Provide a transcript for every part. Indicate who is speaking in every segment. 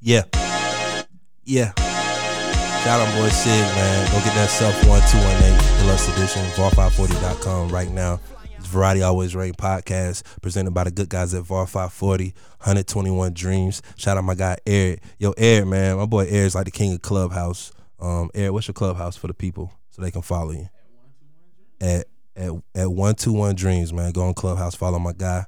Speaker 1: Yeah. Yeah. Shout out boy Sig, man. Go get that stuff 1218 Deluxe Edition, var540.com right now. It's Variety Always Rain podcast presented by the good guys at VAR540, 121 Dreams. Shout out my guy Eric. Yo, Eric, man. My boy Eric's like the king of Clubhouse. Um, Eric, what's your clubhouse for the people so they can follow you? At at at 121 Dreams, man. Go on Clubhouse, follow my guy.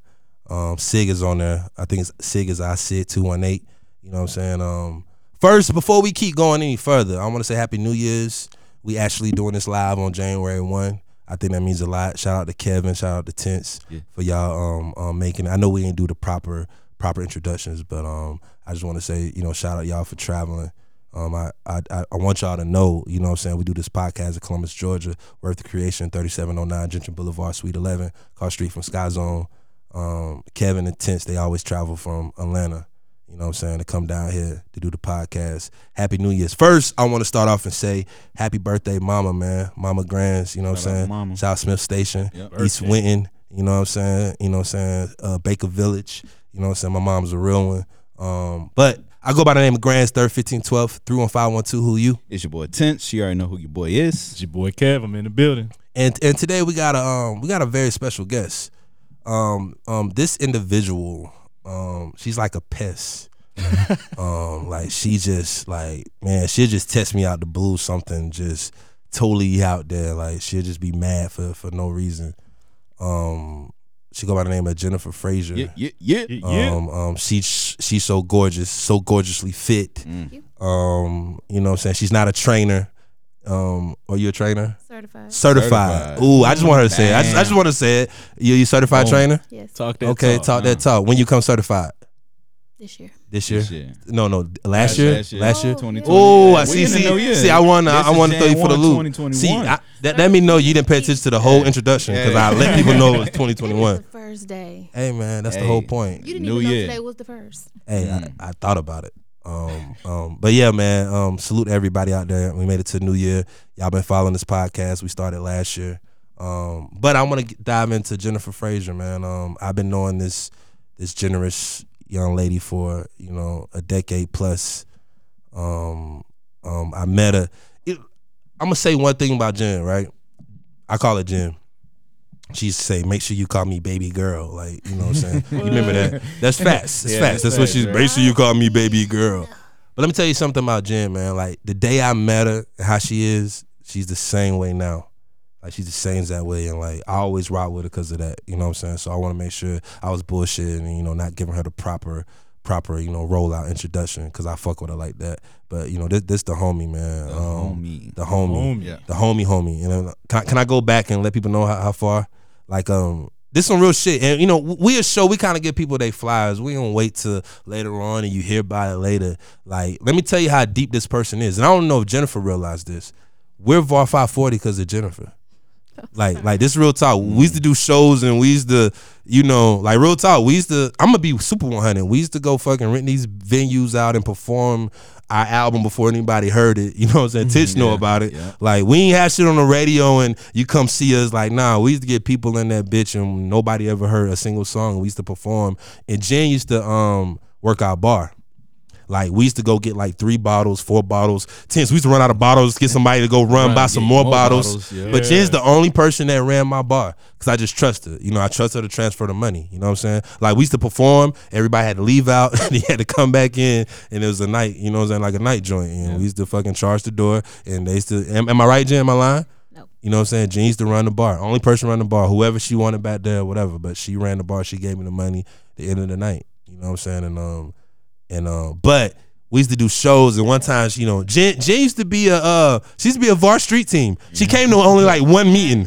Speaker 1: Um, Sig is on there. I think it's Sig is I Sid 218. You know what I'm saying? Um, first, before we keep going any further, I want to say Happy New Year's. We actually doing this live on January 1. I think that means a lot. Shout out to Kevin. Shout out to Tense
Speaker 2: Yeah.
Speaker 1: for y'all um, um, making it. I know we didn't do the proper proper introductions, but um, I just want to say, you know, shout out y'all for traveling. Um, I, I I I want y'all to know, you know what I'm saying? We do this podcast in Columbus, Georgia, Worth of Creation, 3709 Gentry Boulevard, Suite 11, across street from Sky Zone. Um, Kevin and Tense, they always travel from Atlanta, you know what I'm saying, to come down here to do the podcast. Happy New Year's. First, I want to start off and say happy birthday, Mama, man. Mama Grands, you know what I'm
Speaker 2: Shout out to
Speaker 1: saying?
Speaker 2: Mama.
Speaker 1: South Smith Station,
Speaker 2: Yep.
Speaker 1: East Winton, you know what I'm saying? You know what I'm saying? Uh, Baker Village, you know what I'm saying? My mom's a real one. Um, but I go by the name of Grand's 3rd, 1512, 31512, who you?
Speaker 2: It's your boy Tense. You already know who your boy is.
Speaker 3: It's your boy Kev. I'm in the building.
Speaker 1: And and today we got a um we got a very special guest. Um um this individual um she's like a pest. um like she just like man she'll just test me out the blue something just totally out there like she'll just be mad for for no reason. Um she go by the name of Jennifer Frazier.
Speaker 2: Yeah, yeah, yeah.
Speaker 3: Yeah, yeah.
Speaker 1: Um, um, she she's so gorgeous, so gorgeously fit.
Speaker 2: Mm.
Speaker 1: Um, you know what I'm saying? She's not a trainer. Um, are you a trainer?
Speaker 4: Certified.
Speaker 1: Certified.
Speaker 2: Certified.
Speaker 1: Ooh, I just want her to say it. I just, I
Speaker 2: Damn.
Speaker 1: just want to say it. You you certified
Speaker 3: Boom.
Speaker 1: trainer?
Speaker 4: Yes.
Speaker 3: Talk that
Speaker 1: Okay, talk,
Speaker 3: talk.
Speaker 1: that talk. When you come certified?
Speaker 4: This year.
Speaker 1: This year?
Speaker 2: This year.
Speaker 1: No, no, last year. Last year.
Speaker 4: last year?
Speaker 2: 2020.
Speaker 1: Oh, I
Speaker 2: We
Speaker 1: see.
Speaker 2: in the
Speaker 1: See,
Speaker 2: new year.
Speaker 1: see, I want to.
Speaker 2: This
Speaker 1: I
Speaker 2: is
Speaker 1: want to throw you
Speaker 2: Jan
Speaker 1: for the
Speaker 2: 1,
Speaker 1: loop.
Speaker 2: 2021.
Speaker 1: See, I, that, let me know you didn't pay attention to the whole introduction because I let people know it was
Speaker 4: It was
Speaker 1: 2021.
Speaker 4: the first day.
Speaker 1: Hey man, that's the whole
Speaker 2: Hey.
Speaker 1: point.
Speaker 4: You didn't
Speaker 2: New
Speaker 4: even know
Speaker 2: year.
Speaker 4: today was the first.
Speaker 1: Hey,
Speaker 2: Mm.
Speaker 1: I, I thought about it. Um, um, but yeah, man. Um, salute everybody out there. We made it to New Year. Y'all been following this podcast. We started last year. Um, but I want to dive into Jennifer Frazier, man. Um, I've been knowing this this generous young lady for you know a decade plus. Um, um, I met her. It, I'm gonna say one thing about Jen, right? I call her Jen. She used to say, "Make sure you call me baby girl." Like you know what I'm saying. you remember that? That's facts. That's
Speaker 2: Yeah,
Speaker 1: facts. That's
Speaker 2: that's
Speaker 1: what
Speaker 2: facts,
Speaker 1: she's.
Speaker 2: right?
Speaker 1: Make sure you call me baby girl. But let me tell you something about Jen, man. Like the day I met her, how she is, she's the same way now. Like she's the same that way, and like I always ride with her because of that. You know what I'm saying? So I want to make sure I was bullshitting and you know not giving her the proper, proper you know rollout introduction because I fuck with her like that. But you know this this the homie, man.
Speaker 2: The
Speaker 1: um,
Speaker 2: homie.
Speaker 1: The homie
Speaker 3: Homie.
Speaker 2: Yeah.
Speaker 1: the homie homie. And uh, can, I- can I go back and let people know how, how far? Like um, this some real shit. And you know, w- we a show. We kind of give people their flyers. We don't wait till later on, and you hear about it later. Like, let me tell you how deep this person is. And I don't know if Jennifer realized this. We're VAR 540 because of Jennifer. Like, like this real talk. We used to do shows, and we used to, you know, like real talk. We used to. I'm gonna be super 100. We used to go fucking rent these venues out and perform our album before anybody heard it. You know what I'm saying? Titch know
Speaker 2: Mm-hmm. yeah,
Speaker 1: about it.
Speaker 2: yeah.
Speaker 1: Like we ain't have shit on the radio and you come see us. Like nah, we used to get people in that bitch and nobody ever heard a single song. We used to perform and Jen used to um work our bar. Like we used to go get like three bottles, four bottles, tens. We used to run out of bottles, get somebody to go run,
Speaker 2: Run,
Speaker 1: buy some
Speaker 2: get
Speaker 1: more,
Speaker 2: more
Speaker 1: bottles.
Speaker 2: bottles, yeah.
Speaker 1: But
Speaker 3: Yeah.
Speaker 1: Jen's the only person that ran my bar because I just trust her. You know, I trust her to transfer the money. You know what I'm saying? Like we used to perform, everybody had to leave out, they had to come back in, and it was a night. You know what I'm saying? Like a night joint. And we used to fucking charge the door, and they used to. Am, am I right, Jen? Am I lying?
Speaker 4: No.
Speaker 1: You know what I'm saying? Jen used to run the bar. Only person run the bar. Whoever she wanted back there, whatever. But she ran the bar. She gave me the money. The end of the night. You know what I'm saying? And um, and um, but we used to do shows. And one time, she, you know, Jen, Jen used to be a uh, she used to be a VAR street team. She came to only like one meeting.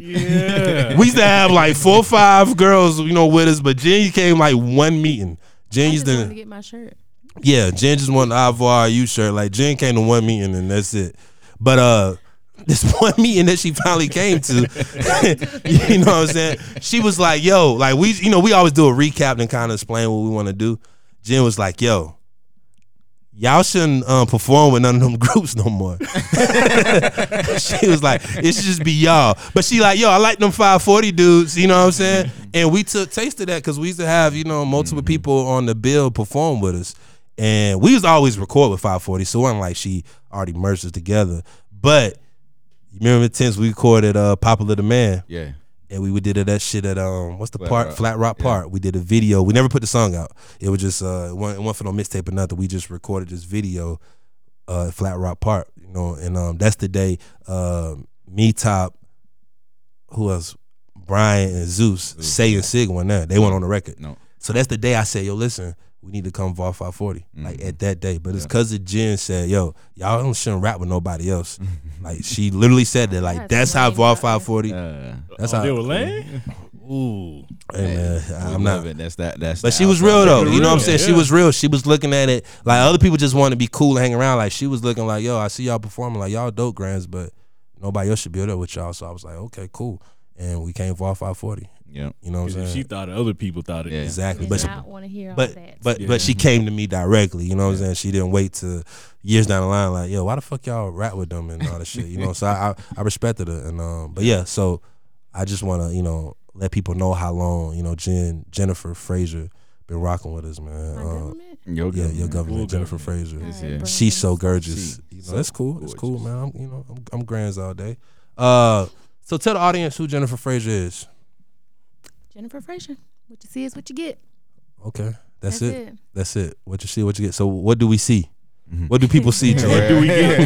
Speaker 3: Yeah.
Speaker 1: We used to have like four or five girls, you know, with us. But Jen came like one meeting. Jen
Speaker 4: I
Speaker 1: used
Speaker 4: just wanted to
Speaker 1: to,
Speaker 4: get my shirt.
Speaker 1: yeah, Jen just wanted the VAR U shirt. Like Jen came to one meeting and that's it. But uh. This one meeting that she finally came to, you know what I'm saying? She was like, "Yo, like we, you know, we always do a recap and kind of explain what we want to do." Jen was like, "Yo, y'all shouldn't um, perform with none of them groups no more. she was like, it should just be y'all. But she like, yo, I like them 540 dudes, you know what I'm saying? And we took taste of that because we used to have, you know, multiple people on the bill perform with us. And we used to always record with 540, so it wasn't like she already merged us together. But you remember Tense, we recorded uh Popular Demand
Speaker 2: Yeah.
Speaker 1: and we, we did that shit at um what's the
Speaker 2: Flat
Speaker 1: park
Speaker 2: Rock.
Speaker 1: Flat Rock
Speaker 2: Yeah.
Speaker 1: Park. We did a video. We never put the song out. It was just uh it wasn't, it wasn't for no mixtape or nothing. We just recorded this video uh at Flat Rock Park, you know, and um that's the day um me top who else Brian and Zeus,
Speaker 2: Zeus,
Speaker 1: Say and Sig went there. They went on the record.
Speaker 2: No.
Speaker 1: So that's the day I said, yo, listen, we need to come Vol 540. Like
Speaker 2: Mhm.
Speaker 1: at that day. But it's
Speaker 2: Yeah.
Speaker 1: cause the Jen said, yo, y'all don't shouldn't rap with nobody else. like she literally said that. Like that's
Speaker 4: That's
Speaker 1: how
Speaker 4: lame,
Speaker 1: Vol
Speaker 4: bro.
Speaker 1: 540
Speaker 2: Uh,
Speaker 1: That's
Speaker 3: oh,
Speaker 1: how-
Speaker 3: they were lame. Ooh,
Speaker 1: Hey man,
Speaker 2: we
Speaker 1: uh, I'm
Speaker 2: love
Speaker 1: not.
Speaker 2: It. That's that. That's.
Speaker 1: But
Speaker 2: the
Speaker 1: she was real
Speaker 2: outcome.
Speaker 1: though.
Speaker 3: Yeah,
Speaker 1: You know what I'm
Speaker 3: real,
Speaker 1: saying? She
Speaker 3: yeah.
Speaker 1: was real. She was looking at it like other people just want to be cool and hang around. Like she was looking like, yo, I see y'all performing. Like y'all dope grands, but nobody else should be there with y'all. So I was like, okay, cool. And we came for 540.
Speaker 2: Yeah.
Speaker 1: You know what I'm
Speaker 3: if she
Speaker 1: saying?
Speaker 3: thought it, other people thought it.
Speaker 2: Yeah.
Speaker 1: Exactly.
Speaker 4: Did
Speaker 1: But
Speaker 4: not want to hear all
Speaker 1: but
Speaker 4: that.
Speaker 1: but
Speaker 3: Yeah.
Speaker 1: but she came to me directly. You know what I'm saying? She didn't wait to years down the line. Like yo, why the fuck y'all rap with them and all that shit? You know. So I, I I respected her and um. But yeah, so I just want to you know let people know how long you know Jen Jennifer Fraser been rocking with us, man.
Speaker 4: My
Speaker 1: Uh,
Speaker 4: government?
Speaker 2: Your
Speaker 1: yeah, your
Speaker 2: government.
Speaker 1: government
Speaker 3: Cool
Speaker 1: Jennifer
Speaker 3: government.
Speaker 1: Fraser.
Speaker 4: All
Speaker 2: is,
Speaker 4: right,
Speaker 2: yeah.
Speaker 4: bro.
Speaker 1: She's so gorgeous.
Speaker 2: She
Speaker 1: You know,
Speaker 2: so
Speaker 1: that's cool. It's cool,
Speaker 2: gorgeous.
Speaker 1: man. I'm, you know, I'm, I'm grands all day. Uh, so tell the audience who Jennifer Fraser is.
Speaker 4: Jennifer Frazier. What you see is what you get.
Speaker 1: Okay, that's, it. That's it. What you see, what you get. So what do we see?
Speaker 2: Mm-hmm.
Speaker 1: What do people see, Joy?
Speaker 3: What do we get?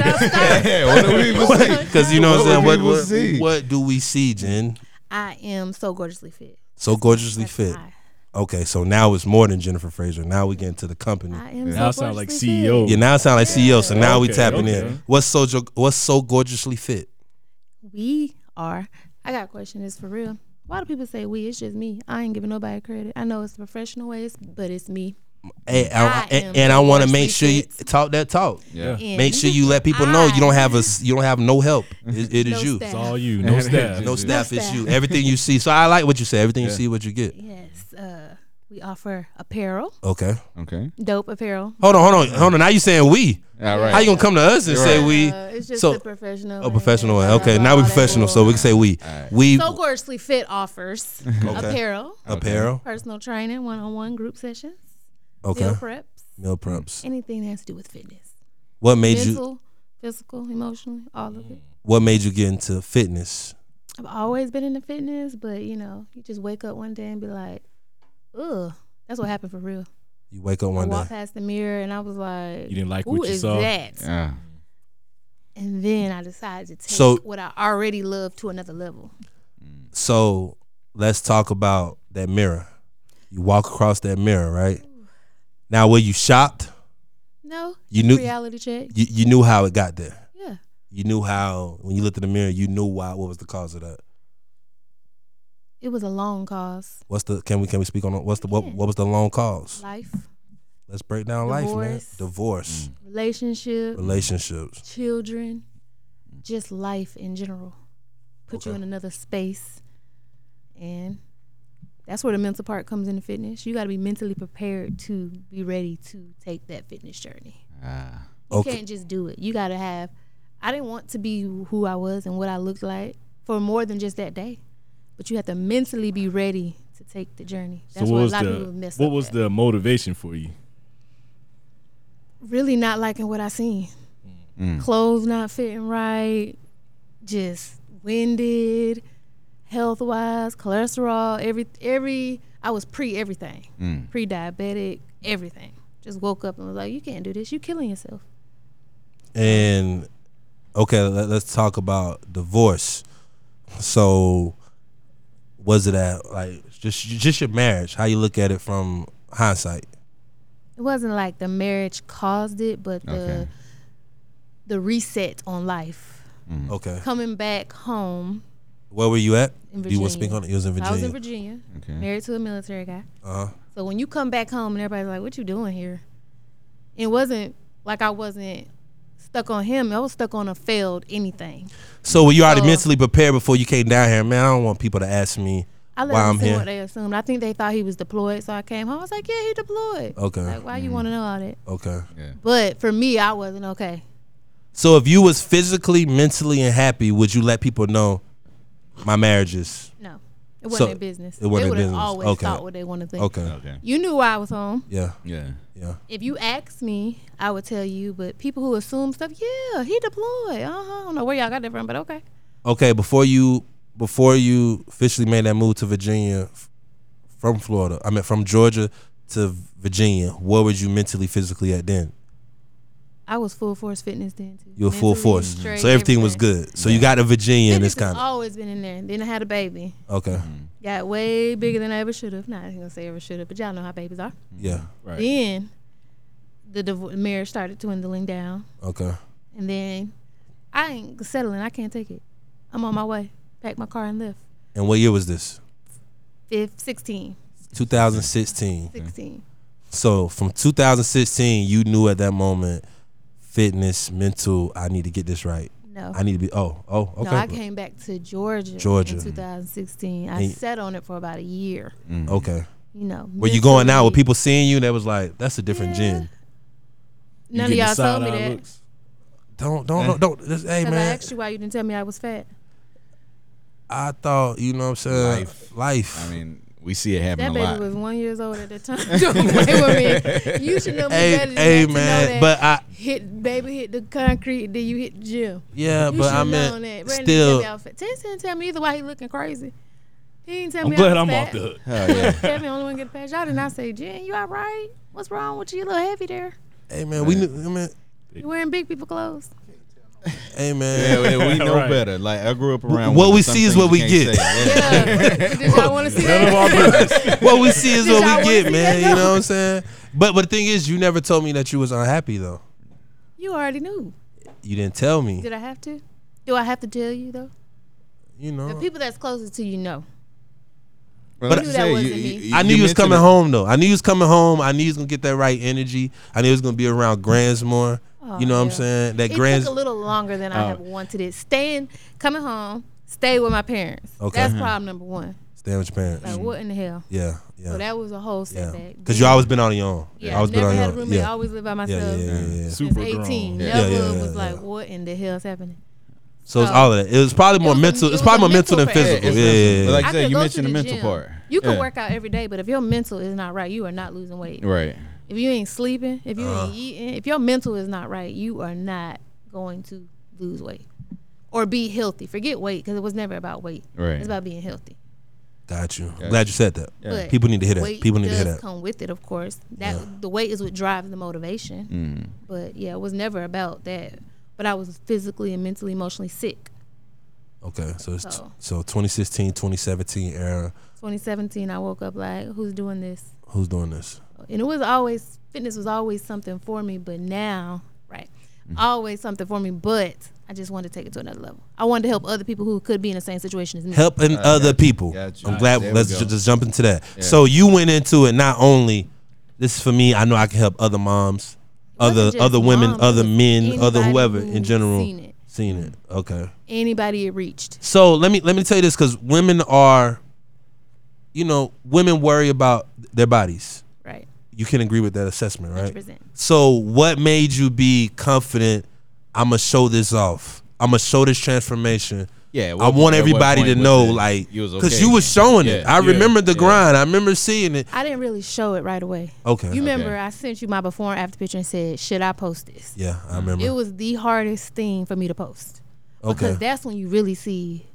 Speaker 2: Yeah, what do we even see?
Speaker 1: Because you know what I'm saying.
Speaker 2: What
Speaker 1: What,
Speaker 2: do
Speaker 1: what,
Speaker 2: people see?
Speaker 1: what do we see, Jen?
Speaker 4: I am so gorgeously fit.
Speaker 1: So gorgeously
Speaker 4: That's
Speaker 1: fit.
Speaker 4: I,
Speaker 1: Okay, so now it's more than Jennifer Fraser. Now we get into the company.
Speaker 4: I am.
Speaker 3: Now I
Speaker 4: so
Speaker 3: sound like E
Speaker 4: gorgeously
Speaker 3: CEO.
Speaker 1: Yeah, now it sound like CEO. So now we
Speaker 3: Okay,
Speaker 1: tapping
Speaker 3: okay.
Speaker 1: in. What's so jo- What's so gorgeously fit?
Speaker 4: Fit. We are. I got a question. It's for real. Why do people say we? It's just me. I ain't giving nobody credit. I know it's the professional ways, but it's me.
Speaker 1: Hey, I,
Speaker 4: I
Speaker 1: and,
Speaker 4: am
Speaker 1: and I want to make sure
Speaker 4: gorgeously
Speaker 1: you
Speaker 4: fit.
Speaker 1: talk that talk.
Speaker 2: Yeah.
Speaker 3: Yeah.
Speaker 4: And
Speaker 1: Make sure you let people know you don't have a s- you don't have no help.
Speaker 2: Mm-hmm.
Speaker 1: It, it is
Speaker 4: No
Speaker 1: you.
Speaker 4: staff.
Speaker 3: It's all you. No staff.
Speaker 1: No
Speaker 2: No
Speaker 1: staff. It's
Speaker 4: staff.
Speaker 1: you. Everything you see. So I like what you said. Everything you
Speaker 2: Yeah.
Speaker 1: see, what you get.
Speaker 4: Yes. Uh, we offer apparel,
Speaker 1: Okay.
Speaker 2: Okay.
Speaker 4: dope apparel.
Speaker 1: Hold on. Hold on. Hold on. Now you saying we?
Speaker 2: All
Speaker 1: How you
Speaker 2: right.
Speaker 1: gonna come to us and
Speaker 2: You're
Speaker 1: say
Speaker 2: right.
Speaker 1: we?
Speaker 4: Uh, it's just
Speaker 1: so-
Speaker 4: the professional.
Speaker 1: Oh,
Speaker 4: way.
Speaker 1: professional.
Speaker 4: Blah, blah,
Speaker 1: Okay,
Speaker 4: blah,
Speaker 1: now
Speaker 4: all
Speaker 1: we're
Speaker 4: that
Speaker 1: professional, so
Speaker 4: bull.
Speaker 1: we can say we.
Speaker 2: All right.
Speaker 1: We
Speaker 4: So Gorsley Fit offers
Speaker 1: Okay.
Speaker 4: apparel,
Speaker 1: apparel.
Speaker 4: personal training, one-on-one group sessions,
Speaker 1: Okay.
Speaker 4: meal preps,
Speaker 1: Meal preps.
Speaker 4: anything that has to do with fitness,
Speaker 1: What made you
Speaker 4: mental, physical, emotional, all of it.
Speaker 1: what made you get into fitness?
Speaker 4: I've always been into fitness, but you know, you just wake up one day and be like, "Ugh." That's what happened for real.
Speaker 1: You wake up
Speaker 4: I
Speaker 1: one day.
Speaker 4: walked past the mirror and I was like,
Speaker 3: You didn't like
Speaker 4: "Who
Speaker 3: what you
Speaker 4: is
Speaker 3: saw.
Speaker 4: that?"
Speaker 2: Yeah.
Speaker 4: And then I decided to take
Speaker 1: So-
Speaker 4: what I already loved to another level.
Speaker 1: So let's talk about that mirror. You walk across that mirror, right? Now were you shocked?
Speaker 4: No
Speaker 1: You knew you,
Speaker 4: reality check.
Speaker 1: you knew how it got there.
Speaker 4: Yeah.
Speaker 1: You knew how when you looked in the mirror, you knew why what was the cause of that.
Speaker 4: It was a long cause.
Speaker 1: What's the can we can we speak on what's the what,
Speaker 4: Yeah.
Speaker 1: what was the long cause?
Speaker 4: Life,
Speaker 1: Let's break down life, man.
Speaker 4: Divorce.
Speaker 2: Mm.
Speaker 1: Divorce,
Speaker 4: relationship,
Speaker 1: relationships.
Speaker 4: children, just life in general. Put you
Speaker 1: Okay.
Speaker 4: in another space. And that's where the mental part comes into fitness. You got to be mentally prepared to be ready to take that fitness journey.
Speaker 2: Ah.
Speaker 4: You
Speaker 1: Okay.
Speaker 4: can't just do it. You got to have. I didn't want to be who I was and what I looked like for more than just that day, but you have to mentally be ready to take the journey.
Speaker 3: So
Speaker 4: That's
Speaker 3: what
Speaker 4: where a
Speaker 3: was
Speaker 4: lot of people
Speaker 3: the
Speaker 4: miss.
Speaker 3: what
Speaker 4: up
Speaker 3: was
Speaker 4: at.
Speaker 3: the motivation for you?
Speaker 4: really not liking what I seen.
Speaker 2: Mm.
Speaker 4: Clothes not fitting right, just winded, health wise, cholesterol, every every I was pre everything.
Speaker 2: Mm.
Speaker 4: Pre diabetic, everything. Just woke up and was like, You can't do this, you killing yourself.
Speaker 1: And okay, let, us talk about divorce. So, was it at like just just your marriage? How you look at it from hindsight?
Speaker 4: It wasn't like the marriage caused it, but the
Speaker 2: Okay.
Speaker 4: the reset on life.
Speaker 1: Okay,
Speaker 4: Coming back home.
Speaker 1: where were you at?
Speaker 4: In
Speaker 1: Do you want to speak
Speaker 4: Virginia.
Speaker 1: on it? You was in
Speaker 4: I was in
Speaker 1: Virginia.
Speaker 4: Virginia,
Speaker 2: Okay.
Speaker 4: married to a military guy.
Speaker 1: Uh huh.
Speaker 4: So when you come back home and everybody's like, "What you doing here?" It wasn't like I wasn't stuck on him. I was stuck on a failed anything.
Speaker 1: So were you already
Speaker 4: So-
Speaker 1: mentally prepared before you came down here? Man, I don't want people to ask me
Speaker 4: I let
Speaker 1: why
Speaker 4: them
Speaker 1: I'm
Speaker 4: assume
Speaker 1: here.
Speaker 4: what they assumed. I think they thought he was deployed, so I came home. I was like, "Yeah, he deployed."
Speaker 1: Okay.
Speaker 4: Like, why you want to know all that?
Speaker 1: okay.
Speaker 2: Yeah.
Speaker 4: But for me, I wasn't okay.
Speaker 1: So if you was physically, mentally, and happy, would you let people know my marriage is
Speaker 4: No, It wasn't
Speaker 1: So,
Speaker 4: their business.
Speaker 1: it wasn't
Speaker 4: they
Speaker 1: their
Speaker 4: would've
Speaker 1: business.
Speaker 4: always
Speaker 1: Okay.
Speaker 4: thought what they want to think.
Speaker 1: Okay.
Speaker 2: Okay.
Speaker 4: You knew why I was home.
Speaker 1: Yeah.
Speaker 3: Yeah.
Speaker 1: Yeah.
Speaker 4: If you asked me, I would tell you. But people who assume stuff, yeah, he deployed. Uh huh. I don't know where y'all got that from, but okay.
Speaker 1: Okay. Before you before you officially made that move to Virginia f- from Florida, I mean from Georgia to Virginia, where were you mentally, physically at then?
Speaker 4: I was full force fitness then too.
Speaker 1: You were full
Speaker 4: Mentally
Speaker 1: force, so
Speaker 4: straight,
Speaker 1: everything was
Speaker 4: everything.
Speaker 1: good. So you got to Virginia, and
Speaker 4: Fitness
Speaker 1: it's
Speaker 4: has
Speaker 1: kind of
Speaker 4: always been in there. Then I had a baby.
Speaker 1: okay.
Speaker 4: Got way bigger than I ever should have. Not even gonna say ever should have, but y'all know how babies are.
Speaker 1: Yeah.
Speaker 3: Right.
Speaker 4: Then the div- marriage started dwindling down,
Speaker 1: Okay.
Speaker 4: and then I ain't settling. I can't take it. I'm on my way. Packed my car and left.
Speaker 1: And what year was this?
Speaker 4: Fifth, 16,
Speaker 1: 2016.
Speaker 4: 16.
Speaker 1: So from 2016, you knew at that moment, fitness, mental. I need to get this right.
Speaker 4: No.
Speaker 1: I need to be. Oh, oh, okay.
Speaker 4: No, I came back to Georgia,
Speaker 1: Georgia.
Speaker 4: in 2016. I
Speaker 1: And-
Speaker 4: sat on it for about a year.
Speaker 1: Okay.
Speaker 4: You know,
Speaker 1: Were you going out? Were
Speaker 4: with
Speaker 1: people seeing you? That was like, that's a different
Speaker 4: Yeah.
Speaker 1: gin.
Speaker 3: You
Speaker 4: None of
Speaker 3: getting
Speaker 4: y'all told me
Speaker 3: side-eye
Speaker 4: that.
Speaker 3: looks?
Speaker 1: Don't, don't, don't. don't this, hey
Speaker 4: Because I
Speaker 1: man,
Speaker 4: asked you why you didn't tell me I was fat.
Speaker 1: I thought you know what I'm saying. Life.
Speaker 2: Life. I mean, we see it happen
Speaker 4: That
Speaker 2: a
Speaker 4: baby
Speaker 2: lot.
Speaker 4: was one years old at that time. Don't play with me. You should know me
Speaker 1: Hey,
Speaker 4: better than
Speaker 1: hey,
Speaker 4: that to know
Speaker 1: man,
Speaker 4: that.
Speaker 1: but I-
Speaker 4: hit baby hit the concrete, then you hit the gym.
Speaker 1: yeah,
Speaker 4: You
Speaker 1: but
Speaker 4: should
Speaker 1: I
Speaker 4: known that.
Speaker 1: meant
Speaker 4: Brandon
Speaker 1: still.
Speaker 4: didn't tell me I was fat. Tess didn't tell me either why he looking crazy. He didn't tell
Speaker 3: I'm
Speaker 4: me.
Speaker 3: glad
Speaker 4: I
Speaker 3: I'm
Speaker 4: was
Speaker 3: off
Speaker 4: fat.
Speaker 3: the hook.
Speaker 2: Oh, yeah.
Speaker 4: Tell me only one get past y'all. Did not say, Jen, you all right? What's wrong with you? You a little heavy there.
Speaker 1: Hey man, we knew. I mean,
Speaker 4: You wearing big people clothes.
Speaker 1: hey man.
Speaker 2: Yeah, yeah, we know
Speaker 3: Right.
Speaker 2: better. Like I grew up around
Speaker 1: What
Speaker 2: women.
Speaker 1: we
Speaker 2: Some
Speaker 1: see is
Speaker 2: things
Speaker 1: what
Speaker 2: you
Speaker 1: we
Speaker 2: can't
Speaker 1: get.
Speaker 2: say. Yeah.
Speaker 4: Yeah. Did y'all want to see that?
Speaker 1: what we see is
Speaker 4: Did y'all
Speaker 1: what we
Speaker 4: wanna
Speaker 1: get,
Speaker 4: see
Speaker 1: man.
Speaker 4: that
Speaker 1: You
Speaker 4: though?
Speaker 1: know what I'm saying? But but the thing is, you never told me that you was unhappy though.
Speaker 4: You already knew.
Speaker 1: You didn't tell me.
Speaker 4: Did I have to? Do I have to tell you though?
Speaker 1: You
Speaker 4: The
Speaker 1: know.
Speaker 4: people that's closest to you know.
Speaker 2: Well,
Speaker 1: But
Speaker 2: like
Speaker 1: I-
Speaker 2: you
Speaker 4: Knew that
Speaker 2: say,
Speaker 4: wasn't
Speaker 2: you-
Speaker 4: me.
Speaker 2: you-
Speaker 1: I knew you was
Speaker 2: mentioned
Speaker 1: coming
Speaker 2: it.
Speaker 1: home though. I knew you was coming home. I knew you was gonna get that right energy. I knew it was gonna be around Grandsmore.
Speaker 4: Oh,
Speaker 1: you know what I'm
Speaker 4: yeah.
Speaker 1: saying? That
Speaker 4: It
Speaker 1: Grands. Oh.
Speaker 4: took a little longer than I have wanted it. Staying, coming home, stay with my parents.
Speaker 1: Okay. Mm-hmm.
Speaker 4: That's problem number one.
Speaker 1: Stay with your parents.
Speaker 4: Like, what in the hell?
Speaker 1: Yeah, yeah,
Speaker 4: So that was a whole
Speaker 1: yeah.
Speaker 4: setback.
Speaker 1: Because you always been on your own.
Speaker 4: yeah,
Speaker 1: always been
Speaker 4: never
Speaker 1: on
Speaker 4: had a
Speaker 1: your own.
Speaker 4: roommate.
Speaker 1: Yeah.
Speaker 4: always lived by
Speaker 1: Yeah,
Speaker 4: myself.
Speaker 1: yeah, yeah, yeah, yeah.
Speaker 4: Since
Speaker 3: Super
Speaker 4: 18,
Speaker 3: grown.
Speaker 2: Yeah.
Speaker 4: never
Speaker 1: Yeah, yeah,
Speaker 4: was
Speaker 1: yeah,
Speaker 4: like,
Speaker 1: yeah.
Speaker 4: what in the hell's happening?
Speaker 1: So it's
Speaker 4: So-
Speaker 1: all of that. It was probably more
Speaker 4: was a-
Speaker 1: mental.
Speaker 4: it
Speaker 1: It's
Speaker 4: was
Speaker 1: probably more
Speaker 4: a
Speaker 1: mental
Speaker 4: mental
Speaker 1: than
Speaker 4: phase.
Speaker 1: physical.
Speaker 2: It's
Speaker 1: Yeah,
Speaker 2: mental.
Speaker 1: yeah,
Speaker 2: But
Speaker 1: yeah.
Speaker 2: like- you
Speaker 4: I
Speaker 2: said,
Speaker 4: could
Speaker 2: you
Speaker 4: go
Speaker 2: mentioned
Speaker 4: to
Speaker 2: the
Speaker 4: the
Speaker 2: mental
Speaker 4: gym.
Speaker 2: part.
Speaker 4: You can
Speaker 2: Yeah.
Speaker 4: work out every day, but if your mental is not right, you are not losing weight.
Speaker 2: Right.
Speaker 4: If you ain't sleeping, if you
Speaker 1: Uh-huh.
Speaker 4: ain't eating, if your mental is not right, you are not going to lose weight or be healthy. Forget weight because it was never about weight.
Speaker 2: Right.
Speaker 4: It's about being healthy.
Speaker 1: Got you.
Speaker 2: Yeah.
Speaker 1: Glad you said that.
Speaker 2: Yeah.
Speaker 4: But
Speaker 1: People need to hear that.
Speaker 4: Weight
Speaker 1: People need to
Speaker 4: does
Speaker 1: hear that.
Speaker 4: come with it, of course. That the weight is what drives the motivation.
Speaker 1: Mm.
Speaker 4: But yeah, it was never about that. But I was physically and mentally, emotionally sick.
Speaker 1: Okay, so it's t-
Speaker 4: So-
Speaker 1: so 2016, 2017 era.
Speaker 4: 2017, I woke up like, who's doing this?
Speaker 1: Who's doing this?
Speaker 4: and it was always fitness was always something for me but now right
Speaker 1: Mm-hmm.
Speaker 4: always something for me but i just wanted to take it to another level i wanted to help other people who could be in the same situation as me
Speaker 1: Helping other people.
Speaker 2: got you.
Speaker 1: I'm glad.
Speaker 2: There we
Speaker 1: let's
Speaker 2: go.
Speaker 1: ju- just jump into that. So you went into it not only this is for me. I know I can help other moms,
Speaker 4: wasn't
Speaker 1: other
Speaker 4: just
Speaker 1: other women,
Speaker 4: moms, it
Speaker 1: other
Speaker 4: was
Speaker 1: men, other
Speaker 4: anybody
Speaker 1: whoever
Speaker 4: who
Speaker 1: in general.
Speaker 4: seen it.
Speaker 1: Seen it. Okay.
Speaker 4: anybody it reached
Speaker 1: So let me let me tell you this because women are, you know, women worry about their bodies.
Speaker 4: right
Speaker 1: You can agree with that assessment, right?
Speaker 4: 100%.
Speaker 1: So what made you be confident? I'm gonna show this off. I'm gonna show this transformation.
Speaker 2: Yeah,
Speaker 1: I
Speaker 2: what-
Speaker 1: want
Speaker 2: at what
Speaker 1: everybody to
Speaker 2: point was
Speaker 1: know,
Speaker 2: it
Speaker 1: like,
Speaker 2: you was
Speaker 1: because
Speaker 2: okay?
Speaker 1: you was showing it.
Speaker 2: Yeah,
Speaker 1: I
Speaker 3: yeah,
Speaker 1: remember the
Speaker 2: yeah.
Speaker 1: grind. I remember seeing it.
Speaker 4: i didn't really show it right away
Speaker 1: Okay. Uh,
Speaker 4: you remember
Speaker 2: Okay.
Speaker 4: i sent you my before and after picture and said should i post this
Speaker 1: yeah, I remember.
Speaker 4: it was the hardest thing for me to post because
Speaker 1: okay.
Speaker 4: that's when you really see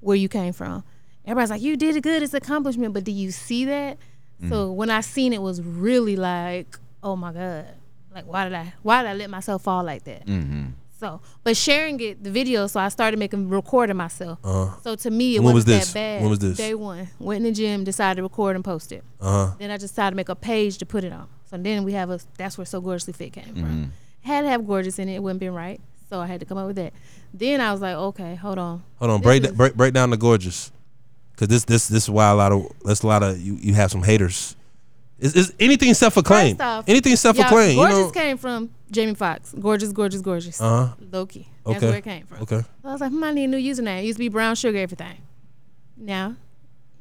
Speaker 4: where you came from. Everybody's like, "You did it good. It's an accomplishment," but do you see that?
Speaker 1: Mm.
Speaker 4: So when I seen it, was really like, "Oh my god! Like, why did I? Why did I let myself fall like that?"
Speaker 1: Mm-hmm.
Speaker 4: So, but sharing it, the video. So I started making recording myself. So to me, it
Speaker 1: Uh-huh. When
Speaker 4: wasn't
Speaker 1: was this?
Speaker 4: that bad.
Speaker 1: When was this?
Speaker 4: Day one. Went in the gym, decided to record and post it.
Speaker 1: Uh huh.
Speaker 4: Then I just decided to make a page to put it on. So then we have a that's where So Gorgeously Fit came
Speaker 1: Mm-hmm.
Speaker 4: from. Had to have gorgeous in it, it wouldn't been right. So I had to come up with that. Then I was like, okay, hold on.
Speaker 1: Hold on.
Speaker 4: This
Speaker 1: Break,
Speaker 4: is-
Speaker 1: break break down the gorgeous, because this this this is why a lot of that's a lot of you you have some haters. Is, is anything self acclaimed?
Speaker 4: First off,
Speaker 1: Anything self
Speaker 4: y'all,
Speaker 1: acclaimed? You
Speaker 4: Gorgeous
Speaker 1: know.
Speaker 4: came from Jamie Foxx. Gorgeous, gorgeous, gorgeous.
Speaker 1: Uh huh.
Speaker 4: Loki. That's
Speaker 1: Okay.
Speaker 4: where it came from.
Speaker 1: Okay.
Speaker 4: So I was like, hmm, I need a new username. It used to be brown sugar everything. Now,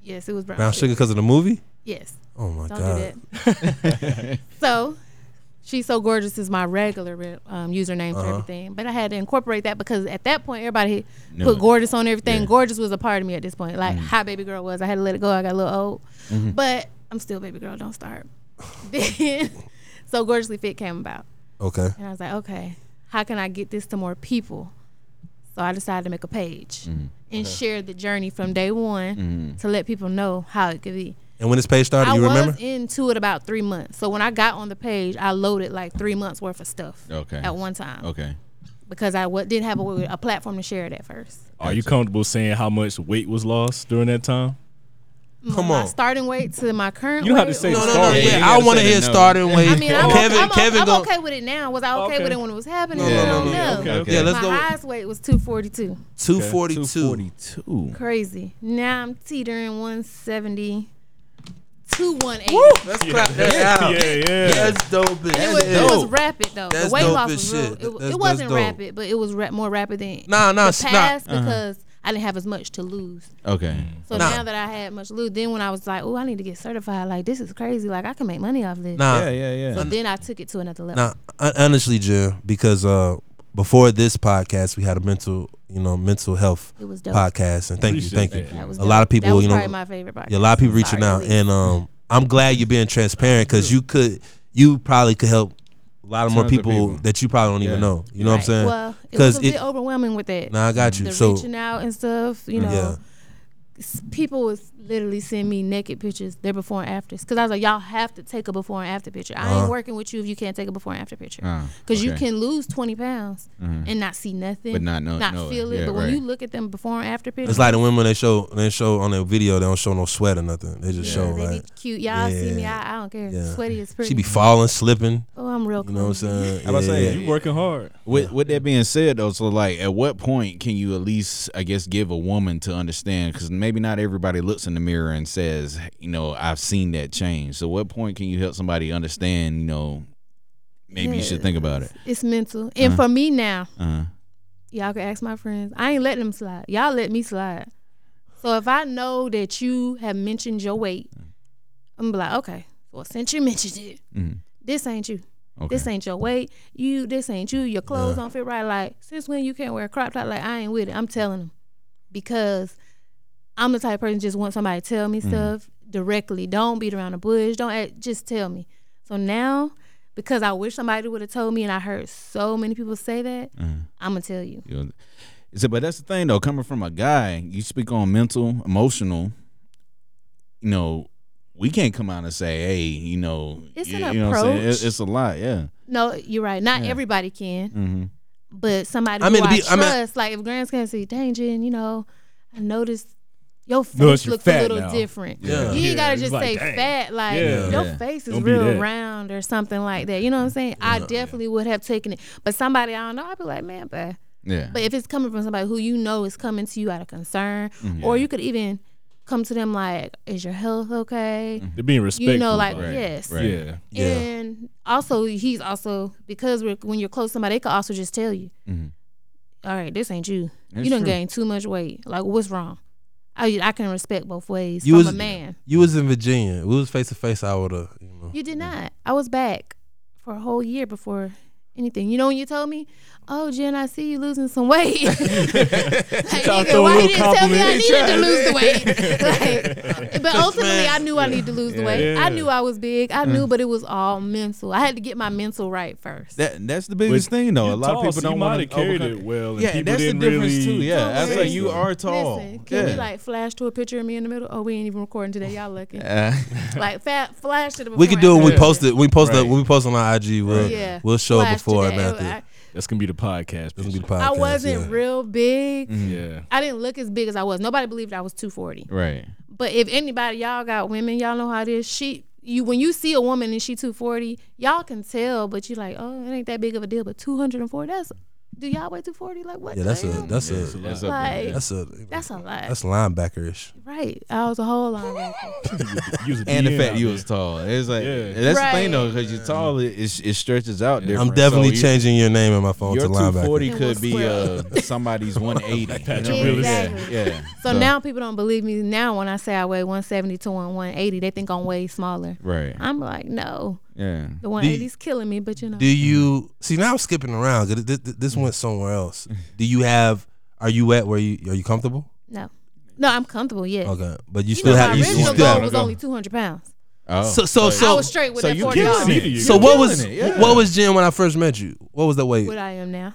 Speaker 4: yes, it was brown,
Speaker 1: Brown
Speaker 4: sugar.
Speaker 1: Oh sugar because of the movie.
Speaker 4: Yes.
Speaker 1: Oh my
Speaker 4: Don't
Speaker 1: god.
Speaker 4: do that. so She's so gorgeous is my regular um, username for everything, but I had to incorporate that because at that point everybody
Speaker 2: No.
Speaker 4: put gorgeous on everything.
Speaker 2: Yeah.
Speaker 4: Gorgeous was a part of me at this point, like how baby girl was. I had to let it go. I got a little old, but I'm still baby girl. Don't start. then, so gorgeously fit came about,
Speaker 1: Okay.
Speaker 4: and I was like, okay, how can I get this to more people? So I decided to make a page and share the journey from day one to let people know how it could be.
Speaker 1: And when this page started,
Speaker 4: I
Speaker 1: you remember?
Speaker 4: was into it about three months. So when I got on the page, I loaded like three months worth of stuff
Speaker 2: Okay.
Speaker 4: at one time
Speaker 2: Okay.
Speaker 4: because I w- didn't have a, way- a platform to share it at first.
Speaker 3: Are you comfortable saying how much weight was lost during that time?
Speaker 1: Come
Speaker 4: my
Speaker 1: on.
Speaker 4: starting weight to my current.
Speaker 3: You don't have
Speaker 4: weight,
Speaker 3: to say
Speaker 4: or-
Speaker 1: no, no, no.
Speaker 3: Sorry.
Speaker 1: Yeah,
Speaker 2: Yeah, you
Speaker 1: I
Speaker 2: gotta
Speaker 1: want to
Speaker 2: say
Speaker 1: hear
Speaker 2: that no.
Speaker 1: starting way.
Speaker 4: I mean, I'm,
Speaker 1: Kevin,
Speaker 4: Kevin, I'm,
Speaker 1: Kevin,
Speaker 4: I'm
Speaker 1: gon-
Speaker 4: okay with it now. Was I okay,
Speaker 3: Okay.
Speaker 4: with it when it was happening?
Speaker 1: No,
Speaker 4: No,
Speaker 2: Yeah.
Speaker 1: no, no,
Speaker 2: Yeah,
Speaker 1: no.
Speaker 3: okay, okay.
Speaker 1: Yeah, let's
Speaker 4: my
Speaker 1: go.
Speaker 4: highest weight was 242.
Speaker 1: Two forty two.
Speaker 2: 42.
Speaker 4: Crazy. Now I'm teetering 170 to 180.
Speaker 1: Let's clap that out.
Speaker 3: yeah, yeah.
Speaker 1: That's dope. as-
Speaker 4: It was,
Speaker 1: That's
Speaker 4: it was
Speaker 1: dope.
Speaker 4: rapid though.
Speaker 1: That's
Speaker 4: the weight
Speaker 1: dope
Speaker 4: loss
Speaker 1: as
Speaker 4: was real.
Speaker 1: shit.
Speaker 4: It,
Speaker 1: That's-
Speaker 4: it wasn't
Speaker 1: that's dope.
Speaker 4: rapid, but it was ra- more rapid than
Speaker 1: Nah, nah,
Speaker 4: the
Speaker 1: it's not.
Speaker 4: past because I didn't have as much to lose.
Speaker 2: Okay.
Speaker 4: So
Speaker 1: Nah.
Speaker 4: now that I had much to lose, then when I was like, oh, I need to get certified. Like this is crazy. Like I can make money off this.
Speaker 1: Nah,
Speaker 2: Yeah, yeah, yeah.
Speaker 4: So then I took it to another level.
Speaker 1: Now, hon- honestly, Jim, because uh, before this podcast, we had a mental, you know, mental health
Speaker 4: It was dope.
Speaker 1: podcast, and thank you,
Speaker 3: Appreciate
Speaker 1: thank you.
Speaker 3: that.
Speaker 4: That was
Speaker 1: A lot of people,
Speaker 4: that was
Speaker 1: you know,
Speaker 4: probably my favorite part.
Speaker 1: Yeah, a lot of people reaching out, and um, I'm glad you're being transparent because you could, you probably could help a lot of more
Speaker 2: Tons of
Speaker 1: people,
Speaker 2: people.
Speaker 1: that you probably don't even
Speaker 2: Yeah.
Speaker 1: know. You know what I'm saying?
Speaker 4: Well, it was a
Speaker 1: it-
Speaker 4: bit overwhelming with that.
Speaker 1: nah, I got you.
Speaker 4: the
Speaker 1: So Mm,
Speaker 4: reaching out and stuff, you know.
Speaker 1: Yeah.
Speaker 4: S- People was literally send me naked pictures, their before and afters. Cause I was like, y'all have to take a before and after picture. I
Speaker 1: Uh-huh.
Speaker 4: ain't working with you if you can't take a before and after picture.
Speaker 2: Ah,
Speaker 4: Cause you
Speaker 2: okay. Mm-hmm.
Speaker 4: can lose twenty pounds and not see nothing,
Speaker 2: But not know- know it.
Speaker 4: feel it.
Speaker 2: Yeah,
Speaker 4: but
Speaker 2: right.
Speaker 4: when you look at them before and after pictures,
Speaker 1: it's like the women they show, they show on their video, they don't show no sweat or nothing. They just show
Speaker 4: they
Speaker 1: like,
Speaker 4: be cute. Y'all see me,
Speaker 1: Yeah.
Speaker 4: I, I don't care.
Speaker 1: Yeah.
Speaker 4: Sweaty is pretty.
Speaker 1: she be falling, slipping.
Speaker 4: oh, I'm real.
Speaker 1: You know what I'm saying?
Speaker 2: I about to say,
Speaker 1: Yeah.
Speaker 3: You working hard.
Speaker 2: With with that being said though, so like at what point can you at least I guess give a woman to understand because maybe not everybody looks in the mirror and says you know I've seen that change. So what point can you help somebody understand you know maybe you should think Uh-huh. about it.
Speaker 4: It's mental. And for me now,
Speaker 2: Uh,
Speaker 4: y'all can ask my friends. I ain't letting them slide. Y'all let me slide. So if I know that you have mentioned your weight, I'm be like, okay, well since you mentioned it,
Speaker 2: Mhm.
Speaker 4: this ain't you.
Speaker 2: okay.
Speaker 4: This ain't your weight. You, this ain't you. Your clothes don't fit right. Like since when you can't wear a crop top? Like I ain't with it. I'm telling them because I'm the type of person just want somebody to tell me stuff directly. Don't beat around the bush. Don't act, just tell me. So now. Because I wish somebody would have told me, and I heard so many people say that,
Speaker 2: Uh-huh.
Speaker 4: I'm gonna tell you.
Speaker 2: You know, Is it? But that's the thing though. Coming from a guy, you speak on mental, emotional. You know, we can't come out and say, "Hey, you know,
Speaker 4: It's
Speaker 2: you,
Speaker 4: an
Speaker 2: you know what I'm saying?
Speaker 4: approach.
Speaker 2: It- it's a lot." Yeah.
Speaker 4: No, you're right. Not everybody can,
Speaker 2: Mm-hmm.
Speaker 4: but somebody
Speaker 1: I
Speaker 4: I
Speaker 1: mean,
Speaker 4: mean, who
Speaker 1: to
Speaker 4: I
Speaker 1: be- I
Speaker 4: trust,
Speaker 1: mean-
Speaker 4: like if Grants can see danger, and you know, I noticed your
Speaker 3: Notice
Speaker 4: face
Speaker 3: you're
Speaker 4: looks
Speaker 3: fat
Speaker 4: a little
Speaker 3: now.
Speaker 4: different.
Speaker 1: Yeah.
Speaker 4: You ain't
Speaker 3: Yeah,
Speaker 4: gotta
Speaker 3: it's
Speaker 4: just
Speaker 3: like,
Speaker 4: say
Speaker 3: dang.
Speaker 4: fat, like
Speaker 3: Yeah.
Speaker 4: your
Speaker 2: Yeah.
Speaker 4: face is
Speaker 3: Don't be
Speaker 4: real
Speaker 3: that.
Speaker 4: round or something like that. You know what I'm saying? I definitely would have taken it, but somebody I don't know, I'd be like, man, but
Speaker 2: Yeah.
Speaker 4: but if it's coming from somebody who you know is coming to you out of concern, or you could even come to them like, is your health okay?
Speaker 3: They're being respectful.
Speaker 4: You know, like
Speaker 2: Right,
Speaker 4: yes,
Speaker 2: right.
Speaker 3: yeah.
Speaker 1: Yeah.
Speaker 4: and also, he's also because we're, when you're close to somebody, they could also just tell you,
Speaker 2: Mhm.
Speaker 4: "All right, this ain't you.
Speaker 2: That's
Speaker 4: you done
Speaker 2: true.
Speaker 4: gained too much weight. Like, what's wrong?" I I can respect both ways
Speaker 1: You
Speaker 4: from
Speaker 1: was-
Speaker 4: a man.
Speaker 1: You was in Virginia. We was face to face. I would have, you know.
Speaker 4: You did not. I was back for a whole year before anything. You know when you told me, "Oh, Jen, I see you losing some weight." like, nigga,
Speaker 3: throw a
Speaker 4: why you
Speaker 3: little
Speaker 4: didn't tell me I
Speaker 3: compliment.
Speaker 4: needed to lose the weight? Like, but ultimately, I knew I needed to lose the weight. I
Speaker 3: Yeah.
Speaker 4: knew I was big. I knew, but it was all mental. I had to get my mental right first.
Speaker 2: That that's the biggest thing though. A
Speaker 3: You're
Speaker 2: lot
Speaker 3: tall,
Speaker 2: of people
Speaker 3: so you
Speaker 2: don't
Speaker 3: might
Speaker 2: want
Speaker 3: have carried it well, and
Speaker 2: yeah,
Speaker 3: people
Speaker 2: that's the
Speaker 3: didn't
Speaker 2: difference
Speaker 3: really-
Speaker 2: too. Yeah,
Speaker 4: Don't
Speaker 2: that's like
Speaker 4: worry.
Speaker 2: you are tall.
Speaker 4: Listen, can
Speaker 2: yeah.
Speaker 4: we like flash to a picture of me in the middle? Oh, we ain't even recording today. Y'all lucky.
Speaker 2: Uh,
Speaker 4: like fat flash to the.
Speaker 1: We could do it when we
Speaker 4: before
Speaker 1: post
Speaker 4: and
Speaker 1: it. We post
Speaker 2: Right.
Speaker 1: it when we post on our IG. We'll
Speaker 4: after. Yeah.
Speaker 1: we'll show it
Speaker 4: Flash
Speaker 1: before
Speaker 4: today.
Speaker 1: and after.
Speaker 4: I-
Speaker 3: That's gonna be the podcast.
Speaker 1: It's gonna be the
Speaker 3: picture.
Speaker 1: podcast.
Speaker 4: I wasn't
Speaker 1: yeah. Mm.
Speaker 4: real big.
Speaker 2: Mm.
Speaker 3: yeah.
Speaker 4: I didn't look as big as I was. Nobody believed I was 240.
Speaker 2: right.
Speaker 4: But if anybody, y'all got women, y'all know how it is. She, you, when you see a woman and she 240, y'all can tell. But you like, oh, it ain't that big of a deal. But 240, that's do y'all weigh 240? Like what?
Speaker 1: Yeah,
Speaker 4: the
Speaker 1: that's a
Speaker 4: hell?
Speaker 1: that's
Speaker 2: That's,
Speaker 1: a
Speaker 2: up there,
Speaker 4: Like-
Speaker 2: yeah.
Speaker 1: that's a
Speaker 4: that's a lot.
Speaker 1: that's linebacker ish.
Speaker 4: right. I was a whole lot. bigger.
Speaker 3: Use a
Speaker 2: and the
Speaker 3: DM
Speaker 2: fact
Speaker 3: out
Speaker 2: you
Speaker 3: there.
Speaker 2: was tall. It's like
Speaker 3: Yeah.
Speaker 2: that's the
Speaker 4: Right.
Speaker 2: thing though, because you're tall, it, it, it stretches out different.
Speaker 1: I'm definitely
Speaker 2: So you-
Speaker 1: changing your name in my phone to
Speaker 2: Your
Speaker 1: linebacker.
Speaker 2: 240
Speaker 4: linebacker.
Speaker 2: could be uh,
Speaker 4: Well-
Speaker 2: somebody's 180.
Speaker 3: Patrick
Speaker 2: you know?
Speaker 4: Willis.
Speaker 2: Yeah,
Speaker 4: Exactly.
Speaker 2: yeah.
Speaker 4: So now people don't believe me. Now when I say I weigh 170 to 180, they think I'm way smaller.
Speaker 2: right.
Speaker 4: I'm like, no.
Speaker 2: Yeah.
Speaker 4: The 180's killing me, but you know.
Speaker 1: Do you see now? I'm skipping around. 'cause This, this went somewhere else. Do you have? Are you at where you are you comfortable?
Speaker 4: no. No, I'm comfortable, yeah.
Speaker 1: Okay, but you,
Speaker 4: You
Speaker 1: still
Speaker 4: know,
Speaker 1: have
Speaker 4: my
Speaker 1: you, you
Speaker 4: original
Speaker 1: still
Speaker 4: goal
Speaker 1: have.
Speaker 4: was
Speaker 3: Okay.
Speaker 4: only 200 pounds.
Speaker 2: Oh.
Speaker 1: So so
Speaker 4: I
Speaker 1: so
Speaker 4: was straight with
Speaker 2: so
Speaker 4: that
Speaker 2: you
Speaker 4: 40
Speaker 2: killing
Speaker 3: See,
Speaker 4: dollars.
Speaker 2: it.
Speaker 3: you
Speaker 1: so
Speaker 3: got
Speaker 1: what
Speaker 2: killing
Speaker 1: was
Speaker 2: it, yeah.
Speaker 1: what was Jim when I first met you? What was that weight?
Speaker 4: What I am now.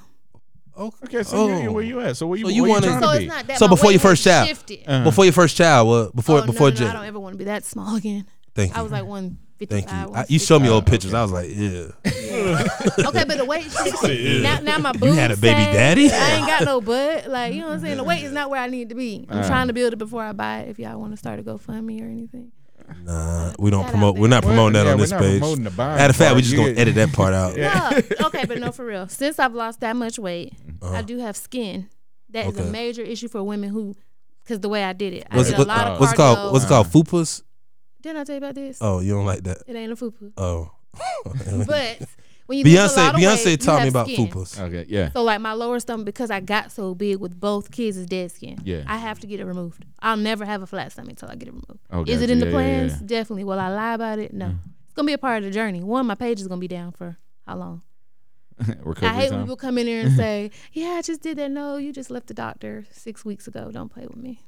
Speaker 2: okay, so
Speaker 1: Oh.
Speaker 2: you, where you at? So where you,
Speaker 1: So you
Speaker 2: where you
Speaker 1: wanna-
Speaker 2: trying
Speaker 4: So
Speaker 2: to
Speaker 4: it's
Speaker 2: be?
Speaker 4: not that.
Speaker 1: So
Speaker 4: my
Speaker 1: before
Speaker 4: weight
Speaker 1: your first
Speaker 4: has
Speaker 1: child.
Speaker 4: shifted.
Speaker 2: Uh,
Speaker 1: before your first child? What before
Speaker 4: Oh, no,
Speaker 1: before
Speaker 4: no, no,
Speaker 1: Jim?
Speaker 4: I don't ever want to be that small again.
Speaker 1: Thank
Speaker 4: I
Speaker 1: you,
Speaker 4: was like 155.
Speaker 1: thank you. I- you showed me old pictures. I was like, yeah.
Speaker 4: Okay, but the weight shifted. now, now my boobs.
Speaker 1: You had a baby
Speaker 4: sagged.
Speaker 1: daddy?
Speaker 4: I ain't got no butt. Like, you know what I'm saying? The weight is not where I need to be. I'm
Speaker 2: Uh.
Speaker 4: trying to build it before I buy it if y'all want to start a GoFundMe or anything.
Speaker 1: Nah, we don't
Speaker 4: That
Speaker 1: promote.
Speaker 4: out
Speaker 1: We're not
Speaker 2: there.
Speaker 1: promoting that
Speaker 2: Yeah,
Speaker 1: on
Speaker 2: we're
Speaker 1: this
Speaker 2: not
Speaker 1: page.
Speaker 2: promoting the buying
Speaker 1: Matter of fact,
Speaker 2: part.
Speaker 1: we're just
Speaker 2: You
Speaker 1: gonna
Speaker 2: get-
Speaker 1: edit that part out.
Speaker 4: No, okay, but no, for real. Since I've lost that much weight,
Speaker 1: Uh-huh.
Speaker 4: I do have skin. That is
Speaker 1: Uh. Okay.
Speaker 4: a major issue for women who, because the way I did it, I
Speaker 1: What's,
Speaker 4: did
Speaker 1: what-
Speaker 4: a lot of
Speaker 1: what's it
Speaker 4: cardio.
Speaker 1: called? What's it called? Fupas?
Speaker 4: Didn't I tell you about this?
Speaker 1: Oh, you don't like that?
Speaker 4: It ain't a fupa.
Speaker 1: Oh.
Speaker 4: But when you lose a
Speaker 1: Beyonce,
Speaker 4: lot of
Speaker 1: Beyonce
Speaker 4: weight, you
Speaker 1: taught me
Speaker 4: have
Speaker 1: about
Speaker 4: skin.
Speaker 1: fupas.
Speaker 2: Okay, yeah.
Speaker 4: So like my lower stomach, because I got so big with both kids, is dead skin.
Speaker 2: Yeah.
Speaker 4: I have to get it removed. I'll never have a flat stomach until I get it removed.
Speaker 2: Oh,
Speaker 4: is
Speaker 2: gotcha.
Speaker 4: it in the
Speaker 2: Yeah, yeah, Mm-hmm.
Speaker 4: plans? Definitely. Will I lie about it? No. It's gonna be a part of the journey. One, my page is gonna be down for how long?
Speaker 2: Recovery
Speaker 4: I hate
Speaker 2: time.
Speaker 4: when people come in here and say, "Yeah, I just did that." No, you just left the doctor six weeks ago. Don't play with me.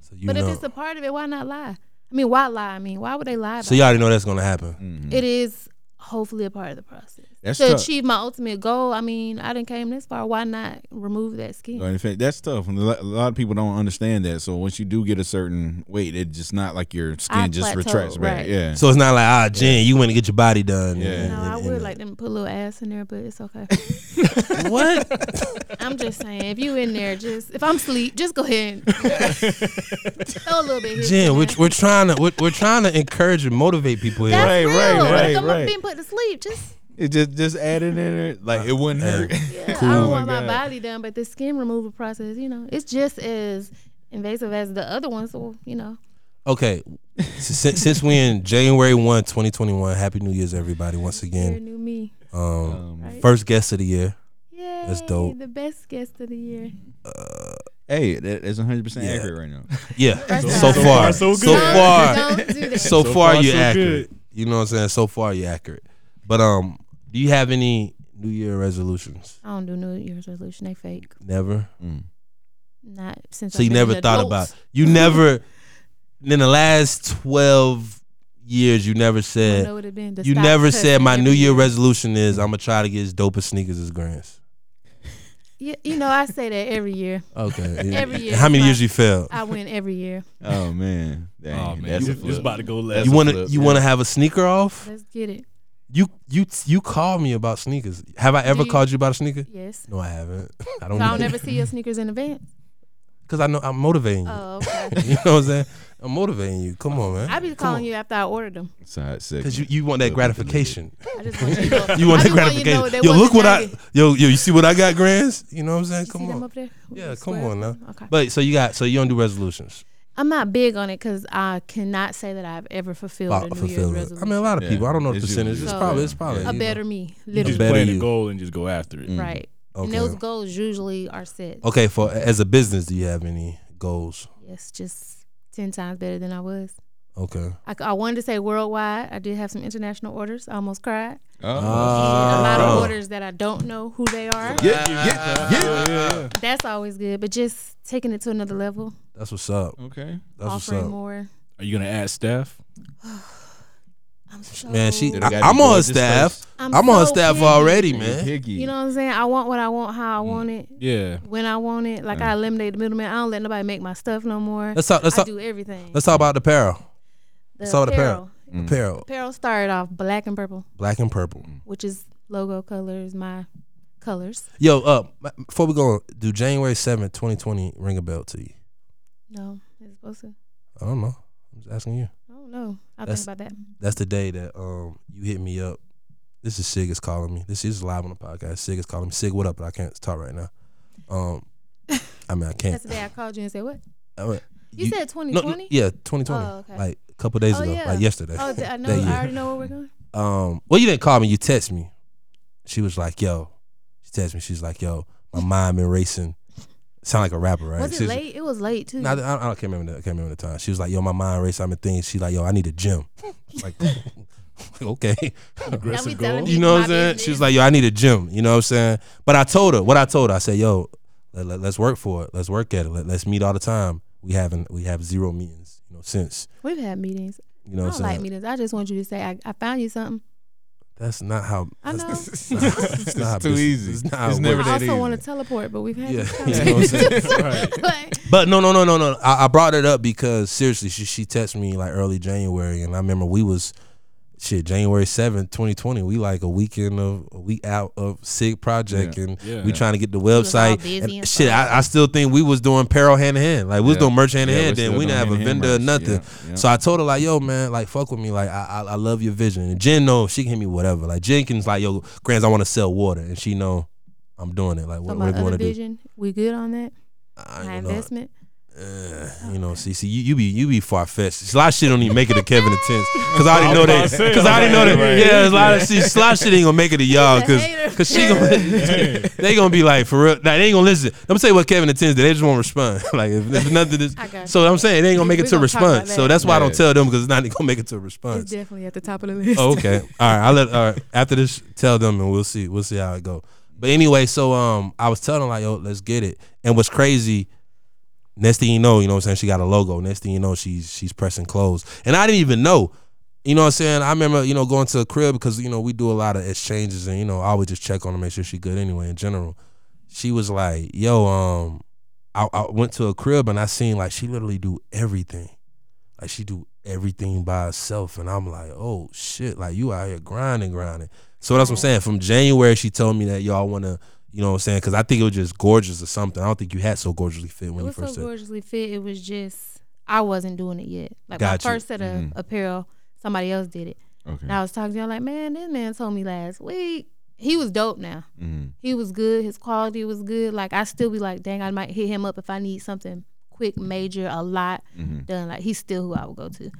Speaker 1: So you
Speaker 4: but
Speaker 1: know.
Speaker 4: if it's a part of it, why not lie? I mean, why lie? I mean, why would they lie? About
Speaker 1: so you already know that's gonna happen.
Speaker 4: it? it is hopefully a part of the process.
Speaker 2: That's
Speaker 4: to
Speaker 2: tough.
Speaker 4: achieve my ultimate goal, I mean, I didn't came this far. Why not remove that skin?
Speaker 2: So, in fact, that's tough. and A lot a lot of people don't understand that. So once you do get a certain weight, it's just not like your skin
Speaker 4: I
Speaker 2: just
Speaker 4: plateaued,
Speaker 2: retracts back.
Speaker 4: right.
Speaker 2: Yeah.
Speaker 1: So it's not like ah, Jen, you went to get your body done.
Speaker 2: Yeah.
Speaker 1: and-
Speaker 4: No, I
Speaker 1: and-
Speaker 4: would
Speaker 1: and-
Speaker 4: like them to put a little ass in there, but it's okay.
Speaker 1: What?
Speaker 4: I'm just saying, if you in there, just if I'm asleep, just go ahead. and throw a little bit. Here
Speaker 1: Jen,
Speaker 4: and
Speaker 1: we're,
Speaker 4: there.
Speaker 1: we're trying to we're, we're trying to encourage and motivate people here.
Speaker 4: That's
Speaker 2: Right,
Speaker 4: real.
Speaker 2: right,
Speaker 4: Like,
Speaker 2: right,
Speaker 4: I'm
Speaker 2: right.
Speaker 4: being put to sleep. Just
Speaker 2: It just just added in it like it wouldn't hurt.
Speaker 4: yeah, I don't
Speaker 2: my
Speaker 4: want my
Speaker 2: God.
Speaker 4: body done, but the skin removal process, you know, it's just as invasive as the other one. So you know,
Speaker 1: Okay, since, since we in January 1, 2021, Happy New Year's everybody once
Speaker 4: you're a
Speaker 1: again.
Speaker 4: new me.
Speaker 1: Um,
Speaker 4: right?
Speaker 1: first guest of the year.
Speaker 4: Yay,
Speaker 1: dope.
Speaker 4: The best guest of the year.
Speaker 2: Hey, that, that's 100 percent
Speaker 1: Yeah.
Speaker 2: accurate right now.
Speaker 1: Yeah,
Speaker 4: That's
Speaker 1: so
Speaker 4: not-
Speaker 1: far, so
Speaker 3: So good.
Speaker 1: far,
Speaker 4: Don't do that.
Speaker 1: so,
Speaker 3: So
Speaker 1: far,
Speaker 3: far,
Speaker 1: you're
Speaker 3: so
Speaker 1: accurate. You know what I'm saying? So far you're accurate. But um, do you have any New Year resolutions?
Speaker 4: I don't do New Year's resolution. They fake.
Speaker 1: Never.
Speaker 2: Mm.
Speaker 4: Not since.
Speaker 1: So you
Speaker 4: I've been
Speaker 1: never
Speaker 4: an
Speaker 1: thought
Speaker 4: adult.
Speaker 1: about you never in the last twelve years you never
Speaker 4: I
Speaker 1: said
Speaker 4: know what it been. The
Speaker 1: you
Speaker 4: stop
Speaker 1: never said
Speaker 4: cussing
Speaker 1: my
Speaker 4: every
Speaker 1: New Year
Speaker 4: year.
Speaker 1: resolution is I'm gonna try to get as dope as sneakers as Grants.
Speaker 4: Yeah, you know, I say that every year.
Speaker 1: Okay.
Speaker 4: Every year
Speaker 1: How
Speaker 4: is
Speaker 1: many
Speaker 4: my-
Speaker 1: years you failed?
Speaker 4: I win every year.
Speaker 2: Oh man. Dang,
Speaker 3: Oh man,
Speaker 2: that's a
Speaker 3: you- it's
Speaker 2: flip.
Speaker 3: about to go left.
Speaker 2: That's
Speaker 1: You
Speaker 2: a
Speaker 1: wanna
Speaker 2: flip,
Speaker 1: you
Speaker 2: yeah.
Speaker 1: wanna have a sneaker off?
Speaker 4: Let's get it.
Speaker 1: You you you called me about sneakers. Have I ever
Speaker 4: you-
Speaker 1: called you about a sneaker?
Speaker 4: Yes.
Speaker 1: No, I haven't. I don't
Speaker 4: So I don't
Speaker 1: know.
Speaker 4: ever see your sneakers in advance.
Speaker 1: Cause I know I'm motivating you.
Speaker 4: Oh, okay.
Speaker 1: You know what I'm saying? I'm motivating you. Come on, man.
Speaker 4: I be calling you after I ordered them.
Speaker 2: side sick.
Speaker 1: because you, you want that gratification.
Speaker 4: I just want you to know.
Speaker 1: You want that
Speaker 4: I just want you to
Speaker 1: gratification.
Speaker 4: know that
Speaker 1: yo,
Speaker 4: wasn't
Speaker 1: look what I
Speaker 4: nothing.
Speaker 1: yo yo. You see what I got, Grands? You know what I'm saying?
Speaker 4: You see
Speaker 1: Come
Speaker 4: them
Speaker 1: on.
Speaker 4: up there? With
Speaker 1: Yeah,
Speaker 4: the
Speaker 1: come
Speaker 4: square?
Speaker 1: on now.
Speaker 4: Okay.
Speaker 1: But so you got so you don't do resolutions.
Speaker 4: I'm not big on it because I cannot say that I've ever fulfilled
Speaker 1: About
Speaker 4: a New Year's
Speaker 1: fulfilling. it. I
Speaker 4: resolution.
Speaker 1: mean, a lot of
Speaker 2: Yeah,
Speaker 1: people. I don't know the
Speaker 2: it's
Speaker 1: percentage.
Speaker 2: usually
Speaker 1: It's
Speaker 4: just
Speaker 1: probably
Speaker 4: that.
Speaker 1: it's probably
Speaker 4: a
Speaker 1: you know.
Speaker 4: better me,
Speaker 1: Just
Speaker 3: just
Speaker 4: literally.
Speaker 1: better
Speaker 3: plan
Speaker 1: you.
Speaker 3: a goal and just go after it.
Speaker 2: Mm.
Speaker 4: Right.
Speaker 1: Okay.
Speaker 4: And those goals usually are set.
Speaker 1: Okay, for as a business, do you have any goals?
Speaker 4: Yes, just 10 times better than I was.
Speaker 1: Okay.
Speaker 4: I, I wanted to say worldwide. I did have some international orders. I almost cried.
Speaker 2: Oh.
Speaker 4: a lot
Speaker 1: Oh.
Speaker 4: of orders that I don't know who they are.
Speaker 2: yeah, yeah, yeah.
Speaker 4: That's always good, but just taking it to another level,
Speaker 1: That's what's up.
Speaker 2: Okay.
Speaker 1: That's what's
Speaker 4: offering
Speaker 1: up.
Speaker 4: more.
Speaker 3: Are you gonna add staff?
Speaker 4: I'm so
Speaker 1: Man, she.
Speaker 2: Did it
Speaker 1: I,
Speaker 2: gotta be
Speaker 1: I'm on
Speaker 2: gorgeous
Speaker 1: staff.
Speaker 2: first?
Speaker 4: I'm,
Speaker 1: I'm on
Speaker 4: so
Speaker 1: staff
Speaker 4: picky.
Speaker 1: already, Mm.
Speaker 2: You
Speaker 1: man.
Speaker 2: picky.
Speaker 4: You know what I'm saying? I want what I want, how I want it,
Speaker 3: Yeah.
Speaker 4: when I want it. Like I eliminate the middleman. I don't let nobody make my stuff no more.
Speaker 1: Mm. Let's talk. Let's
Speaker 4: I
Speaker 1: talk.
Speaker 4: do everything.
Speaker 1: Let's talk about the apparel.
Speaker 4: The
Speaker 1: let's talk about the
Speaker 4: apparel.
Speaker 1: Apparel,
Speaker 4: Apparel started off black and purple,
Speaker 1: black and purple.
Speaker 4: which is logo colors, my colors.
Speaker 1: Yo, uh, m- before we go on, do January seventh, 2020 ring a bell to you?
Speaker 4: No, it's supposed to.
Speaker 1: I don't know. I'm just asking you.
Speaker 4: I don't know. I'll
Speaker 1: That's-
Speaker 4: think about that.
Speaker 1: That's the day that um you hit me up. This is Sig is calling me. This is live on the podcast. Sig is calling me. Sig, what up? But I can't talk right now. Um, I mean, I can't.
Speaker 4: That's the day I called you and said, "What?
Speaker 1: I mean,
Speaker 4: You, said 2020."
Speaker 1: no, no, yeah, 2020,
Speaker 4: Oh, okay.
Speaker 1: like a couple days
Speaker 4: Oh,
Speaker 1: ago,
Speaker 4: yeah.
Speaker 1: like yesterday.
Speaker 4: Oh, th- I know.
Speaker 1: that
Speaker 4: I
Speaker 1: year.
Speaker 4: already know where we're going.
Speaker 1: um well you didn't call me you text me she was like yo she texted me she's like yo my mind been racing sound like a rapper right
Speaker 4: Was
Speaker 1: She's-
Speaker 4: it late? It was late too.
Speaker 1: Nah, I, I can't remember the, I can't remember the time she was like yo my mind racing I'm in things she like yo I need a gym I'm like okay.
Speaker 4: That
Speaker 3: Aggressive
Speaker 4: be telling
Speaker 3: goal.
Speaker 4: me
Speaker 1: You know what
Speaker 4: my
Speaker 1: I'm saying?
Speaker 4: business.
Speaker 1: She was like, yo, I need a gym. You know what I'm saying? But I told her what I told her. I said, yo, let, us work for it. Let's work at it. Let, us meet all the time. We haven't we have zero meetings, you know, since.
Speaker 4: We've had meetings.
Speaker 1: You know what
Speaker 4: I
Speaker 1: I'm
Speaker 4: don't
Speaker 1: saying?
Speaker 4: like meetings. I just want you to say I, I found you something.
Speaker 1: That's not how
Speaker 4: I
Speaker 1: that's,
Speaker 4: know.
Speaker 1: that's not- that's not how
Speaker 2: It's too
Speaker 1: business-
Speaker 2: easy.
Speaker 1: that's not how
Speaker 2: It's
Speaker 1: it
Speaker 2: never
Speaker 1: works.
Speaker 4: I
Speaker 2: that
Speaker 4: also
Speaker 2: easy.
Speaker 4: want to teleport, but we've had
Speaker 1: Yeah.
Speaker 4: this
Speaker 1: You know
Speaker 4: conversation.
Speaker 1: what I'm saying?
Speaker 3: Right.
Speaker 4: like,
Speaker 1: But no, no, no, no, no. I, I brought it up because seriously, she she texted me like early January, and I remember we was shit January seventh, twenty twenty. We like a weekend of a week out of Sig project, and
Speaker 3: Yeah.
Speaker 1: we trying to get the
Speaker 4: was all
Speaker 1: website.
Speaker 4: busy
Speaker 1: And
Speaker 4: and
Speaker 1: shit,
Speaker 4: stuff.
Speaker 1: I, I still think we was doing apparel hand in hand. Like we was
Speaker 2: Yeah.
Speaker 1: doing merch hand in
Speaker 2: Yeah,
Speaker 1: hand.
Speaker 2: we're
Speaker 1: Then
Speaker 2: still
Speaker 1: we didn't
Speaker 2: doing
Speaker 1: have a
Speaker 2: hand-in-hand
Speaker 1: vendor or
Speaker 2: merch.
Speaker 1: nothing.
Speaker 2: Yeah, yeah.
Speaker 1: So I told her like, yo, man, like fuck with me. Like I I, I love your vision. And Jen knows she can hit me whatever. Like Jenkins like, yo, Grants, I want to sell water, and she know I'm doing it. Like
Speaker 4: so
Speaker 1: what,
Speaker 4: my
Speaker 1: what you
Speaker 4: other
Speaker 1: want to do?
Speaker 4: vision, we good on that?
Speaker 1: I
Speaker 4: My
Speaker 1: don't know.
Speaker 4: investment.
Speaker 1: Uh, you know, see, see, you, you be you be far fetched. A lot of shit don't even make it to Kevin and Tense because I already
Speaker 3: I
Speaker 1: know
Speaker 3: was about to
Speaker 1: that.
Speaker 3: say,
Speaker 1: Because I already know that.
Speaker 3: right.
Speaker 1: Yeah, a lot of shit, a lot of shit ain't gonna make it to y'all
Speaker 4: a
Speaker 1: because
Speaker 4: hater.
Speaker 1: because Oh, she gonna they gonna be like for real. Nah, they ain't gonna listen. Let me tell you what Kevin and Tense did. They just won't respond. like if there's nothing.
Speaker 4: I got you.
Speaker 1: That's, so I'm saying they ain't gonna make
Speaker 4: We
Speaker 1: it to
Speaker 4: gonna talk about
Speaker 1: response. So
Speaker 4: that.
Speaker 1: that's why I don't
Speaker 2: Yeah.
Speaker 1: tell them because it's not gonna make it to
Speaker 4: It's
Speaker 1: response.
Speaker 4: definitely at the top of the list.
Speaker 1: Oh, okay. All right. I'll let all right. After this, tell them and we'll see. We'll see how it go. But anyway, so um I was telling her, like, yo, let's get it. And what's crazy, next thing you know, you know what I'm saying, she got a logo. Next thing you know, she's she's pressing clothes. And I didn't even know. You know what I'm saying? I remember, you know, going to a crib because, you know, we do a lot of exchanges and, you know, I always just check on her, make sure she good anyway in general. She was like, yo, um, I, I went to a crib and I seen like she literally do everything. Like she do everything by herself, and I'm like, oh shit! Like you out here grinding, grinding. So that's what I'm saying. From January, she told me that y'all want to, you know what I'm saying? Because I think it was just gorgeous or something. I don't think you had so gorgeously fit
Speaker 4: It
Speaker 1: when you
Speaker 4: was so
Speaker 1: first said.
Speaker 4: gorgeusly fit. It was just I wasn't doing it yet. Like
Speaker 1: Got you.
Speaker 4: my first set of
Speaker 1: Mm-hmm.
Speaker 2: Mhm.
Speaker 4: apparel, somebody else did it.
Speaker 2: Okay.
Speaker 4: And I was talking to y'all like, man, this man told me last week he was dope. Now
Speaker 1: Mm-hmm.
Speaker 2: Mhm.
Speaker 4: he was good. His quality was good. Like I still be like, dang, I might hit him up if I need something quick,
Speaker 1: Mm-hmm.
Speaker 4: major, a lot
Speaker 2: Mhm.
Speaker 4: done. Like he's still who I would go to.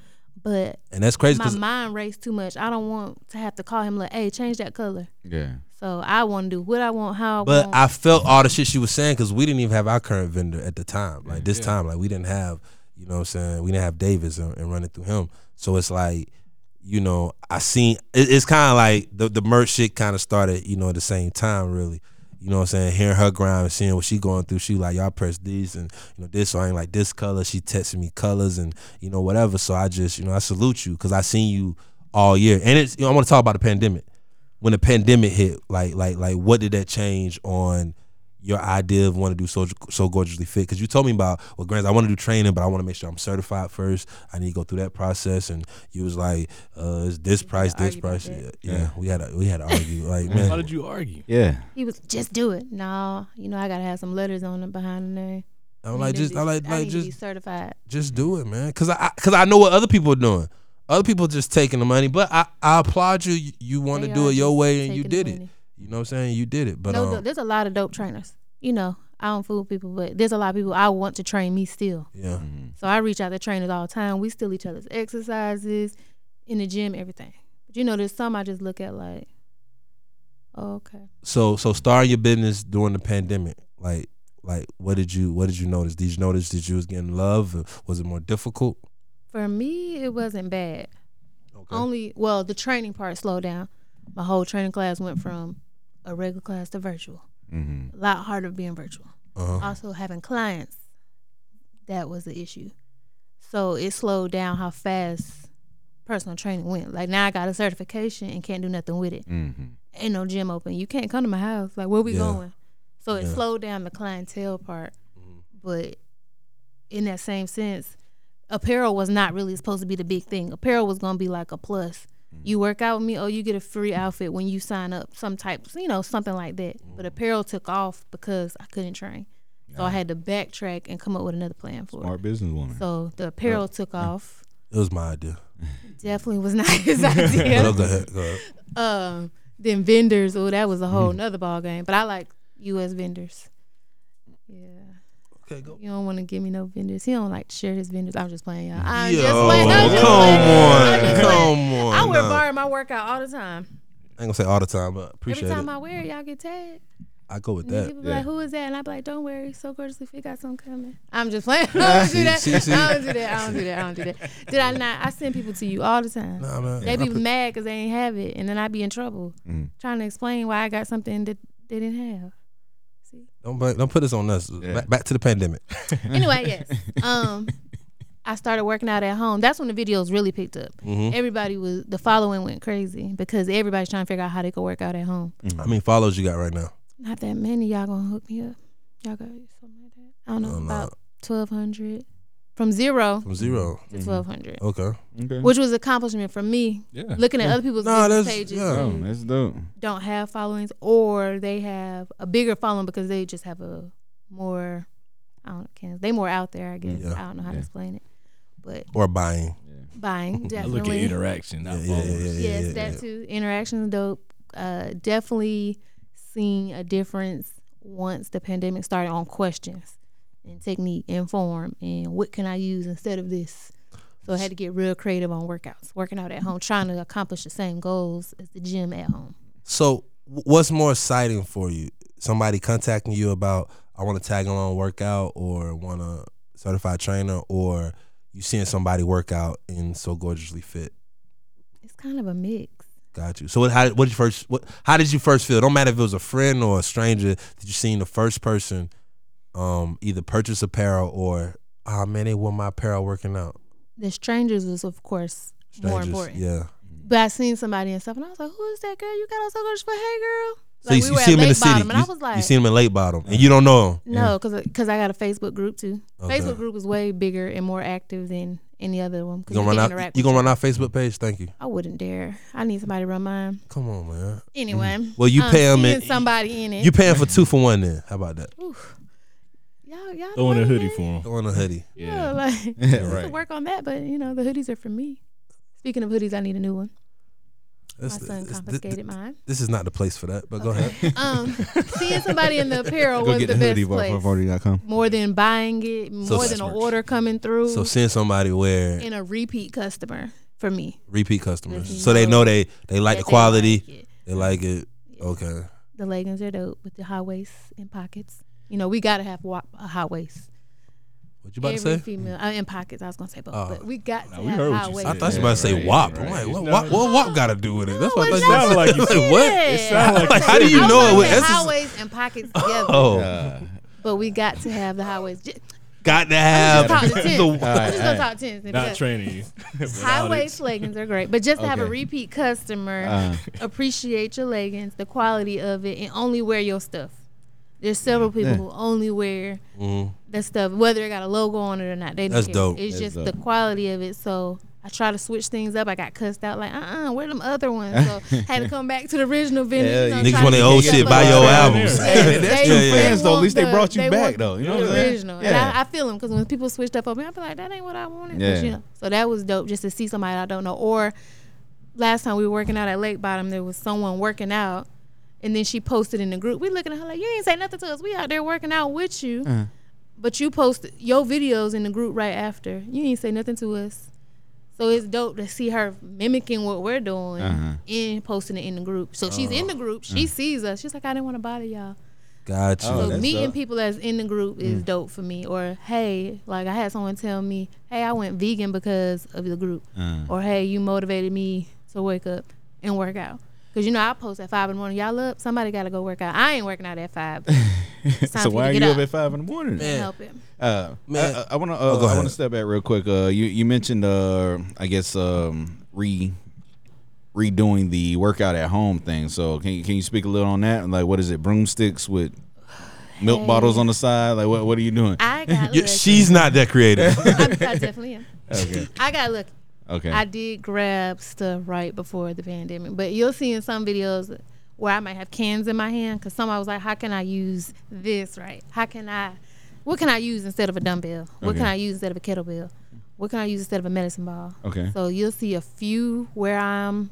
Speaker 4: But
Speaker 1: And that's crazy
Speaker 4: my
Speaker 1: because
Speaker 4: mind raced too much. I don't want to have to call him like, hey, change that color.
Speaker 2: Yeah.
Speaker 4: So I want to do what I want, how I
Speaker 1: But
Speaker 4: want.
Speaker 1: I felt all the shit she was saying because we didn't even have our current vendor at the time. Like this time, like we didn't have, you know what I'm saying? We didn't have Davis and, and running through him. So it's like, you know, I seen, it, it's kind of like the, the merch shit kind of started, you know, at the same time, really. You know what I'm saying? Hearing her grind and seeing what she going through, she like, y'all press these and, you know, this, so I ain't like this color. She texting me colors and, you know, whatever. So I just, you know, I salute you because I seen you all year. And it's, you know, I want to talk about the pandemic when the pandemic hit, like like like what did that change on your idea of want to do so so gorgeously fit? Because you told me about well, Grants, I want to do training, but I want to make sure I'm certified first. I need to go through that process, and you was like, uh, it's this price, this
Speaker 4: argue about
Speaker 1: price. Yeah,
Speaker 4: that.
Speaker 1: yeah, we had a, we had to argue. Like
Speaker 3: How
Speaker 1: man,
Speaker 3: did you argue?
Speaker 2: Yeah.
Speaker 4: he was just do it. No, you know I gotta have some letters on it behind the name.
Speaker 1: I'm Oh, like just I like like
Speaker 4: need to be
Speaker 1: just
Speaker 4: certified.
Speaker 1: just do it, man. Cause I I- cause I know what other people are doing. Other people just taking the money, but I, I applaud you. You, you want to
Speaker 4: They
Speaker 1: do
Speaker 4: are
Speaker 1: it your
Speaker 4: just
Speaker 1: way, and you
Speaker 4: taking the
Speaker 1: did it.
Speaker 4: money.
Speaker 1: You know what I'm saying? You did it. But
Speaker 4: no,
Speaker 1: um,
Speaker 4: th- there's a lot of dope trainers. You know, I don't fool people, but there's a lot of people I want to train me still.
Speaker 1: yeah,
Speaker 4: So I reach out to trainers all the time. We steal each other's exercises in the gym, everything. But you know, there's some I just look at like, oh, okay.
Speaker 1: so so starting your business during the pandemic like like what did you what did you notice did you notice that you was getting love or was it more difficult
Speaker 4: For me, it wasn't bad.
Speaker 1: okay
Speaker 4: Only, well, the training part slowed down. My whole training class went from a regular class to virtual.
Speaker 2: Mm-hmm.
Speaker 4: A lot harder being virtual.
Speaker 1: uh-huh.
Speaker 4: also having clients that was the issue so it slowed down how fast personal training went like now i got a certification and can't do nothing with it
Speaker 2: Mm-hmm.
Speaker 4: ain't no gym open you can't come to my house like where we
Speaker 1: Yeah.
Speaker 4: going so it
Speaker 1: Yeah. Mm-hmm.
Speaker 4: slowed down the clientele part but in that same sense apparel was not really supposed to be the big thing apparel was going to be like a plus
Speaker 1: Mm-hmm.
Speaker 4: you work out with me oh you get a free outfit when you sign up some types you know something like that
Speaker 1: Mm-hmm.
Speaker 4: but apparel took off because i couldn't train so i had to backtrack and come up with another plan for
Speaker 2: Smart businesswoman.
Speaker 4: it so the apparel took off
Speaker 1: it was my idea
Speaker 4: definitely was not his idea
Speaker 1: But oh, go ahead, go ahead.
Speaker 4: um, then vendors. Oh, that was a
Speaker 1: Mm-hmm.
Speaker 4: whole nother ball game. But I like U.S. vendors. Yeah.
Speaker 1: Okay, go.
Speaker 4: You don't want to give me no vendors. He don't like to share his vendors. I'm just playing, y'all. I'm
Speaker 1: Yo,
Speaker 4: Uh, just playing. I'm just
Speaker 1: come
Speaker 4: playing. I'm
Speaker 1: on,
Speaker 4: just playing.
Speaker 1: come on.
Speaker 4: I wear
Speaker 1: nah.
Speaker 4: bar in my workout all the time.
Speaker 1: I ain't gonna say all the time, but appreciate
Speaker 4: Every time
Speaker 1: it.
Speaker 4: I wear it, y'all get tagged.
Speaker 1: I go with
Speaker 4: And then
Speaker 1: that.
Speaker 4: people be
Speaker 2: yeah.
Speaker 4: like, "Who is that?" And I be like, "Don't worry, so gorgeous if you got something coming." I'm just playing. I don't
Speaker 1: See,
Speaker 4: do that.
Speaker 1: see, see.
Speaker 4: I don't do that. I don't do that. I don't do that. Did I not? I send people to you all the time.
Speaker 1: Nah, man.
Speaker 4: They
Speaker 1: I
Speaker 4: be
Speaker 1: put-
Speaker 4: mad because they ain't have it, and then I be in trouble
Speaker 2: Mhm.
Speaker 4: trying to explain why I got something that they didn't have.
Speaker 1: don't, blame- don't put this on us.
Speaker 2: Yeah.
Speaker 1: Back, back to the pandemic.
Speaker 4: Anyway, yes. Um, I started working out at home. That's when the videos really picked up.
Speaker 1: Mhm.
Speaker 4: Everybody was the following went crazy because everybody's trying to figure out how they could work out at home.
Speaker 1: How many follows you got right now?
Speaker 4: Not that many. Y'all gonna hook me up? Y'all got something like that? I don't know
Speaker 1: No, no.
Speaker 4: about twelve hundred from zero
Speaker 1: Uh, From zero.
Speaker 2: Mm-hmm.
Speaker 4: to twelve hundred,
Speaker 1: Okay.
Speaker 2: Okay.
Speaker 4: which was accomplishment for me.
Speaker 3: Yeah.
Speaker 4: Looking at other people's
Speaker 1: No,
Speaker 4: business
Speaker 1: that's-
Speaker 4: pages
Speaker 1: yeah.
Speaker 2: Oh,
Speaker 4: who
Speaker 2: that's dope.
Speaker 4: don't have followings, or they have a bigger following because they just have a more. I don't know. They more out there, I guess.
Speaker 1: Yeah.
Speaker 4: I don't know how to
Speaker 2: Yeah.
Speaker 4: explain it, but
Speaker 1: Or buying.
Speaker 4: buying
Speaker 3: I look at
Speaker 4: definitely.
Speaker 3: interaction,
Speaker 1: Yeah,
Speaker 3: not
Speaker 1: yeah, yeah,
Speaker 3: followers.
Speaker 1: yeah,
Speaker 4: yes,
Speaker 1: yeah,
Speaker 4: that
Speaker 1: yeah.
Speaker 4: too. Interactions dope. Uh, definitely seeing a difference once the pandemic started on questions and technique and form and what can I use instead of this. So I had to get real creative on workouts, working out at home, trying to accomplish the same goals as the gym at home.
Speaker 1: So, wh- what's more exciting for you? Somebody contacting you about I want to tag along workout or want a certified trainer, or you seeing somebody work out and so gorgeously fit.
Speaker 4: It's kind of a mix.
Speaker 1: Got you. So, what? How, what did you first? What? How did you first feel? Don't matter if it was a friend or a stranger. Did you seen the first person, um, either purchase apparel or ah man, they wore my apparel working out.
Speaker 4: The strangers was, of course, more
Speaker 1: Strangers,
Speaker 4: important.
Speaker 1: yeah.
Speaker 4: But I seen somebody and stuff, and I was like, "Who is that girl? You got on so much for hey, girl."
Speaker 1: So you,
Speaker 4: we
Speaker 1: you
Speaker 4: were
Speaker 1: see him
Speaker 4: at
Speaker 1: in the
Speaker 4: Lake
Speaker 1: city.
Speaker 4: Bottom, and
Speaker 1: you,
Speaker 4: I was like,
Speaker 1: you see him in Late Bottom, and you don't know him.
Speaker 4: No, because I got a Facebook group too.
Speaker 1: Okay.
Speaker 4: Facebook group is way bigger and more active than any other one. 'cause
Speaker 1: You gonna
Speaker 4: can
Speaker 1: run out?
Speaker 4: interact
Speaker 1: You
Speaker 4: with
Speaker 1: gonna
Speaker 4: each
Speaker 1: run our Facebook page? Thank you.
Speaker 4: other. I wouldn't dare. I need somebody to run mine.
Speaker 1: Come on, man.
Speaker 4: Anyway.
Speaker 1: Mm-hmm. Well, you
Speaker 4: um,
Speaker 1: pay 'em
Speaker 4: seeing
Speaker 1: and-
Speaker 4: somebody in it.
Speaker 1: You paying for two for one then? How about that?
Speaker 4: Oof. y'all, y'all
Speaker 3: Throwing a
Speaker 4: know
Speaker 3: hoodie
Speaker 4: that?
Speaker 3: for them.
Speaker 1: Throw on a hoodie.
Speaker 4: Yeah,
Speaker 2: Yeah.
Speaker 4: like I
Speaker 2: right.
Speaker 4: could work on that, but you know the hoodies are for me. Speaking of hoodies, I need a new one.
Speaker 1: That's
Speaker 4: My son
Speaker 1: this- this-
Speaker 4: confiscated mine.
Speaker 1: This is not the place for that, but go ahead.
Speaker 4: Um, seeing somebody in the apparel
Speaker 2: Go
Speaker 4: was
Speaker 2: get the,
Speaker 4: the best
Speaker 2: hoodie
Speaker 4: place.
Speaker 2: com.
Speaker 4: More than buying it,
Speaker 1: So
Speaker 4: more than an
Speaker 1: smart.
Speaker 4: order coming through,
Speaker 1: So seeing somebody wear
Speaker 4: and a repeat customer for me.
Speaker 1: repeat customers,
Speaker 4: Mhm.
Speaker 1: so they know they they like
Speaker 4: that
Speaker 1: the
Speaker 4: they
Speaker 1: quality,
Speaker 4: like it.
Speaker 1: they like it.
Speaker 4: Yeah.
Speaker 1: Okay,
Speaker 4: The leggings are dope with the high waists and pockets. You know, we gotta have wa- a high waist.
Speaker 1: what you about
Speaker 4: Every
Speaker 1: to say?
Speaker 4: female uh, in pockets. I was gonna say both,
Speaker 1: Oh.
Speaker 4: but we got
Speaker 3: Nah,
Speaker 4: to
Speaker 3: we
Speaker 4: have
Speaker 3: heard what
Speaker 4: high
Speaker 3: you
Speaker 4: waist.
Speaker 1: I thought you
Speaker 2: Yeah,
Speaker 1: about to say
Speaker 2: right,
Speaker 1: WAP.
Speaker 2: right.
Speaker 1: I'm like,
Speaker 2: It's
Speaker 1: what,
Speaker 2: not-
Speaker 1: what, what WAP got to do with it? That's what I
Speaker 4: It
Speaker 1: thought
Speaker 3: sounded like
Speaker 1: you
Speaker 3: you
Speaker 1: said. Like, what?
Speaker 4: It
Speaker 3: sounded like
Speaker 1: Like, how do you
Speaker 4: I was
Speaker 1: know it?
Speaker 4: gonna
Speaker 1: was-
Speaker 4: say
Speaker 1: This
Speaker 4: high
Speaker 1: is,
Speaker 4: waist and pockets together,
Speaker 1: oh,
Speaker 2: Uh,
Speaker 4: but we got to have the high waist. J-
Speaker 1: got to
Speaker 4: I'm
Speaker 1: have
Speaker 4: just gonna talk to tens.
Speaker 1: the
Speaker 4: I'm just gonna
Speaker 2: Alright,
Speaker 4: talk tens.
Speaker 3: Not
Speaker 4: because
Speaker 3: training you. Without
Speaker 4: High
Speaker 3: it.
Speaker 4: waist leggings are great, but just to have a
Speaker 2: Okay.
Speaker 4: repeat customer
Speaker 2: Uh.
Speaker 4: appreciate your leggings, the quality of it, and only wear your stuff. There's several people
Speaker 2: Mm. Yeah.
Speaker 4: who only wear
Speaker 1: Mhm.
Speaker 4: that stuff, whether it got a logo on it or not. They don't
Speaker 1: That's
Speaker 4: care.
Speaker 1: dope.
Speaker 4: It's
Speaker 2: That's
Speaker 4: just the
Speaker 2: dope.
Speaker 4: quality of it. So I try to switch things up. I got cussed out like, uh, uh where them other ones? So had to come back to the original vendor.
Speaker 2: Hell
Speaker 4: you know,
Speaker 2: yeah.
Speaker 1: niggas
Speaker 4: try
Speaker 1: want
Speaker 4: to
Speaker 1: their
Speaker 4: get
Speaker 1: old
Speaker 4: them
Speaker 1: shit.
Speaker 4: up.
Speaker 1: Buy your
Speaker 3: Yeah,
Speaker 1: albums.
Speaker 3: yeah.
Speaker 2: Hey, that's
Speaker 1: Yeah,
Speaker 2: your
Speaker 1: yeah.
Speaker 2: fans though. At
Speaker 4: want
Speaker 2: least they
Speaker 4: the-
Speaker 2: brought you
Speaker 4: they
Speaker 2: back
Speaker 4: want
Speaker 2: though. You know what I'm
Speaker 4: the
Speaker 2: saying?
Speaker 4: original. And I,
Speaker 2: Yeah.
Speaker 4: I feel them because when people switched up on me, I be like, that ain't what I wanted. 'Cause,
Speaker 2: Yeah.
Speaker 4: you know. So that was dope just to see somebody I don't know. Or last time we were working out at Lake Bottom, there was someone working out. And then she posted in the group. We looking at her like, you ain't say nothing to us. We out there working out with you.
Speaker 2: Uh-huh.
Speaker 4: But you posted your videos in the group right after. You ain't say nothing to us. So it's dope to see her mimicking what we're doing
Speaker 2: Uh-huh. Oh.
Speaker 4: and posting it in the group. So she's in the group. She sees us. She's like, I didn't want to bother y'all.
Speaker 1: Got you.
Speaker 2: Oh,
Speaker 4: So
Speaker 2: that's
Speaker 4: meeting
Speaker 2: dope. Mm.
Speaker 4: people that's in the group is dope for me. Or hey, like I had someone tell me, hey, I went vegan because of the group.
Speaker 2: Uh.
Speaker 4: Or hey, you motivated me to wake up and work out. Cause you know I post at five in the morning. Y'all up? Somebody gotta go work out. I ain't working out at five. It's time
Speaker 2: so
Speaker 4: for
Speaker 2: why are you
Speaker 4: me to get
Speaker 2: up
Speaker 4: up.
Speaker 2: at five in the morning?
Speaker 1: Man.
Speaker 4: Help it.
Speaker 2: Uh,
Speaker 1: Man.
Speaker 2: I- I want to.
Speaker 1: Oh, go
Speaker 2: Uh, I want
Speaker 1: ahead.
Speaker 2: to step back real quick. Uh, you you mentioned uh, I guess um, re redoing the workout at home thing. So can you, can you speak a little on that? Like, what is it? Broomsticks with milk
Speaker 4: Hey.
Speaker 2: bottles on the side? Like, what what are you doing?
Speaker 4: I got
Speaker 1: You-
Speaker 4: lucky.
Speaker 1: She's not that creative.
Speaker 4: I, I definitely am.
Speaker 2: okay.
Speaker 4: I got lucky.
Speaker 2: Okay.
Speaker 4: I did grab stuff right before the pandemic, but you'll see in some videos where I might have cans in my hand because somebody was like, "How can I use this right? How can I? What can I use instead of a dumbbell? What can
Speaker 2: Okay.
Speaker 4: I use instead of a kettlebell? What can I use instead of a medicine ball?"
Speaker 2: okay.
Speaker 4: So you'll see a few where I'm,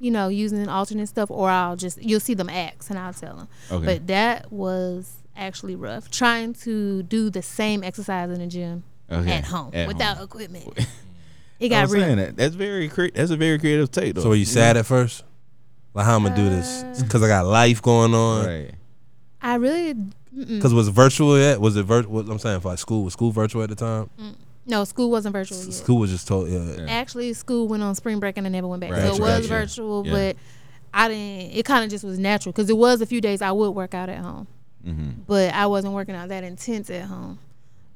Speaker 4: you know, using alternate stuff, or I'll just you'll see them acts and I'll tell them.
Speaker 2: Okay.
Speaker 4: But that was actually rough trying to do the same exercise in the gym
Speaker 2: okay.
Speaker 4: at home without equipment. It
Speaker 2: I
Speaker 4: got
Speaker 2: was
Speaker 4: real.
Speaker 2: saying that. That's very cre- that's a very creative take though.
Speaker 4: Uh,
Speaker 1: So were you sad at first? Like how I'm gonna do this? Cause I got life going on.
Speaker 2: Right.
Speaker 4: I really mm-mm.
Speaker 1: Because was it virtual yet? Was it virtual? I'm saying for like school was school virtual at the time.
Speaker 4: Oh, no school wasn't virtual.
Speaker 1: S-
Speaker 4: Yet.
Speaker 1: School was just told. Yeah.
Speaker 2: Yeah.
Speaker 4: Actually, school went on spring break and I never went back,
Speaker 2: Right.
Speaker 4: so it
Speaker 1: Gotcha,
Speaker 4: was
Speaker 1: gotcha.
Speaker 4: virtual.
Speaker 2: Yeah.
Speaker 4: But I didn't. It kind of just was natural because it was a few days I would work out at home,
Speaker 2: Mhm.
Speaker 4: but I wasn't working out that intense at home.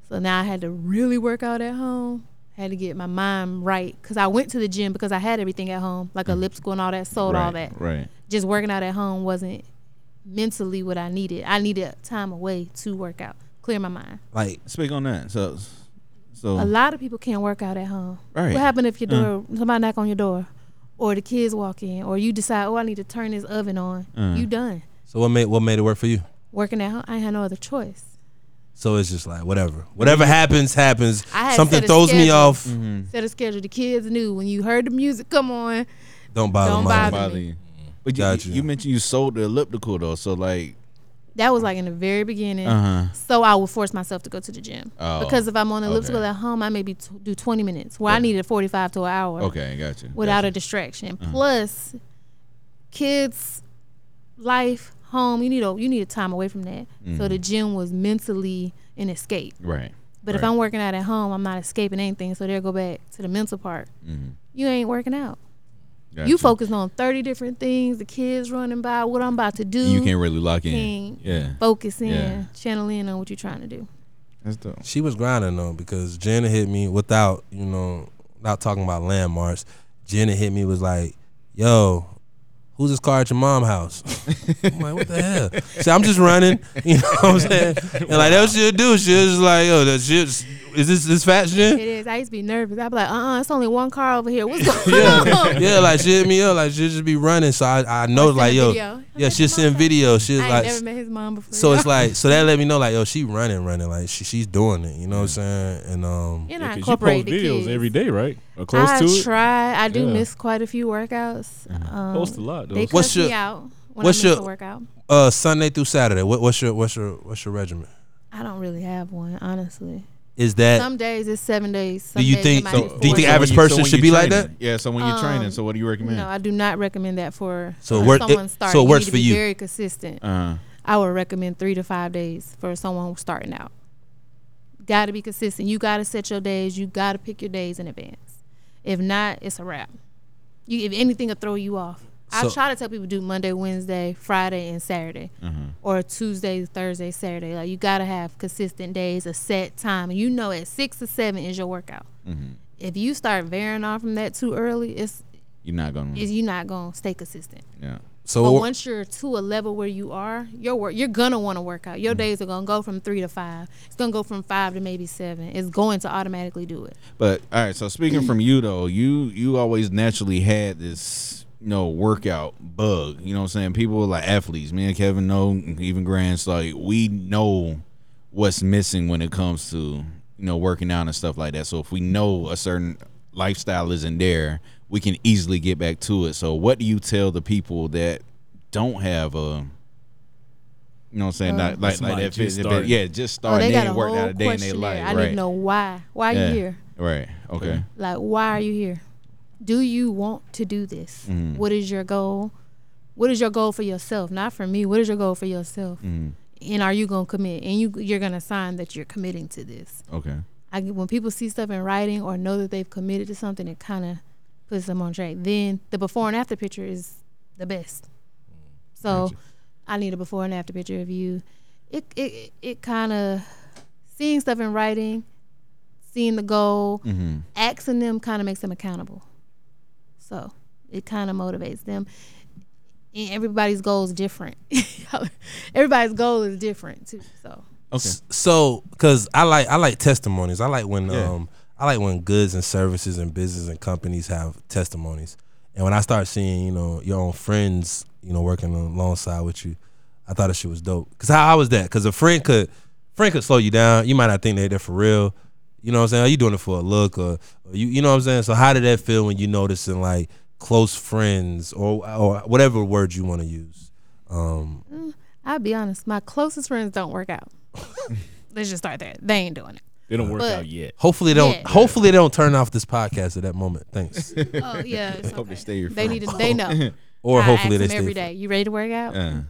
Speaker 4: So now I had to really work out at home. Had to get my mind right because I went to the gym because I had everything at home, like elliptical and all that, sold all
Speaker 2: right,
Speaker 4: that.
Speaker 2: Right.
Speaker 4: Just working out at home wasn't mentally what I needed. I needed time away to work out, clear my mind.
Speaker 1: Like
Speaker 2: Speak on that. So, so
Speaker 4: A lot of people can't work out at home.
Speaker 2: Mm. Right. Mm.
Speaker 4: What happened if your door somebody knock on your door, or the kids walk in, or you decide, oh, I need to turn this oven on.
Speaker 2: Mm.
Speaker 4: You done
Speaker 1: so, what made what made it work for you?
Speaker 4: working at home? I ain't had no other choice.
Speaker 1: So it's just like whatever, whatever happens, happens.
Speaker 4: I had
Speaker 1: Something
Speaker 4: set a
Speaker 1: throws me
Speaker 4: schedule.
Speaker 1: off.
Speaker 2: Mm.
Speaker 4: Set a schedule. The kids knew when you heard the music come on.
Speaker 1: Don't bother.
Speaker 4: Don't
Speaker 1: mine.
Speaker 2: Don't
Speaker 4: bother.
Speaker 2: bother
Speaker 4: me.
Speaker 2: you. But you,
Speaker 1: Got
Speaker 2: you,
Speaker 1: you.
Speaker 2: you mentioned you sold the elliptical though, so like,
Speaker 4: That was like in the very beginning.
Speaker 2: uh huh.
Speaker 4: So I would force myself to go to the gym
Speaker 2: Oh,
Speaker 4: because if I'm on elliptical
Speaker 2: okay.
Speaker 4: at home, I maybe t- do 20 minutes where I needed 45 to an hour.
Speaker 2: Okay, gotcha.
Speaker 4: without
Speaker 2: gotcha.
Speaker 4: a distraction. Plus, kids, life, home. You need a you need a time away from that. So the gym was mentally an escape.
Speaker 2: right.
Speaker 4: But if
Speaker 2: Right.
Speaker 4: I'm working out at home, I'm not escaping anything. So there go back to the mental part. You ain't working out. You
Speaker 2: Gotcha.
Speaker 4: focused on 30 different things. The kids running by. What I'm about to do.
Speaker 2: You can't really lock in.
Speaker 4: Can't
Speaker 2: Yeah.
Speaker 4: Focus in,
Speaker 2: Yeah.
Speaker 4: channel in on what you're trying to do.
Speaker 2: That's dope.
Speaker 1: She was grinding though because Jenna hit me without you know without talking about landmarks. Jenna hit me was like, "Yo, who's this car at your mom house?" I'm like, "What the hell?" So I'm just running, you know what I'm saying? And like that was she'll do. She was just like, "Yo, that shit is this this fat
Speaker 4: It
Speaker 1: Jen?"
Speaker 4: is. I used to be nervous. I'd be like, uh uh it's only one car over here. What's going on?
Speaker 1: Yeah, like she hit me up, like she just be running. So I I know
Speaker 4: send
Speaker 1: like
Speaker 4: a
Speaker 1: yo,
Speaker 4: video. I
Speaker 1: yeah,
Speaker 4: met
Speaker 1: she
Speaker 4: your
Speaker 1: send
Speaker 4: mom.
Speaker 1: video. She
Speaker 4: I
Speaker 1: was
Speaker 4: ain't
Speaker 1: like,
Speaker 4: never met his mom before.
Speaker 1: so it's like so that let me know like yo, she running, running, like she, she's doing it. You know what I'm saying? And um,
Speaker 4: you know,
Speaker 3: Because
Speaker 4: I
Speaker 3: you post
Speaker 4: incorporate the
Speaker 3: videos
Speaker 4: kids.
Speaker 3: every day, right? Or close
Speaker 4: I
Speaker 3: to it.
Speaker 4: try. I do
Speaker 3: Yeah. Mm-hmm.
Speaker 4: miss quite a few workouts. Um,
Speaker 3: Post a lot. Though.
Speaker 4: They
Speaker 1: What's
Speaker 4: cuss
Speaker 1: your-
Speaker 4: me out when
Speaker 1: what's
Speaker 4: I miss
Speaker 1: your-
Speaker 4: a workout.
Speaker 1: uh Sunday through Saturday. What, what's your what's your what's your regimen?
Speaker 4: I don't really have one, honestly.
Speaker 1: Is that
Speaker 4: Some days it's seven days. Some
Speaker 1: Do you
Speaker 4: days it
Speaker 1: think-
Speaker 4: might
Speaker 1: so-
Speaker 4: be
Speaker 1: do you
Speaker 4: four
Speaker 1: think
Speaker 4: days.
Speaker 1: average
Speaker 2: when
Speaker 1: person
Speaker 2: when
Speaker 1: should be like
Speaker 2: training- Yeah. So when you're training,
Speaker 4: Um,
Speaker 2: so what do you recommend?
Speaker 4: No, I do not recommend that for
Speaker 1: So
Speaker 4: uh,
Speaker 1: it work- it-
Speaker 4: someone starting.
Speaker 1: so it works
Speaker 4: you need to
Speaker 1: for
Speaker 4: be
Speaker 1: you.
Speaker 4: Very consistent.
Speaker 2: uh,
Speaker 4: I would recommend three to five days for someone starting out. Got to be consistent. You got to set your days. You got to pick your days in advance. If not, it's a wrap. You, if anything, will throw you off.
Speaker 1: So-
Speaker 4: I try to tell people do Monday, Wednesday, Friday, and Saturday, or Tuesday, Thursday, Saturday. Like you got to have consistent days, a set time. You know, at six or seven is your workout. If you start varying off from that too early, it's,
Speaker 2: you're not gonna.
Speaker 4: it's you not gonna stay consistent.
Speaker 2: yeah.
Speaker 1: so?
Speaker 4: But
Speaker 1: what-
Speaker 4: once you're to a level where you are, your work you're gonna want to work out. Your
Speaker 2: Mm-hmm.
Speaker 4: days are gonna go from three to five. It's gonna go from five to maybe seven. It's going to automatically do it.
Speaker 2: But all right, so speaking from you though, you you always naturally had this you know workout bug. You know what I'm saying? People are like athletes. Me and Kevin know, even Grant's like we know what's missing when it comes to you know working out and stuff like that. So if we know a certain lifestyle isn't there, we can easily get back to it. So what do you tell the people that don't have a you know what I'm saying? Not, like like
Speaker 3: Somebody
Speaker 2: that
Speaker 3: just
Speaker 2: fit-
Speaker 3: starting.
Speaker 2: yeah, just
Speaker 4: Uh, Oh,
Speaker 2: starting.
Speaker 4: they
Speaker 2: they
Speaker 4: got a
Speaker 2: ain't worked
Speaker 4: whole
Speaker 2: out a day in their
Speaker 4: questionnaire.
Speaker 2: life.
Speaker 4: I
Speaker 2: right.
Speaker 4: didn't know why. Why
Speaker 2: Yeah.
Speaker 4: you here?
Speaker 2: Right. Okay.
Speaker 4: Like, why are you here? Do you want to do this?
Speaker 2: Mm-hmm.
Speaker 4: What is your goal? What is your goal for yourself? Not for me. What is your goal for yourself?
Speaker 2: Mm-hmm.
Speaker 4: And are you gonna commit? And you you're gonna sign that you're committing to this.
Speaker 2: Okay.
Speaker 4: I get- when people see stuff in writing or know that they've committed to something, it kind of puts them on track. Then the before and after picture is the best. So I need a before and after picture of you. It it it kind of seeing stuff in writing, seeing the goal, asking them kind of makes them accountable. So it kind of motivates them. And everybody's goal is different. everybody's goal is different too. So
Speaker 2: Okay.
Speaker 1: so because I like I like testimonies. I like when
Speaker 2: Yeah.
Speaker 1: um I like when goods and services and business and companies have testimonies. And when I start seeing you know your own friends you know working alongside with you, I thought that shit was dope. Cause how I was that? Cause a friend could friend could slow you down. You might not think they're there for real. You know what I'm saying? Are you doing it for a look or, or you you know what I'm saying? So how did that feel when you noticing like close friends or or whatever word you want to use? Um,
Speaker 4: I'll be honest, my closest friends don't work out. Let's just start there. They ain't doing it.
Speaker 3: They don't work
Speaker 4: But-
Speaker 3: out yet.
Speaker 1: Hopefully they don't.
Speaker 4: Yeah.
Speaker 1: Hopefully they don't turn off this podcast at that moment. Thanks.
Speaker 4: Oh yeah, it's
Speaker 2: Hope they
Speaker 4: okay.
Speaker 2: stay your
Speaker 4: they
Speaker 2: friend.
Speaker 4: need to. They know.
Speaker 1: Or
Speaker 4: I
Speaker 1: hopefully
Speaker 4: ask
Speaker 1: they
Speaker 4: them
Speaker 1: stay.
Speaker 4: every day. You ready to work out?
Speaker 2: Uh,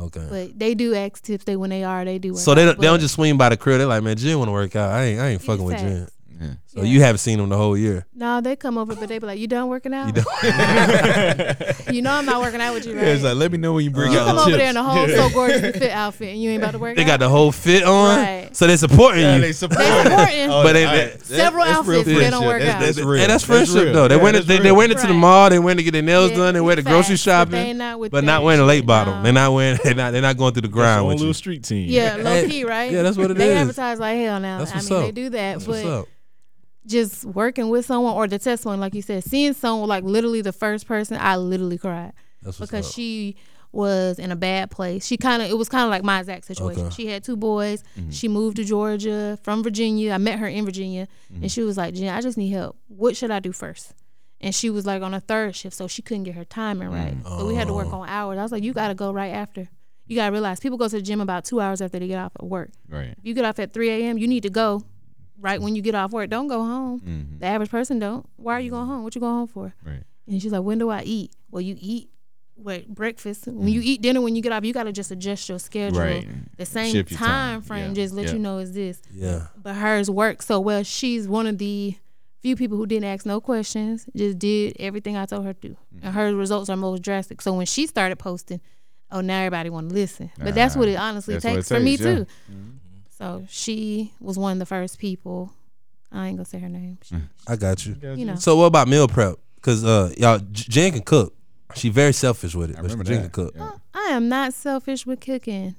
Speaker 1: Okay.
Speaker 4: But they do ask tips. They when they are, they do. Work
Speaker 1: so they
Speaker 4: out,
Speaker 1: don't, they
Speaker 4: but-
Speaker 1: don't just swing by the crib. They're like, man, Jen want to work out. I ain't I ain't fucking with
Speaker 4: Exact.
Speaker 1: Jen.
Speaker 2: Yeah.
Speaker 1: So
Speaker 4: Yeah.
Speaker 1: you haven't seen him the whole year.
Speaker 4: No, they come over, but they be like, "You done working out?
Speaker 1: You
Speaker 4: You,
Speaker 1: don't.
Speaker 4: know I'm not working out with you, right?
Speaker 2: it's like let me know when you bring
Speaker 1: You
Speaker 2: out
Speaker 4: come
Speaker 2: the
Speaker 4: over
Speaker 2: chips.
Speaker 4: there in a whole so gorgeous and fit outfit, and you ain't about to work
Speaker 1: oh, They
Speaker 4: out.
Speaker 1: got the whole fit on,
Speaker 4: Right.
Speaker 1: so they're supporting you.
Speaker 2: they support.
Speaker 4: They supporting.
Speaker 2: Oh,
Speaker 1: But they-
Speaker 4: Several outfits, they don't work out.
Speaker 1: Hey, that's friendship though. They
Speaker 2: went
Speaker 1: went. They, they went into the
Speaker 4: Right.
Speaker 1: mall. They went to get their nails
Speaker 4: Yeah,
Speaker 1: done. They went to
Speaker 4: facts,
Speaker 1: grocery
Speaker 4: but they
Speaker 1: shopping,
Speaker 4: not with
Speaker 1: but
Speaker 4: that
Speaker 1: not wearing a late
Speaker 4: shit,
Speaker 1: bottom.
Speaker 4: no.
Speaker 1: They're not wearing. They're not. They're not going through the
Speaker 3: That's
Speaker 1: grind
Speaker 3: one
Speaker 1: with you.
Speaker 3: little street team.
Speaker 4: Yeah, low
Speaker 1: Hey,
Speaker 4: key, right?
Speaker 1: yeah, that's what it
Speaker 4: it is. they
Speaker 1: is.
Speaker 4: advertise like hell now.
Speaker 1: That's what's
Speaker 4: I mean, they
Speaker 1: up.
Speaker 4: do that,
Speaker 1: That's
Speaker 4: but
Speaker 1: what's up.
Speaker 4: just working with someone or the testimony, like you said, seeing someone like literally the first person, I literally cried
Speaker 1: That's what's
Speaker 4: because
Speaker 1: up.
Speaker 4: she was in a bad place. She kind of it was kind of like my exact situation.
Speaker 1: Okay.
Speaker 4: She had two boys. She moved to Georgia from Virginia. I met her in Virginia, and she was like, "Jen, I just need help. What should I do first? And she was like on a third shift, so she couldn't get her timing right. So we had to work on hours. I was like, "You got to go right after." You gotta realize people go to the gym about two hours after they get off of work
Speaker 2: Right.
Speaker 4: if you get off at 3 a.m., you need to go right when you get off work. Don't go home.
Speaker 2: Mm-hmm.
Speaker 4: The average person don't. Why are you going home? What you going home for?
Speaker 2: Right.
Speaker 4: And she's like, when do I eat? Well, you eat wait, breakfast. When you eat dinner, when you get off, you got to just adjust your schedule.
Speaker 2: Mm. Right.
Speaker 4: The same
Speaker 2: Shift your
Speaker 4: time,
Speaker 2: time.
Speaker 4: frame
Speaker 2: Yeah.
Speaker 4: just let
Speaker 2: Yeah.
Speaker 4: you know is this.
Speaker 1: Yeah.
Speaker 4: But hers worked so well. She's one of the few people who didn't ask no questions, just did everything I told her to do.
Speaker 1: Mm-hmm.
Speaker 4: And her results are most drastic. So when she started posting, oh, now everybody want to listen. But that's what it honestly
Speaker 2: That's
Speaker 4: takes,
Speaker 2: what it
Speaker 4: for me,
Speaker 2: takes, yeah.
Speaker 4: too.
Speaker 1: Mm-hmm.
Speaker 4: So she was one of the first people. I ain't gonna say her name. She,
Speaker 1: I got you.
Speaker 4: you know,
Speaker 1: So what about meal prep? Because uh, y'all, J- Jen can cook. She very selfish with it, but Jen
Speaker 2: remember
Speaker 1: can
Speaker 2: that.
Speaker 1: cook.
Speaker 2: Yeah.
Speaker 4: I am not selfish with cooking.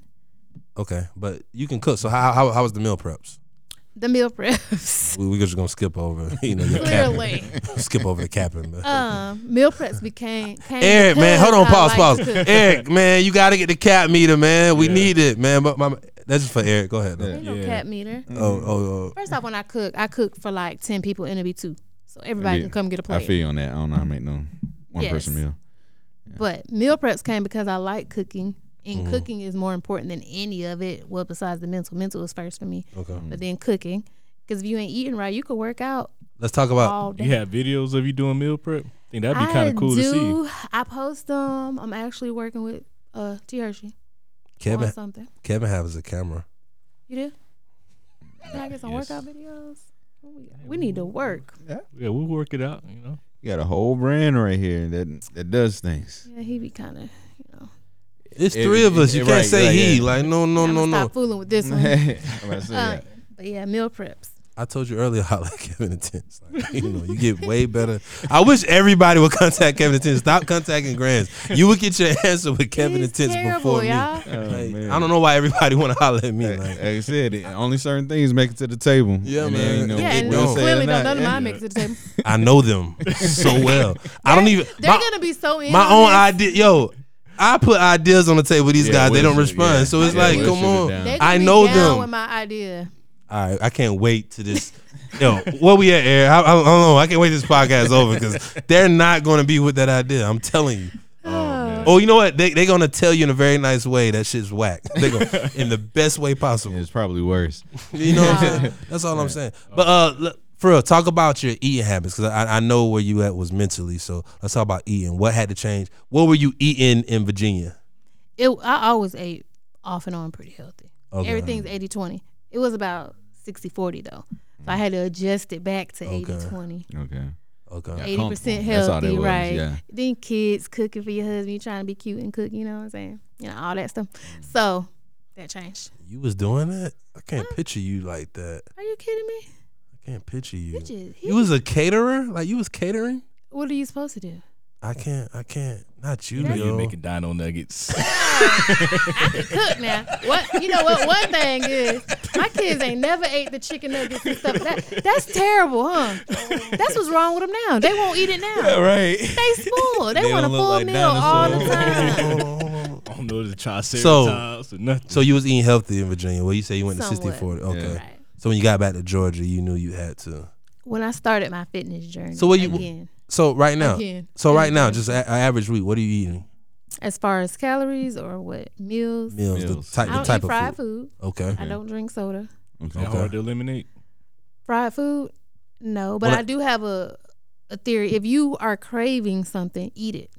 Speaker 1: Okay, but you can cook. So how how how was the meal preps?
Speaker 4: The meal preps,
Speaker 1: We we just gonna skip over. You know, your capping.
Speaker 4: clearly.
Speaker 1: skip over the capping. But.
Speaker 4: um, meal preps became. came
Speaker 1: Eric, man, hold on,
Speaker 4: because I
Speaker 1: pause,
Speaker 4: like
Speaker 1: pause.
Speaker 4: to cook.
Speaker 1: Eric, man, you gotta get the cap meter, man. We
Speaker 3: Yeah.
Speaker 1: need it, man. But my that's just for Eric. Go ahead. though.
Speaker 4: Ain't no
Speaker 3: Yeah.
Speaker 4: cat meter.
Speaker 1: Oh, oh, oh.
Speaker 4: First off, when I cook, I cook for like ten people and it'll be two, so everybody
Speaker 2: Yeah.
Speaker 4: can come get a
Speaker 2: I
Speaker 4: plate.
Speaker 2: feel you on that. I don't know how to make no one person
Speaker 4: Yes.
Speaker 2: meal.
Speaker 4: But meal preps came because I like cooking, and cooking is more important than any of it. Well, besides the mental, mental is first for me.
Speaker 1: oh, Okay.
Speaker 2: Mm.
Speaker 4: But then cooking, because if you ain't eating right, you could work out
Speaker 1: Let's talk about.
Speaker 4: all day.
Speaker 3: You have videos of you doing meal prep? I think that'd be
Speaker 4: I
Speaker 3: kind of cool
Speaker 4: do.
Speaker 3: to see.
Speaker 4: I post them. I'm actually working with uh T Hershey
Speaker 1: Kevin
Speaker 4: on something.
Speaker 1: Kevin has a camera.
Speaker 4: You do? Can I get some
Speaker 2: Yes.
Speaker 4: workout videos? What we got? We need to work.
Speaker 3: Yeah, we'll work it out. You know,
Speaker 2: You got a whole brand right here that that does things.
Speaker 4: Yeah, he be kind of. You know,
Speaker 1: It's
Speaker 2: It-
Speaker 1: three of us.
Speaker 2: it-
Speaker 1: You
Speaker 2: it-
Speaker 1: can't
Speaker 2: right,
Speaker 1: say
Speaker 2: right,
Speaker 1: he.
Speaker 2: yeah.
Speaker 1: Like no, no,
Speaker 4: I'm
Speaker 1: no,
Speaker 4: gonna
Speaker 1: no.
Speaker 4: Stop fooling with this one.
Speaker 2: I'm about to say
Speaker 4: Uh,
Speaker 2: that.
Speaker 4: but yeah, meal preps.
Speaker 1: I told you earlier how like Kevin Intense. Like, you know, you get way better. I wish everybody would contact Kevin Intense. Stop contacting Grants. You would get your answer with Kevin
Speaker 4: He's
Speaker 1: Intense
Speaker 4: terrible,
Speaker 1: before me.
Speaker 4: y'all.
Speaker 2: Oh,
Speaker 1: Like,
Speaker 2: man.
Speaker 1: I don't know why everybody want to holler at me.
Speaker 2: Like
Speaker 1: Like,
Speaker 2: I said, it- only certain things make it to the table.
Speaker 1: Yeah,
Speaker 2: And
Speaker 1: man.
Speaker 2: Then, you know,
Speaker 4: Yeah,
Speaker 1: it
Speaker 4: and
Speaker 2: we'll
Speaker 1: don't.
Speaker 2: say it
Speaker 4: clearly
Speaker 2: or
Speaker 4: don't
Speaker 2: not.
Speaker 4: none of
Speaker 2: Yeah.
Speaker 4: mine mix it to the table.
Speaker 1: I know them so well. I don't even.
Speaker 4: They're
Speaker 1: my-
Speaker 4: gonna be so in
Speaker 1: my
Speaker 4: on
Speaker 1: own
Speaker 4: this.
Speaker 1: idea. Yo, I put ideas on the table with these
Speaker 2: Yeah,
Speaker 1: guys. They don't
Speaker 2: we'll shoot-
Speaker 1: respond.
Speaker 2: yeah.
Speaker 1: So it's
Speaker 2: Yeah,
Speaker 1: like,
Speaker 2: we'll
Speaker 1: come
Speaker 2: shoot it
Speaker 1: on.
Speaker 2: down.
Speaker 4: They gonna
Speaker 1: I
Speaker 4: be
Speaker 1: know
Speaker 4: down
Speaker 1: them.
Speaker 4: With my idea,
Speaker 1: All right, I can't wait to this. Yo, where we at, Eric? I, I, I don't know. I can't wait this podcast over because they're not going to be with that idea. I'm telling you. Oh, you know what? They they gonna tell you in a very nice way that shit's whack. They gonna, in the best way possible.
Speaker 2: It's probably worse.
Speaker 1: You know what I'm saying? That's all I'm saying. But uh, look, for real, talk about your eating habits because I, I know where you at was mentally. So let's talk about eating. What had to change? What were you eating in Virginia?
Speaker 4: it, I always ate off and on pretty healthy.
Speaker 1: Okay.
Speaker 4: Everything's 80-20. It was about 60-40 though, so I had to adjust it back to 80-20.
Speaker 2: Okay.
Speaker 1: Okay.
Speaker 4: Eighty percent
Speaker 2: That's all they
Speaker 4: healthy,
Speaker 2: was,
Speaker 4: right?
Speaker 2: yeah.
Speaker 4: Then kids cooking for your husband, you trying to be cute and cook. You know what I'm saying? You know all that stuff. So that changed.
Speaker 1: You was doing that? I can't picture you like that.
Speaker 4: Are you kidding me?
Speaker 1: I can't picture you.
Speaker 4: Just- he-
Speaker 1: You was a caterer? Like you was catering?
Speaker 4: what are you supposed to do?
Speaker 1: I can't. I can't. Not you,
Speaker 3: you know
Speaker 1: yo.
Speaker 3: you making dino nuggets.
Speaker 4: cook now. What you know? What one thing is, my kids ain't never ate the chicken nuggets and stuff. That, that's terrible, huh? That's what's wrong with them now. They won't eat it now.
Speaker 2: right.
Speaker 4: They spoiled. They,
Speaker 2: They
Speaker 4: want a
Speaker 2: don't look
Speaker 4: full
Speaker 2: like
Speaker 4: meal all the
Speaker 2: dinosaurs.
Speaker 1: Hold on,
Speaker 4: time.
Speaker 1: hold on, hold on.
Speaker 3: I don't know the triceratops or nothing.
Speaker 1: so you was eating healthy in Virginia. Well, you say you went to
Speaker 4: Somewhat.
Speaker 1: 60 40. Okay.
Speaker 4: Right.
Speaker 1: So when you got back to Georgia, you knew you had to.
Speaker 4: When I started my fitness journey,
Speaker 1: So what you-
Speaker 4: again,
Speaker 1: So right now.
Speaker 4: Again.
Speaker 1: So right now, just a, a average week, what are you eating?
Speaker 4: as far as calories or what meals,
Speaker 1: Meals,
Speaker 2: Meals.
Speaker 1: the type,
Speaker 4: I
Speaker 1: the
Speaker 4: don't
Speaker 1: type
Speaker 4: eat
Speaker 1: of
Speaker 4: fried
Speaker 1: food.
Speaker 4: food.
Speaker 1: Okay.
Speaker 4: I don't drink soda.
Speaker 2: Okay.
Speaker 3: That hard to eliminate.
Speaker 4: fried food no but
Speaker 1: Well, I-
Speaker 4: i do have a a theory if you are craving something eat it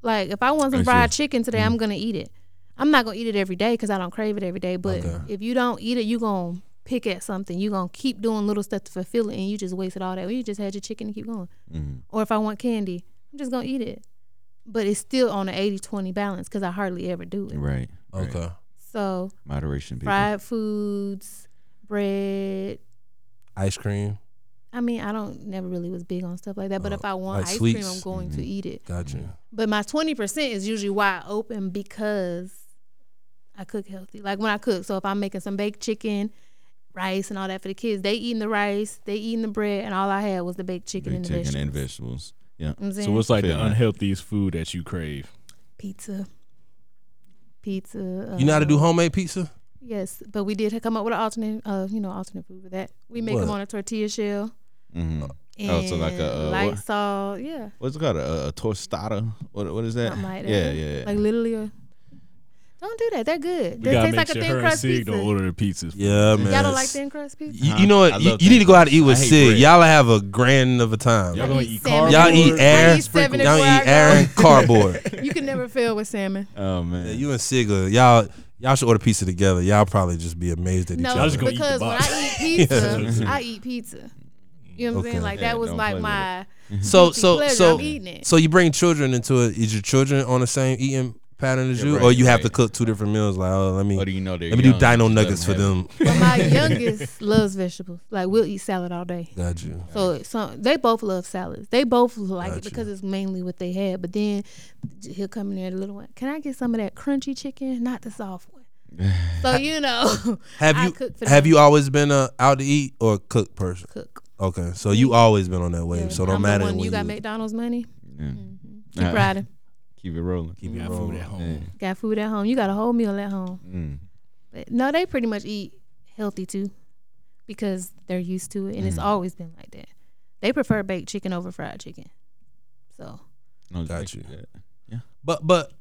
Speaker 4: like if i want
Speaker 2: I
Speaker 4: some
Speaker 2: see. Mm.
Speaker 4: fried chicken today i'm gonna eat it I'm not gonna eat it every day because I don't crave it every day. But
Speaker 1: Okay.
Speaker 4: if you don't eat it, you gonna pick at something. You gonna keep doing little stuff to fulfill it, and you just wasted all that. Well, you just had your chicken and keep going.
Speaker 2: Mm.
Speaker 4: Or if I want candy, I'm just gonna eat it. But it's still on an 80-20 balance because I hardly ever do it.
Speaker 2: Right. right.
Speaker 1: Okay.
Speaker 4: So
Speaker 2: Moderation, people.
Speaker 4: fried foods, bread.
Speaker 1: Ice cream.
Speaker 4: I mean, I don't never really was big on stuff like that. But
Speaker 1: Oh,
Speaker 4: if I want
Speaker 1: like
Speaker 4: ice cream,
Speaker 1: sweets.
Speaker 4: I'm going to eat it.
Speaker 1: Gotcha.
Speaker 4: But my twenty percent is usually wide open because I cook healthy. Like when I cook, so if I'm making some baked chicken, rice, and all that for the kids, they eating the rice, they eating the bread, and all I had was the baked chicken
Speaker 2: Big
Speaker 4: and the
Speaker 2: chicken
Speaker 4: vegetables.
Speaker 2: and vegetables. Yeah.
Speaker 4: You know what I'm
Speaker 3: So
Speaker 4: saying?
Speaker 3: what's like the
Speaker 2: Feel that.
Speaker 3: unhealthiest food that you crave?
Speaker 4: pizza? Pizza. Uh,
Speaker 1: You know how to do homemade pizza?
Speaker 4: Yes, but we did come up with an alternate, uh, you know, alternate food for that. We make them
Speaker 1: What?
Speaker 4: on a tortilla shell
Speaker 1: Mm-hmm.
Speaker 2: hmm
Speaker 4: and
Speaker 2: Oh, so like a, uh,
Speaker 4: light
Speaker 2: what?
Speaker 4: salt. Yeah,
Speaker 2: What's it called? A, a tostada? What, what is that?
Speaker 4: something like that.
Speaker 2: yeah, yeah, yeah.
Speaker 4: eh? Like literally. A, don't do that. They're good.
Speaker 3: We
Speaker 4: They
Speaker 3: gotta make
Speaker 4: taste like a
Speaker 3: sure
Speaker 4: thin
Speaker 3: her and
Speaker 4: crust
Speaker 3: Sig
Speaker 4: pizza.
Speaker 3: don't order the pizzas.
Speaker 1: Yeah, man.
Speaker 4: Y'all don't like thin crust pizza?
Speaker 1: You,
Speaker 2: Huh?
Speaker 1: you know
Speaker 2: Uh-huh. I
Speaker 1: what? You,
Speaker 2: love
Speaker 1: you need to go out to eat
Speaker 2: things.
Speaker 1: with
Speaker 2: I hate
Speaker 1: Sid.
Speaker 2: bread.
Speaker 1: Y'all have a grand of a time.
Speaker 3: Y'all
Speaker 1: Y'all,
Speaker 3: gonna
Speaker 4: eat
Speaker 3: eat
Speaker 4: salmon.
Speaker 3: cardboard?
Speaker 1: eat air.
Speaker 4: eat seven
Speaker 1: Y'all
Speaker 4: everywhere
Speaker 1: eat
Speaker 4: I
Speaker 1: air
Speaker 4: go.
Speaker 1: and cardboard.
Speaker 4: You can never fail with salmon.
Speaker 2: Oh man.
Speaker 1: Yeah, you and Sig, are- y'all y'all should order pizza together. Y'all probably just be amazed at each
Speaker 4: No,
Speaker 3: Y'all
Speaker 1: other.
Speaker 3: just gonna eat the
Speaker 4: because when
Speaker 3: box.
Speaker 4: I eat pizza, I eat pizza. You know what I'm
Speaker 1: Okay.
Speaker 4: saying? Like
Speaker 2: Yeah,
Speaker 4: that was
Speaker 2: don't play
Speaker 4: like
Speaker 2: with
Speaker 4: my
Speaker 1: So
Speaker 4: guilty
Speaker 1: so
Speaker 4: pleasure.
Speaker 1: so
Speaker 4: I'm eating it.
Speaker 1: so you bring children into it. Is your children on the same eating pattern as
Speaker 2: Yeah,
Speaker 1: you,
Speaker 2: right,
Speaker 1: or you have to
Speaker 2: right.
Speaker 1: cook two different meals? Like, oh, let me
Speaker 2: Or do you know they're
Speaker 1: let me
Speaker 2: young,
Speaker 1: do dino
Speaker 2: just let
Speaker 1: nuggets for
Speaker 2: have it?
Speaker 1: them.
Speaker 4: But my youngest loves vegetables. Like we'll eat salad all day.
Speaker 1: Got you.
Speaker 4: So some they both love salads. They both like it
Speaker 1: Gotcha.
Speaker 4: because it's mainly what they had. But then he'll come in there, the little one. Can I get some of that crunchy chicken, not the soft one? so you know,
Speaker 1: Have
Speaker 4: I
Speaker 1: you
Speaker 4: cook for
Speaker 1: have
Speaker 4: them.
Speaker 1: you always been a out to eat or a cook person?
Speaker 4: cook.
Speaker 1: Okay, so you always been on that wave. So don't
Speaker 4: I'm the
Speaker 1: matter
Speaker 4: one-
Speaker 1: when Mm-hmm. Uh-uh.
Speaker 4: you got McDonald's money. Mm-hmm.
Speaker 2: Yeah.
Speaker 4: Keep
Speaker 2: Uh,
Speaker 4: riding.
Speaker 2: Keep it rolling.
Speaker 1: keep it
Speaker 3: Got food
Speaker 1: rolling.
Speaker 3: at home.
Speaker 4: Got food at home. You got a whole meal at home.
Speaker 2: Mm.
Speaker 4: But no, they pretty much eat healthy too because they're used to it and
Speaker 1: Mm-hmm.
Speaker 4: it's always been like that. They prefer baked chicken over fried chicken. So
Speaker 2: No,
Speaker 1: Got
Speaker 2: like
Speaker 1: you.
Speaker 2: that.
Speaker 1: But but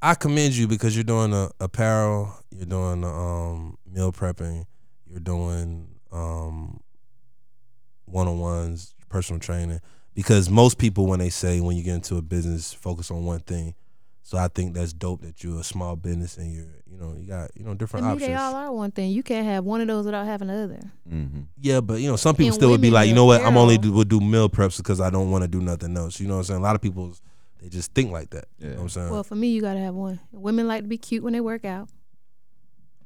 Speaker 1: I commend you because you're doing the apparel, you're doing the um, meal prepping, you're doing um, one on ones, personal training. Because most people, when they say when you get into a business, focus on one thing. So I think that's dope that you're a small business and you're you know you got you know
Speaker 4: to
Speaker 1: different
Speaker 4: me,
Speaker 1: options.
Speaker 4: they all are one thing. You can't have one of those without having the other.
Speaker 2: Mhm.
Speaker 1: Yeah, but you know, some people
Speaker 4: And
Speaker 1: still would be
Speaker 4: women
Speaker 1: like, you
Speaker 4: in
Speaker 1: know what, I'm only do,
Speaker 4: apparel-
Speaker 1: would do meal preps because I don't want to do nothing else. You know what I'm saying? A lot of people, they just think like that. You
Speaker 2: Yeah.
Speaker 1: know what I'm saying?
Speaker 4: Well, for me, you gotta have one. Women like to be cute when they work out.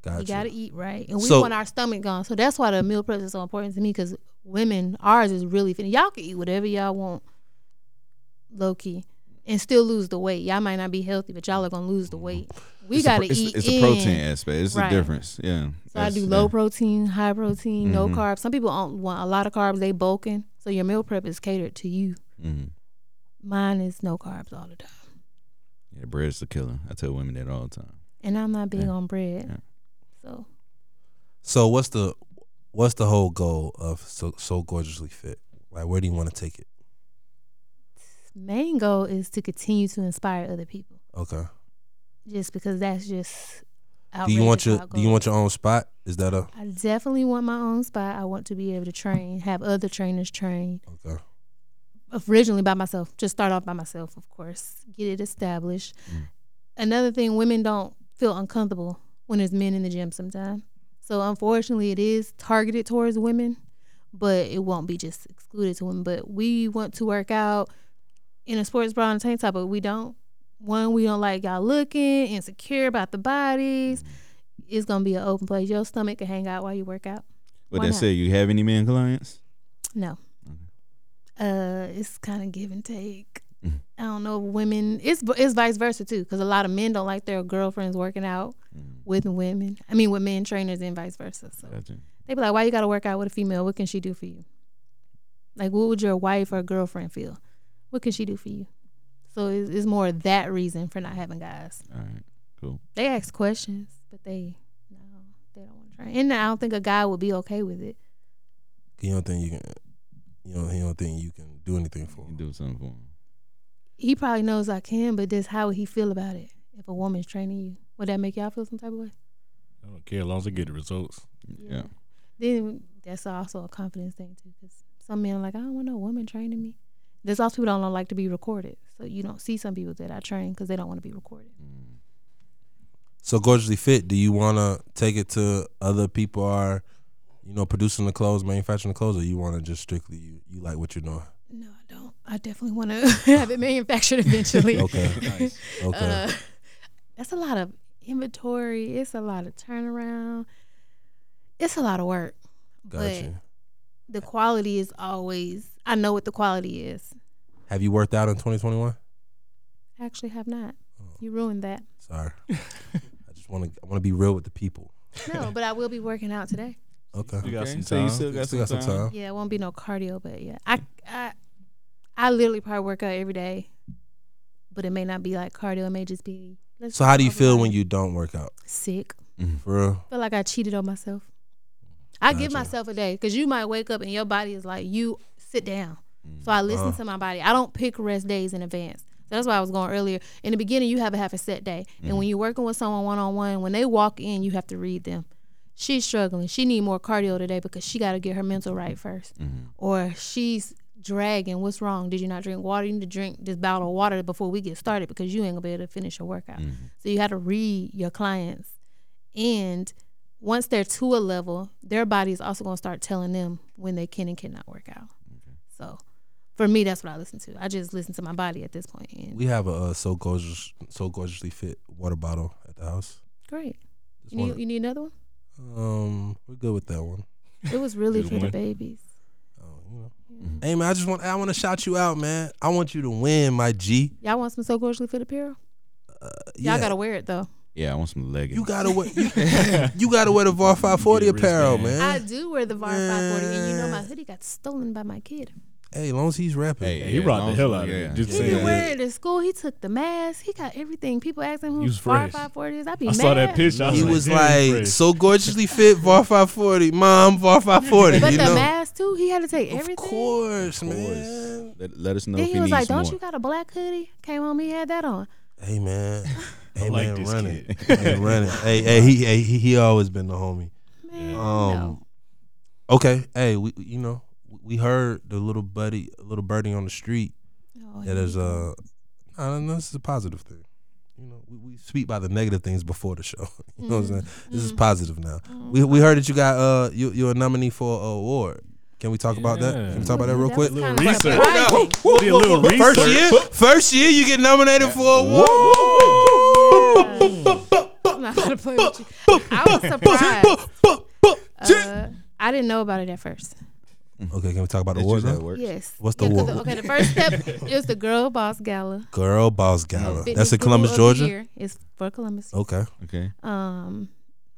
Speaker 1: gotcha.
Speaker 4: You gotta e eat right, and we
Speaker 1: So-
Speaker 4: want our stomach gone. So that's why the meal prep is so important to me because women, ours is really fit. Y'all can eat whatever y'all want, low key, and still lose the weight. Y'all might not be healthy, but y'all are gonna lose the weight. We
Speaker 2: Mm-hmm. It's a
Speaker 4: gotta
Speaker 2: pro- it's,
Speaker 4: eat.
Speaker 2: It's
Speaker 4: in.
Speaker 2: a protein aspect. It's
Speaker 4: Right.
Speaker 2: the difference. Yeah.
Speaker 4: So I
Speaker 2: That's-
Speaker 4: do
Speaker 2: yeah.
Speaker 4: low protein, high protein,
Speaker 2: Mhm.
Speaker 4: no carbs. Some people don't want a lot of carbs. They bulking, so your meal prep is catered to you.
Speaker 2: Mhm.
Speaker 4: Mine is no carbs all the time,
Speaker 2: Yeah, bread's the killer. I tell women that all the time.
Speaker 4: and I'm not big
Speaker 2: Yeah.
Speaker 4: on bread,
Speaker 2: Yeah.
Speaker 4: so.
Speaker 1: So what's the what's the whole goal of so so gorgeously fit? Like, where do you want to take it?
Speaker 4: main goal is to continue to inspire other people
Speaker 1: Okay.
Speaker 4: just because that's just
Speaker 1: Do you want
Speaker 4: outrageous
Speaker 1: your
Speaker 4: how it
Speaker 1: Do you
Speaker 4: goes.
Speaker 1: want your own spot? Is that a
Speaker 4: I definitely want my own spot. I want to be able to train, have other trainers train.
Speaker 1: okay?
Speaker 4: Originally by myself, just start off by myself, of course. Get it established. Another thing, women don't feel uncomfortable when there's men in the gym sometimes. So unfortunately, it is targeted towards women, but it won't be just excluded to women. But we want to work out in a sports bra and a tank top, but we don't. One, we don't like y'all looking insecure about the bodies. It's gonna be an open place. Your stomach can hang out while you work out.
Speaker 2: But
Speaker 4: Why
Speaker 2: that
Speaker 4: not?
Speaker 2: said, you have any men clients?
Speaker 4: No. Uh, it's kind of give and take.
Speaker 2: Mhm.
Speaker 4: I don't know. Women, it's it's vice versa too, because a lot of men don't like their girlfriends working out with women. I mean, with men trainers and vice versa. So
Speaker 2: Mm-hmm. Gotcha.
Speaker 4: they be like, "Why you got to work out with a female? What can she do for you? Like, what would your wife or girlfriend feel? What can she do for you?" So it's, it's more that reason for not having guys.
Speaker 2: All right. Cool.
Speaker 4: They ask questions, but they no, they don't want to train. And I don't think a guy would be okay with it.
Speaker 1: You don't think you can? You don't, you don't think you can do anything for?
Speaker 2: You
Speaker 1: him?
Speaker 2: can do something for them.
Speaker 4: he probably knows I can, but this how would he feel about it if a woman's training you? Would that make y'all feel some type of way?
Speaker 3: I don't care as long as I get the results.
Speaker 2: Yeah.
Speaker 4: Then that's also a confidence thing too, because some men are like I don't want no woman training me. There's also people don't
Speaker 1: Mm.
Speaker 4: like to be recorded, so you don't see some people that I train because they don't want to be recorded.
Speaker 1: So gorgeously fit. Do you want to take it to other people are, you know, producing the clothes, manufacturing the clothes, or you want to just strictly you, you like what you're doing?
Speaker 4: No, I don't. I definitely want to have it manufactured eventually.
Speaker 1: Okay,
Speaker 2: Nice.
Speaker 1: okay.
Speaker 4: Uh, that's a lot of inventory. It's a lot of turnaround. It's a lot of work.
Speaker 1: Gotcha.
Speaker 4: The quality is always. I know what the quality is.
Speaker 1: Have you worked out in 2021?
Speaker 4: I actually have not. You ruined that.
Speaker 1: Sorry. I just want to I want to be real with the people.
Speaker 4: No, but I will be working out today.
Speaker 1: Okay.
Speaker 3: You got some
Speaker 2: so you
Speaker 3: time.
Speaker 2: still got,
Speaker 1: Still got some time.
Speaker 4: Yeah, it won't be no cardio, but yeah, I I I literally probably work out every day, but it may not be like cardio. It may just be. let's
Speaker 1: So how do you
Speaker 4: walk
Speaker 1: feel
Speaker 4: around.
Speaker 1: when you don't work out?
Speaker 4: sick?
Speaker 1: For real?
Speaker 4: feel like I cheated on myself. I give
Speaker 1: Gotcha.
Speaker 4: myself a day because you might wake up and your body is like, you sit down. So I listen to my body. I don't pick rest days in advance. So that's why I was going earlier. In the beginning, you have a half a set day, and when you're working with someone one on one, when they walk in, you have to read them. She's struggling. She need more cardio today because she got to get her mental right 1st Or she's dragging. What's wrong? Did you not drink water? You need to drink this bottle of water before we get started because you ain't gonna be able to finish your workout. So you have to read your clients and once they're to a level, their body is also going to start telling them when they can and cannot work out. So, for me, that's what I listen to. I just listen to my body at this point. And
Speaker 1: We have a uh, so gorgeous so gorgeously fit water bottle at the house.
Speaker 4: great.
Speaker 1: Just
Speaker 4: You need,
Speaker 1: want,
Speaker 4: you need another one?
Speaker 1: um we're good with that one.
Speaker 4: It was really
Speaker 3: Just
Speaker 4: for the
Speaker 3: one.
Speaker 4: babies.
Speaker 1: Oh, you know. Hey man, I just want I want to shout you out, man. I want you to win, my G.
Speaker 4: Y'all want some so gorgeously fit apparel?
Speaker 1: Yeah,
Speaker 4: Y'all gotta wear it though.
Speaker 2: Yeah, I want some leggings.
Speaker 1: you gotta wear you, you gotta wear the VAR 540
Speaker 3: Get a
Speaker 1: apparel,
Speaker 3: wristband.
Speaker 1: man.
Speaker 4: I do wear the VAR 540, and you know my hoodie got stolen by my kid.
Speaker 1: hey, as long as he's rapping,
Speaker 2: Hey,
Speaker 3: He
Speaker 2: yeah,
Speaker 3: rocked the
Speaker 2: those-
Speaker 3: hell out of
Speaker 2: yeah.
Speaker 3: it. Just
Speaker 4: He
Speaker 3: saying.
Speaker 4: been wearing it at school. He took the mask. He got everything. People asking who
Speaker 3: He was
Speaker 4: VAR
Speaker 3: fresh.
Speaker 4: 540 is. I be
Speaker 3: I
Speaker 4: mad.
Speaker 3: saw that picture. I
Speaker 1: he was
Speaker 3: damn,
Speaker 1: like
Speaker 3: Chris.
Speaker 1: so gorgeously fit VAR 540, mom VAR 540.
Speaker 4: But
Speaker 1: you
Speaker 4: the
Speaker 1: know?
Speaker 4: mask too. He had to take
Speaker 1: Of
Speaker 4: everything.
Speaker 1: course,
Speaker 2: Of course.
Speaker 1: man.
Speaker 2: Let, let us know
Speaker 4: Then
Speaker 2: if
Speaker 4: he
Speaker 2: you
Speaker 4: was
Speaker 2: need
Speaker 4: like,
Speaker 2: some
Speaker 4: "Don't
Speaker 2: more.
Speaker 4: you got a black hoodie?" Came home, he had that on.
Speaker 1: Hey man, hey
Speaker 3: like
Speaker 1: man,
Speaker 3: this
Speaker 1: run it, hey, run it. Hey, hey, he, hey, he, he always been the homie.
Speaker 4: Man,
Speaker 1: Um,
Speaker 4: no.
Speaker 1: Okay, hey, we, you know, we heard the little buddy, little birdie on the street.
Speaker 4: Oh,
Speaker 1: That is uh, I don't know. This is a positive thing. You know, we, we speak about the negative things before the show. you know what I'm saying? This
Speaker 4: Mm-hmm.
Speaker 1: is positive now. We we heard that you got uh, you you're a nominee for an award. Can we talk about that?
Speaker 3: Yeah.
Speaker 1: Can we talk about that real quick?
Speaker 4: That was kinda
Speaker 3: Research.
Speaker 4: surprising.
Speaker 3: Did a little research.
Speaker 1: First year, first year, you get nominated for an award.
Speaker 4: I'm not gonna play with you. I was surprised. Uh, I didn't know about it at first.
Speaker 1: Okay, can we talk about the
Speaker 2: That's
Speaker 1: award?
Speaker 2: just how
Speaker 1: now?
Speaker 2: it works.
Speaker 4: Yes.
Speaker 1: What's the
Speaker 4: 'cause
Speaker 1: award?
Speaker 4: okay, the first step is the Girl Boss Gala.
Speaker 1: Girl Boss Gala.
Speaker 4: Fitness
Speaker 1: That's in
Speaker 4: Guru
Speaker 1: Columbus,
Speaker 4: of the
Speaker 1: Georgia. Oh.
Speaker 4: Year. It's for Columbus.
Speaker 1: Okay.
Speaker 2: Okay.
Speaker 4: Um,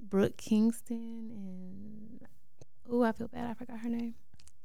Speaker 4: Brooke Kingston and oh, I feel bad. I forgot her name.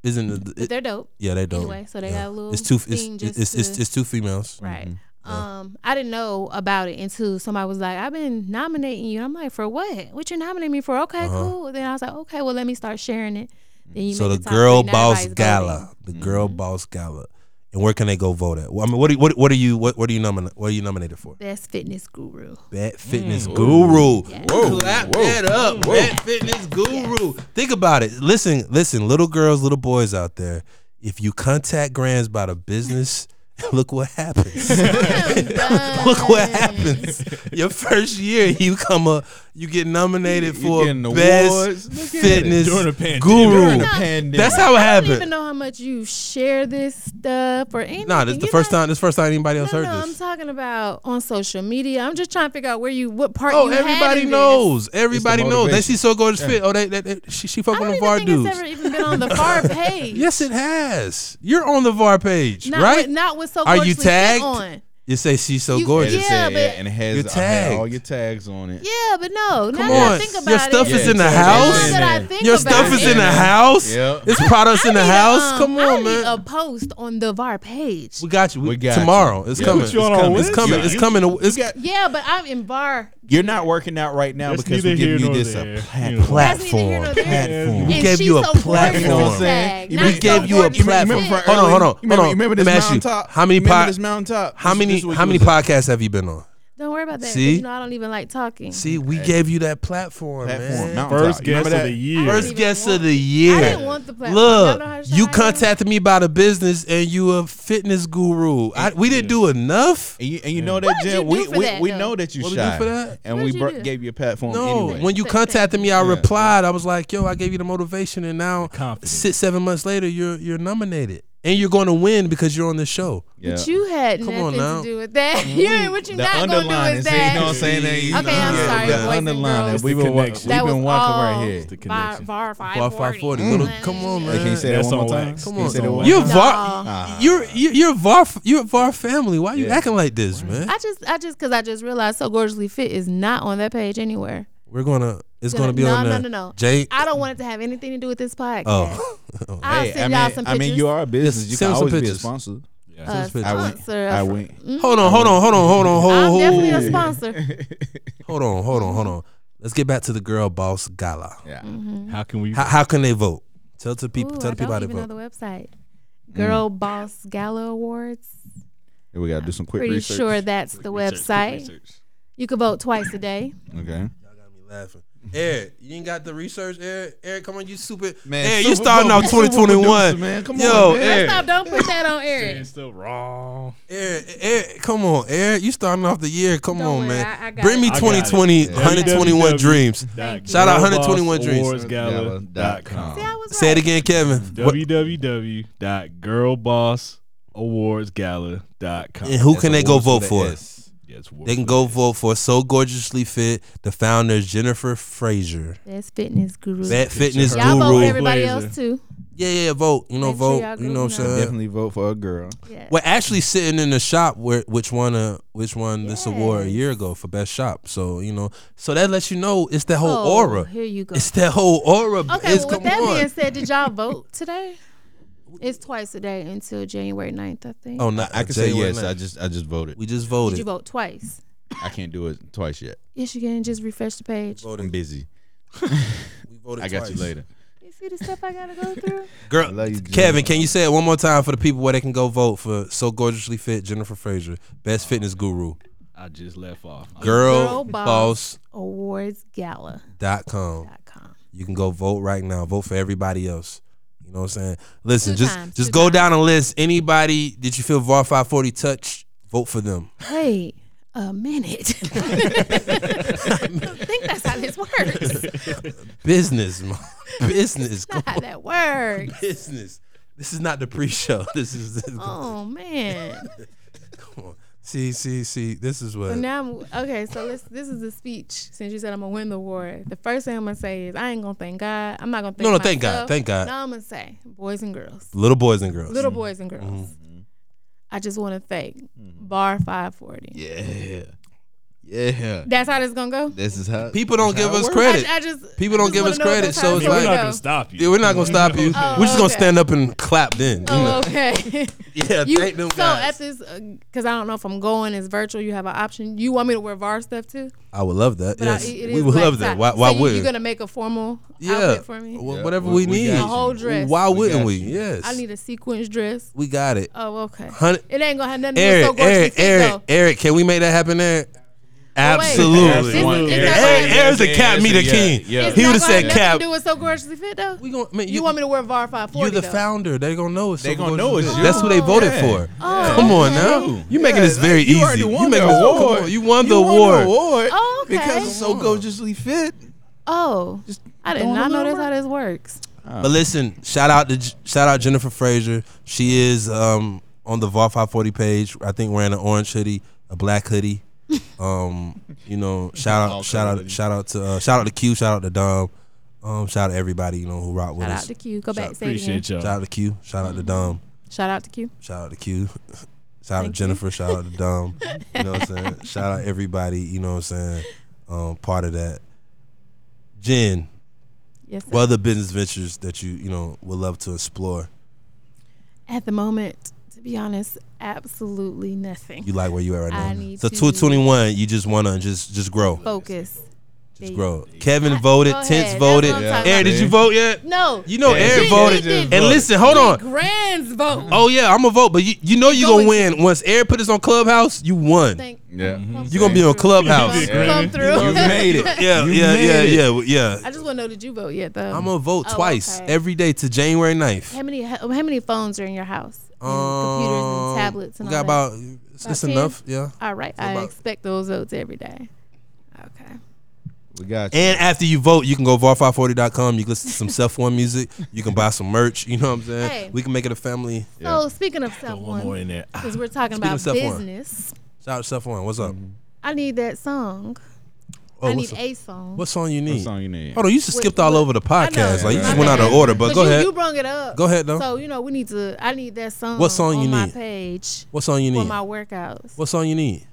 Speaker 1: Isn't it?
Speaker 4: But
Speaker 1: it-
Speaker 4: they're dope.
Speaker 1: yeah, they don't.
Speaker 4: Anyway, so they
Speaker 1: yeah.
Speaker 4: got a little.
Speaker 1: It's two. It's
Speaker 4: thing
Speaker 1: it's,
Speaker 4: just
Speaker 1: it's, it's
Speaker 4: to-
Speaker 1: two females.
Speaker 4: Right.
Speaker 1: Mm-hmm. Yeah.
Speaker 4: Um, I didn't know about it until somebody was like, "I've been nominating you." I'm like, "For what? What you nominating me for?" Okay,
Speaker 1: Uh-huh.
Speaker 4: cool. Then I was like, "Okay, well, let me start sharing it." Then you
Speaker 1: So the
Speaker 4: make the top
Speaker 1: Girl
Speaker 4: three, now
Speaker 1: Boss
Speaker 4: everybody's voting.
Speaker 1: Gala. The Girl
Speaker 2: Mm-hmm.
Speaker 1: Boss Gala. And where can they go vote at? Well, I mean, what do you, what what are you what what are you nominated what are you nominated for?
Speaker 4: best fitness guru.
Speaker 2: Mm.
Speaker 1: Bet Fitness Guru.
Speaker 4: Yeah.
Speaker 1: Whoa, Clap that up. Bet Fitness Guru. Think about it. Listen, listen, little girls, little boys out there. If you contact Grands about a business, look what happens. look what happens. Your first year, you come up, you get nominated
Speaker 2: You
Speaker 1: for
Speaker 2: getting awards.
Speaker 1: best
Speaker 2: Look at it.
Speaker 1: fitness
Speaker 3: During the pandemic.
Speaker 2: During
Speaker 1: guru.
Speaker 2: the pandemic.
Speaker 1: That's how it
Speaker 4: I don't even
Speaker 1: happened.
Speaker 4: know how much you share this stuff or anything.
Speaker 1: Nah, this is the
Speaker 4: You're
Speaker 1: first
Speaker 4: not-
Speaker 1: time. This is the first time anybody else
Speaker 4: No,
Speaker 1: heard
Speaker 4: no, I'm
Speaker 1: this.
Speaker 4: talking about on social media. I'm just trying to figure out where you, what part.
Speaker 1: Oh,
Speaker 4: you had
Speaker 1: everybody
Speaker 4: in this.
Speaker 1: knows. Everybody knows. They
Speaker 2: motivation.
Speaker 1: see so gorgeous fit. Oh, they, they, they she, she fuck
Speaker 4: I
Speaker 1: with them
Speaker 4: don't even
Speaker 1: VAR
Speaker 4: think
Speaker 1: dudes.
Speaker 4: it's ever even been on the far page.
Speaker 1: Yes, it has. You're on the VAR page,
Speaker 4: not
Speaker 1: right?
Speaker 4: With, not with so
Speaker 1: Are you
Speaker 4: gorgeously fit
Speaker 1: tagged?
Speaker 4: On.
Speaker 1: you say she's so
Speaker 4: You-
Speaker 2: And,
Speaker 1: gorgeous.
Speaker 2: it
Speaker 4: Yeah,
Speaker 2: said,
Speaker 4: but-
Speaker 2: and it has
Speaker 1: You're
Speaker 2: I had all
Speaker 1: tagged.
Speaker 2: your tags on it.
Speaker 4: Yeah, but no. now
Speaker 1: Come
Speaker 4: that I
Speaker 1: on,
Speaker 4: think about
Speaker 1: your
Speaker 4: it,
Speaker 1: stuff is
Speaker 2: Yeah,
Speaker 1: in the
Speaker 2: it's
Speaker 1: house.
Speaker 4: Now
Speaker 2: in
Speaker 4: that I
Speaker 2: there.
Speaker 4: think
Speaker 1: Your
Speaker 4: about
Speaker 1: stuff
Speaker 4: it,
Speaker 1: is in the house.
Speaker 2: Yep.
Speaker 1: It's products in the
Speaker 4: I need a,
Speaker 1: house.
Speaker 4: um,
Speaker 1: Come
Speaker 4: I
Speaker 1: on,
Speaker 4: need
Speaker 1: man.
Speaker 4: a post on the VAR page.
Speaker 1: we got you. We,
Speaker 2: We got you.
Speaker 1: tomorrow. It's
Speaker 2: Yeah.
Speaker 1: coming. It's
Speaker 3: What you on our
Speaker 1: coming. It's
Speaker 3: list?
Speaker 1: coming.
Speaker 3: You-
Speaker 1: It's
Speaker 3: you-
Speaker 1: coming. It's got
Speaker 4: Yeah, but I'm in VAR.
Speaker 2: You're not working out right now
Speaker 3: That's
Speaker 2: because we
Speaker 3: neither
Speaker 2: give
Speaker 3: here
Speaker 2: you
Speaker 3: nor
Speaker 2: this
Speaker 3: there.
Speaker 2: a platform.
Speaker 3: You know.
Speaker 4: That's neither here
Speaker 1: platform.
Speaker 4: nor there.
Speaker 1: Platform. We
Speaker 4: And
Speaker 1: gave
Speaker 4: she's
Speaker 1: you a
Speaker 4: so gorgeous
Speaker 1: platform.
Speaker 2: You know what I'm saying?
Speaker 4: Tag,
Speaker 2: You
Speaker 4: not
Speaker 1: We
Speaker 2: remember-
Speaker 1: gave
Speaker 4: so
Speaker 1: you a
Speaker 4: gorgeous
Speaker 1: platform.
Speaker 4: fit.
Speaker 1: Hold on, hold on, hold
Speaker 2: Remember,
Speaker 1: on.
Speaker 2: remember
Speaker 1: Let
Speaker 2: this
Speaker 1: me ask you,
Speaker 2: mountaintop?
Speaker 1: how many
Speaker 2: Remember
Speaker 1: pod-
Speaker 2: this mountaintop?
Speaker 1: How
Speaker 2: This-
Speaker 1: many?
Speaker 2: this week
Speaker 1: How many
Speaker 2: was it?
Speaker 1: podcasts have you been on?
Speaker 4: Don't worry about that. 'cause
Speaker 1: See?
Speaker 4: You know, I don't even like talking.
Speaker 1: See, we gave you that platform,
Speaker 2: Platform,
Speaker 1: man.
Speaker 2: mountaintop.
Speaker 3: First
Speaker 2: You
Speaker 3: guest
Speaker 2: remember
Speaker 3: of
Speaker 2: that?
Speaker 3: the year.
Speaker 1: First
Speaker 4: even
Speaker 1: guest
Speaker 4: want-
Speaker 1: of the
Speaker 4: I
Speaker 1: year.
Speaker 4: didn't want the platform. Y'all know how
Speaker 1: Look,
Speaker 4: to
Speaker 1: you
Speaker 4: shine.
Speaker 1: contacted me about a business and you a fitness guru. I, we didn't do enough.
Speaker 2: And you, and you know that,
Speaker 4: What did you
Speaker 2: Jim.
Speaker 4: do
Speaker 2: We
Speaker 4: for
Speaker 2: we,
Speaker 4: that,
Speaker 2: we
Speaker 4: though?
Speaker 2: know that you
Speaker 1: What we do
Speaker 2: shy.
Speaker 1: for that?
Speaker 2: And
Speaker 4: What
Speaker 2: we
Speaker 4: did you
Speaker 2: bro-
Speaker 4: do?
Speaker 2: gave you a platform
Speaker 1: No,
Speaker 2: anyway.
Speaker 1: when you
Speaker 4: Thank- thank
Speaker 1: contacted me, I
Speaker 2: you. Yeah.
Speaker 1: replied. I was like, "Yo, I gave you the motivation, and now
Speaker 3: Confidence.
Speaker 1: six, seven months later, you're you're nominated, and you're going to win because you're on the show."
Speaker 2: yeah.
Speaker 4: But you had
Speaker 1: Come on
Speaker 4: nothing
Speaker 1: now. Mm-hmm.
Speaker 4: to do with that. you ain't what you not gonna do is
Speaker 2: see, you know what I'm
Speaker 4: that.
Speaker 2: saying? That you-
Speaker 4: Okay, I'm
Speaker 2: yeah,
Speaker 4: sorry,
Speaker 2: The
Speaker 4: boys and
Speaker 2: underlining.
Speaker 4: girls.
Speaker 2: We've been, wa- we've
Speaker 3: It's the
Speaker 4: That was
Speaker 2: been walking
Speaker 4: all
Speaker 2: right here.
Speaker 3: The
Speaker 4: Var,
Speaker 3: connection.
Speaker 4: var
Speaker 1: Var
Speaker 4: 540.
Speaker 1: 540. Little- come
Speaker 4: Mm.
Speaker 1: on,
Speaker 2: Hey,
Speaker 1: man.
Speaker 2: can you say that
Speaker 3: That's
Speaker 2: one more
Speaker 3: on
Speaker 2: time?
Speaker 3: wax.
Speaker 1: Come
Speaker 2: Can you
Speaker 1: on.
Speaker 2: say that one
Speaker 1: You're
Speaker 2: more time?
Speaker 1: var.
Speaker 2: Ah.
Speaker 1: You're you're you're var. You're var family. Why you
Speaker 2: Yeah.
Speaker 1: acting like this, man?
Speaker 4: I just, I just, because I just realized so gorgeously fit is not on that page anywhere.
Speaker 1: We're gonna. It's
Speaker 4: Gonna-
Speaker 1: gonna be
Speaker 4: no,
Speaker 1: on
Speaker 4: no,
Speaker 1: the
Speaker 4: no, no.
Speaker 1: Jay.
Speaker 4: I don't want it to have anything to do with this podcast.
Speaker 1: Oh,
Speaker 4: I'll
Speaker 2: Hey, I
Speaker 4: send y'all
Speaker 2: mean,
Speaker 4: some
Speaker 2: I
Speaker 4: pictures. Mm-hmm.
Speaker 2: mean, you are a business. You
Speaker 1: Send some
Speaker 2: can always be a
Speaker 1: pictures.
Speaker 2: sponsor.
Speaker 4: a
Speaker 1: Send us
Speaker 2: I
Speaker 1: pictures.
Speaker 2: went.
Speaker 4: sponsor.
Speaker 2: I went.
Speaker 4: Mm-hmm.
Speaker 1: hold on, hold on, hold on, hold on,
Speaker 4: I'm
Speaker 1: hold
Speaker 4: definitely a
Speaker 1: on,
Speaker 4: sponsor.
Speaker 1: hold on, hold on, hold on. Let's get back to the girl boss gala.
Speaker 2: Yeah.
Speaker 3: How can we?
Speaker 1: How, how can they vote? Tell the people.
Speaker 4: Ooh,
Speaker 1: tell
Speaker 4: I
Speaker 1: the Mm. people how
Speaker 4: don't
Speaker 1: they
Speaker 4: even know
Speaker 1: vote.
Speaker 4: the website. Girl Boss Gala Awards.
Speaker 2: We gotta do some quick
Speaker 4: Pretty
Speaker 2: research.
Speaker 4: sure that's the website. You could vote twice a day.
Speaker 2: Okay.
Speaker 1: Got me laughing. Eric, you ain't got the research, Eric. Eric, come on, you stupid
Speaker 2: Man,
Speaker 1: Eric, you
Speaker 2: super
Speaker 1: starting
Speaker 2: Bowl
Speaker 1: off
Speaker 2: producer,
Speaker 1: 2021,
Speaker 2: man. Come
Speaker 1: Yo,
Speaker 2: on, man.
Speaker 1: Eric,
Speaker 4: Stop! Don't put that on
Speaker 3: Saying
Speaker 4: Eric.
Speaker 3: still wrong.
Speaker 1: Eric, Eric, come on, Eric, you starting off the year. Come
Speaker 4: Don't
Speaker 1: on,
Speaker 4: worry,
Speaker 1: man.
Speaker 4: I- I got
Speaker 1: Bring me
Speaker 4: it.
Speaker 3: I got
Speaker 1: 2020,
Speaker 3: it.
Speaker 1: 121
Speaker 3: www.
Speaker 1: dreams.
Speaker 3: Dot
Speaker 1: Shout out
Speaker 3: Girl
Speaker 1: 121
Speaker 3: Boss
Speaker 1: Dreams.
Speaker 3: Awards Gala dot com.
Speaker 4: See, I was
Speaker 1: Say it
Speaker 4: right.
Speaker 1: again, Kevin. What-
Speaker 3: www.girlbossawardsgala.com.
Speaker 1: and who can they go
Speaker 2: Awards
Speaker 1: vote
Speaker 2: with a
Speaker 1: for?
Speaker 2: S.
Speaker 3: Yes,
Speaker 1: They can go vote for So Gorgeously Fit, the founder is Jennifer Frazier,
Speaker 4: Best fitness guru.
Speaker 1: that fitness
Speaker 4: Y'all vote for
Speaker 1: guru.
Speaker 4: everybody
Speaker 3: Blazer.
Speaker 4: else too.
Speaker 1: Yeah, yeah, vote. You know,
Speaker 4: Make sure
Speaker 1: vote.
Speaker 4: y'all
Speaker 1: You know what I'm
Speaker 4: grouping up.
Speaker 1: saying?
Speaker 2: Definitely vote for a girl.
Speaker 4: Yeah.
Speaker 1: Well, actually, sitting in the shop where which one uh which one this award a
Speaker 4: Yes.
Speaker 1: year ago for best shop. So you know, so that lets you know it's that whole
Speaker 4: Oh,
Speaker 1: aura.
Speaker 4: Here you go.
Speaker 1: It's that whole aura.
Speaker 4: Okay,
Speaker 1: it's,
Speaker 4: well, with
Speaker 1: come
Speaker 4: that
Speaker 1: on.
Speaker 4: being said, did y'all vote today? It's twice a day until January 9th, I think.
Speaker 1: oh, no,
Speaker 2: I can say yes. I just I just voted.
Speaker 1: we just
Speaker 4: Did
Speaker 1: voted.
Speaker 4: you vote twice?
Speaker 2: I can't do it twice yet.
Speaker 4: Yes, you can. Just refresh the page.
Speaker 2: I'm busy.
Speaker 1: We voted
Speaker 2: I got you
Speaker 1: twice.
Speaker 2: later.
Speaker 4: You see the stuff I gotta go through?
Speaker 1: Girl,
Speaker 2: I love you,
Speaker 1: Kevin,
Speaker 2: Jennifer.
Speaker 1: can you say it one more time for the people where they can go vote for So Gorgeously Fit Jennifer Frazier, best fitness guru,
Speaker 3: I just left off.
Speaker 1: girlboss.com.
Speaker 4: Awardsgala.com.
Speaker 1: You can go vote right now. Vote for everybody else. You know what I'm saying? Listen,
Speaker 4: Two
Speaker 1: just
Speaker 4: times,
Speaker 1: just
Speaker 4: two
Speaker 1: go
Speaker 4: times.
Speaker 1: down a list. Anybody that you feel VAR 540 touch, vote for them.
Speaker 4: Wait a minute. I don't think that's how this works.
Speaker 1: Business, man. business,
Speaker 4: Not how that works.
Speaker 1: business. This is not the pre-show. This is this,
Speaker 4: Oh man.
Speaker 1: come on. See, see, see. This is
Speaker 4: So
Speaker 1: what.
Speaker 4: now I'm okay. So let's, this is the speech. Since you said I'm gonna win the award, the first thing I'm gonna say is I ain't gonna thank God. I'm not gonna thank
Speaker 1: No, no, thank
Speaker 4: myself.
Speaker 1: God, thank God. Mm-hmm.
Speaker 4: No, I'm gonna say boys and girls,
Speaker 1: Little boys and girls.
Speaker 4: little boys and girls. I just want to thank
Speaker 1: Mm-hmm.
Speaker 4: Bar 540.
Speaker 2: Yeah. Yeah.
Speaker 4: That's how this gonna go.
Speaker 2: This is how
Speaker 1: People don't give us
Speaker 4: I,
Speaker 1: credit.
Speaker 4: I just
Speaker 1: People don't
Speaker 4: I just
Speaker 1: give
Speaker 4: wanna
Speaker 1: us
Speaker 4: know if
Speaker 1: credit,
Speaker 4: that's
Speaker 1: so
Speaker 4: how
Speaker 1: it's
Speaker 4: this
Speaker 1: like-
Speaker 3: we're
Speaker 4: gonna
Speaker 3: not
Speaker 4: go.
Speaker 3: gonna stop you.
Speaker 1: Yeah, we're not gonna stop you.
Speaker 4: Oh,
Speaker 1: we're just gonna
Speaker 4: okay.
Speaker 1: stand up and clap then. you know?
Speaker 4: Oh, okay.
Speaker 1: Yeah,
Speaker 4: You,
Speaker 1: thank them
Speaker 4: so
Speaker 1: guys.
Speaker 4: at this, because I don't know if I'm going as virtual, you have an option. You want me to wear VAR stuff too?
Speaker 1: I would love that.
Speaker 4: But
Speaker 1: yes,
Speaker 4: I, it
Speaker 1: we
Speaker 4: is
Speaker 1: would
Speaker 4: black
Speaker 1: love that.
Speaker 4: tie.
Speaker 1: Why, why
Speaker 4: so
Speaker 1: would?
Speaker 4: You, are gonna make a formal
Speaker 1: yeah,
Speaker 4: outfit for me?
Speaker 1: Wh-
Speaker 2: Yeah,
Speaker 1: whatever we,
Speaker 2: we- we
Speaker 1: need.
Speaker 2: got
Speaker 4: A whole dress.
Speaker 1: Why wouldn't
Speaker 2: got
Speaker 1: we?
Speaker 2: you.
Speaker 1: Yes,
Speaker 4: I need a sequence dress.
Speaker 1: we got it.
Speaker 4: Oh, okay.
Speaker 1: Hundred-
Speaker 4: It ain't gonna have nothing to do
Speaker 1: Eric,
Speaker 4: with so
Speaker 1: Eric,
Speaker 4: Eric,
Speaker 1: Eric, Eric, can we make that happen, Eric? Absolutely.
Speaker 4: This-
Speaker 1: Eric,
Speaker 4: this- this-
Speaker 1: Eric's the
Speaker 2: Yeah,
Speaker 1: cap, me the
Speaker 2: yeah,
Speaker 1: king.
Speaker 2: yeah.
Speaker 1: He would have said
Speaker 4: Nothing
Speaker 1: cap.
Speaker 4: to do with so gorgeously fit though.
Speaker 1: We gonna, man,
Speaker 4: you, want me to wear VAR 540?
Speaker 1: You're the
Speaker 4: though?
Speaker 1: founder. They're gonna know it's.
Speaker 2: They
Speaker 1: so
Speaker 2: gonna
Speaker 1: good.
Speaker 2: know it's you.
Speaker 1: That's who they voted
Speaker 2: Yeah.
Speaker 1: for.
Speaker 4: Oh,
Speaker 1: Come on
Speaker 4: okay.
Speaker 1: now. You
Speaker 2: Yeah,
Speaker 1: making this very
Speaker 2: like, you
Speaker 1: easy.
Speaker 2: already won
Speaker 1: making
Speaker 2: the
Speaker 1: this- come
Speaker 2: award.
Speaker 1: on, You won the
Speaker 2: You won
Speaker 1: award.
Speaker 2: award
Speaker 4: Oh, okay.
Speaker 2: because it's so gorgeously fit.
Speaker 4: Oh, I did
Speaker 2: throwing
Speaker 4: not
Speaker 2: the
Speaker 4: know that's
Speaker 2: number.
Speaker 4: how this works.
Speaker 1: But listen, shout out to J- shout out Jennifer Frazier. She is um, on the VAR 540 page. I think wearing an orange hoodie, a black hoodie. Um, you know, shout out,
Speaker 2: All
Speaker 1: shout out,
Speaker 2: colored.
Speaker 1: shout out to uh, shout out to Q, shout out to Dom, um, shout out to everybody you know who rock with
Speaker 4: Shout
Speaker 1: us.
Speaker 4: out to Q. Go back. Say it again.
Speaker 3: Appreciate y'all.
Speaker 1: Shout out to Q, shout out to Dom,
Speaker 4: Shout out to Q.
Speaker 1: shout out to Q, shout out to
Speaker 4: Thank
Speaker 1: Jennifer, shout out to Dom. You know what I'm saying? Shout out everybody. You know what I'm saying? Um, part of that. Jen,
Speaker 4: Yes. Sir.
Speaker 1: what other business ventures that you you know would love to explore?
Speaker 4: At the moment, to be honest, absolutely nothing.
Speaker 1: you like where you at right now.
Speaker 4: I need
Speaker 1: so
Speaker 4: to-
Speaker 1: 221, you just wanna just just grow.
Speaker 4: Focus.
Speaker 1: Just grow up. Kevin voted.
Speaker 4: Go
Speaker 1: Tense
Speaker 4: ahead.
Speaker 1: voted.
Speaker 4: That's what I'm
Speaker 2: Yeah.
Speaker 4: talking
Speaker 1: Aaron,
Speaker 4: about.
Speaker 1: did you vote yet?
Speaker 4: No.
Speaker 1: You know
Speaker 2: Yeah,
Speaker 1: Aaron
Speaker 2: she
Speaker 1: voted.
Speaker 4: did
Speaker 1: And
Speaker 4: vote.
Speaker 1: listen, hold
Speaker 4: Big
Speaker 1: on.
Speaker 4: Grand's vote.
Speaker 1: Oh yeah, I'm gonna vote, but you, you know you
Speaker 4: Go
Speaker 1: gonna
Speaker 4: with-
Speaker 1: win. Once Aaron put us on Clubhouse, you won.
Speaker 4: Thank-
Speaker 2: Yeah.
Speaker 4: come
Speaker 1: You gonna be on
Speaker 4: through.
Speaker 1: Clubhouse.
Speaker 3: You did
Speaker 1: Yeah,
Speaker 3: great.
Speaker 4: Come through.
Speaker 2: You made it.
Speaker 1: yeah,
Speaker 2: You
Speaker 1: yeah,
Speaker 2: made
Speaker 1: yeah,
Speaker 2: it.
Speaker 1: yeah, yeah.
Speaker 4: I just want to know did you vote yet though?
Speaker 1: I'm gonna vote
Speaker 4: Oh,
Speaker 1: twice
Speaker 4: okay.
Speaker 1: every day to January 9th.
Speaker 4: how many how, how many phones are in your house? And computers
Speaker 1: Um,
Speaker 4: and tablets and
Speaker 1: we got
Speaker 4: all that?
Speaker 1: about it's,
Speaker 4: About
Speaker 1: it's
Speaker 4: 10?
Speaker 1: enough, yeah.
Speaker 4: All right, I
Speaker 1: about-
Speaker 4: expect those votes every day. Okay.
Speaker 2: We got you.
Speaker 1: And after you vote, you can go var540.com. You can listen to some self one music. You can buy some merch. You know what I'm saying?
Speaker 4: Hey.
Speaker 1: We can make it a family.
Speaker 4: So speaking of self
Speaker 3: One more in
Speaker 4: one,
Speaker 3: there.
Speaker 4: because we're talking
Speaker 1: Speaking of
Speaker 4: about
Speaker 1: Self One.
Speaker 4: business,
Speaker 1: Shout out self one. What's up?
Speaker 4: I need that song.
Speaker 1: Oh,
Speaker 4: I
Speaker 1: what's
Speaker 4: need
Speaker 1: up?
Speaker 4: a song.
Speaker 1: What song you
Speaker 2: What
Speaker 1: need?
Speaker 2: song you need?
Speaker 1: Hold on, you just
Speaker 4: What-
Speaker 1: skipped all
Speaker 4: what-
Speaker 1: over the
Speaker 4: I know.
Speaker 1: podcast. Like you
Speaker 4: I
Speaker 1: just
Speaker 4: know.
Speaker 1: went out of order. But go
Speaker 4: you,
Speaker 1: ahead.
Speaker 4: You brung it up.
Speaker 1: Go ahead, though.
Speaker 4: So you know we need to. I need that song.
Speaker 1: What song
Speaker 4: on
Speaker 1: you
Speaker 4: my
Speaker 1: need?
Speaker 4: page
Speaker 1: What song you
Speaker 4: for
Speaker 1: need?
Speaker 4: my workouts.
Speaker 1: What song you need?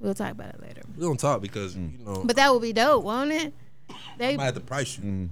Speaker 4: We'll talk about it later.
Speaker 1: We don't talk because
Speaker 2: Mm.
Speaker 1: you know
Speaker 4: But that would be dope, won't it? They
Speaker 1: I had to price you.
Speaker 2: Mm.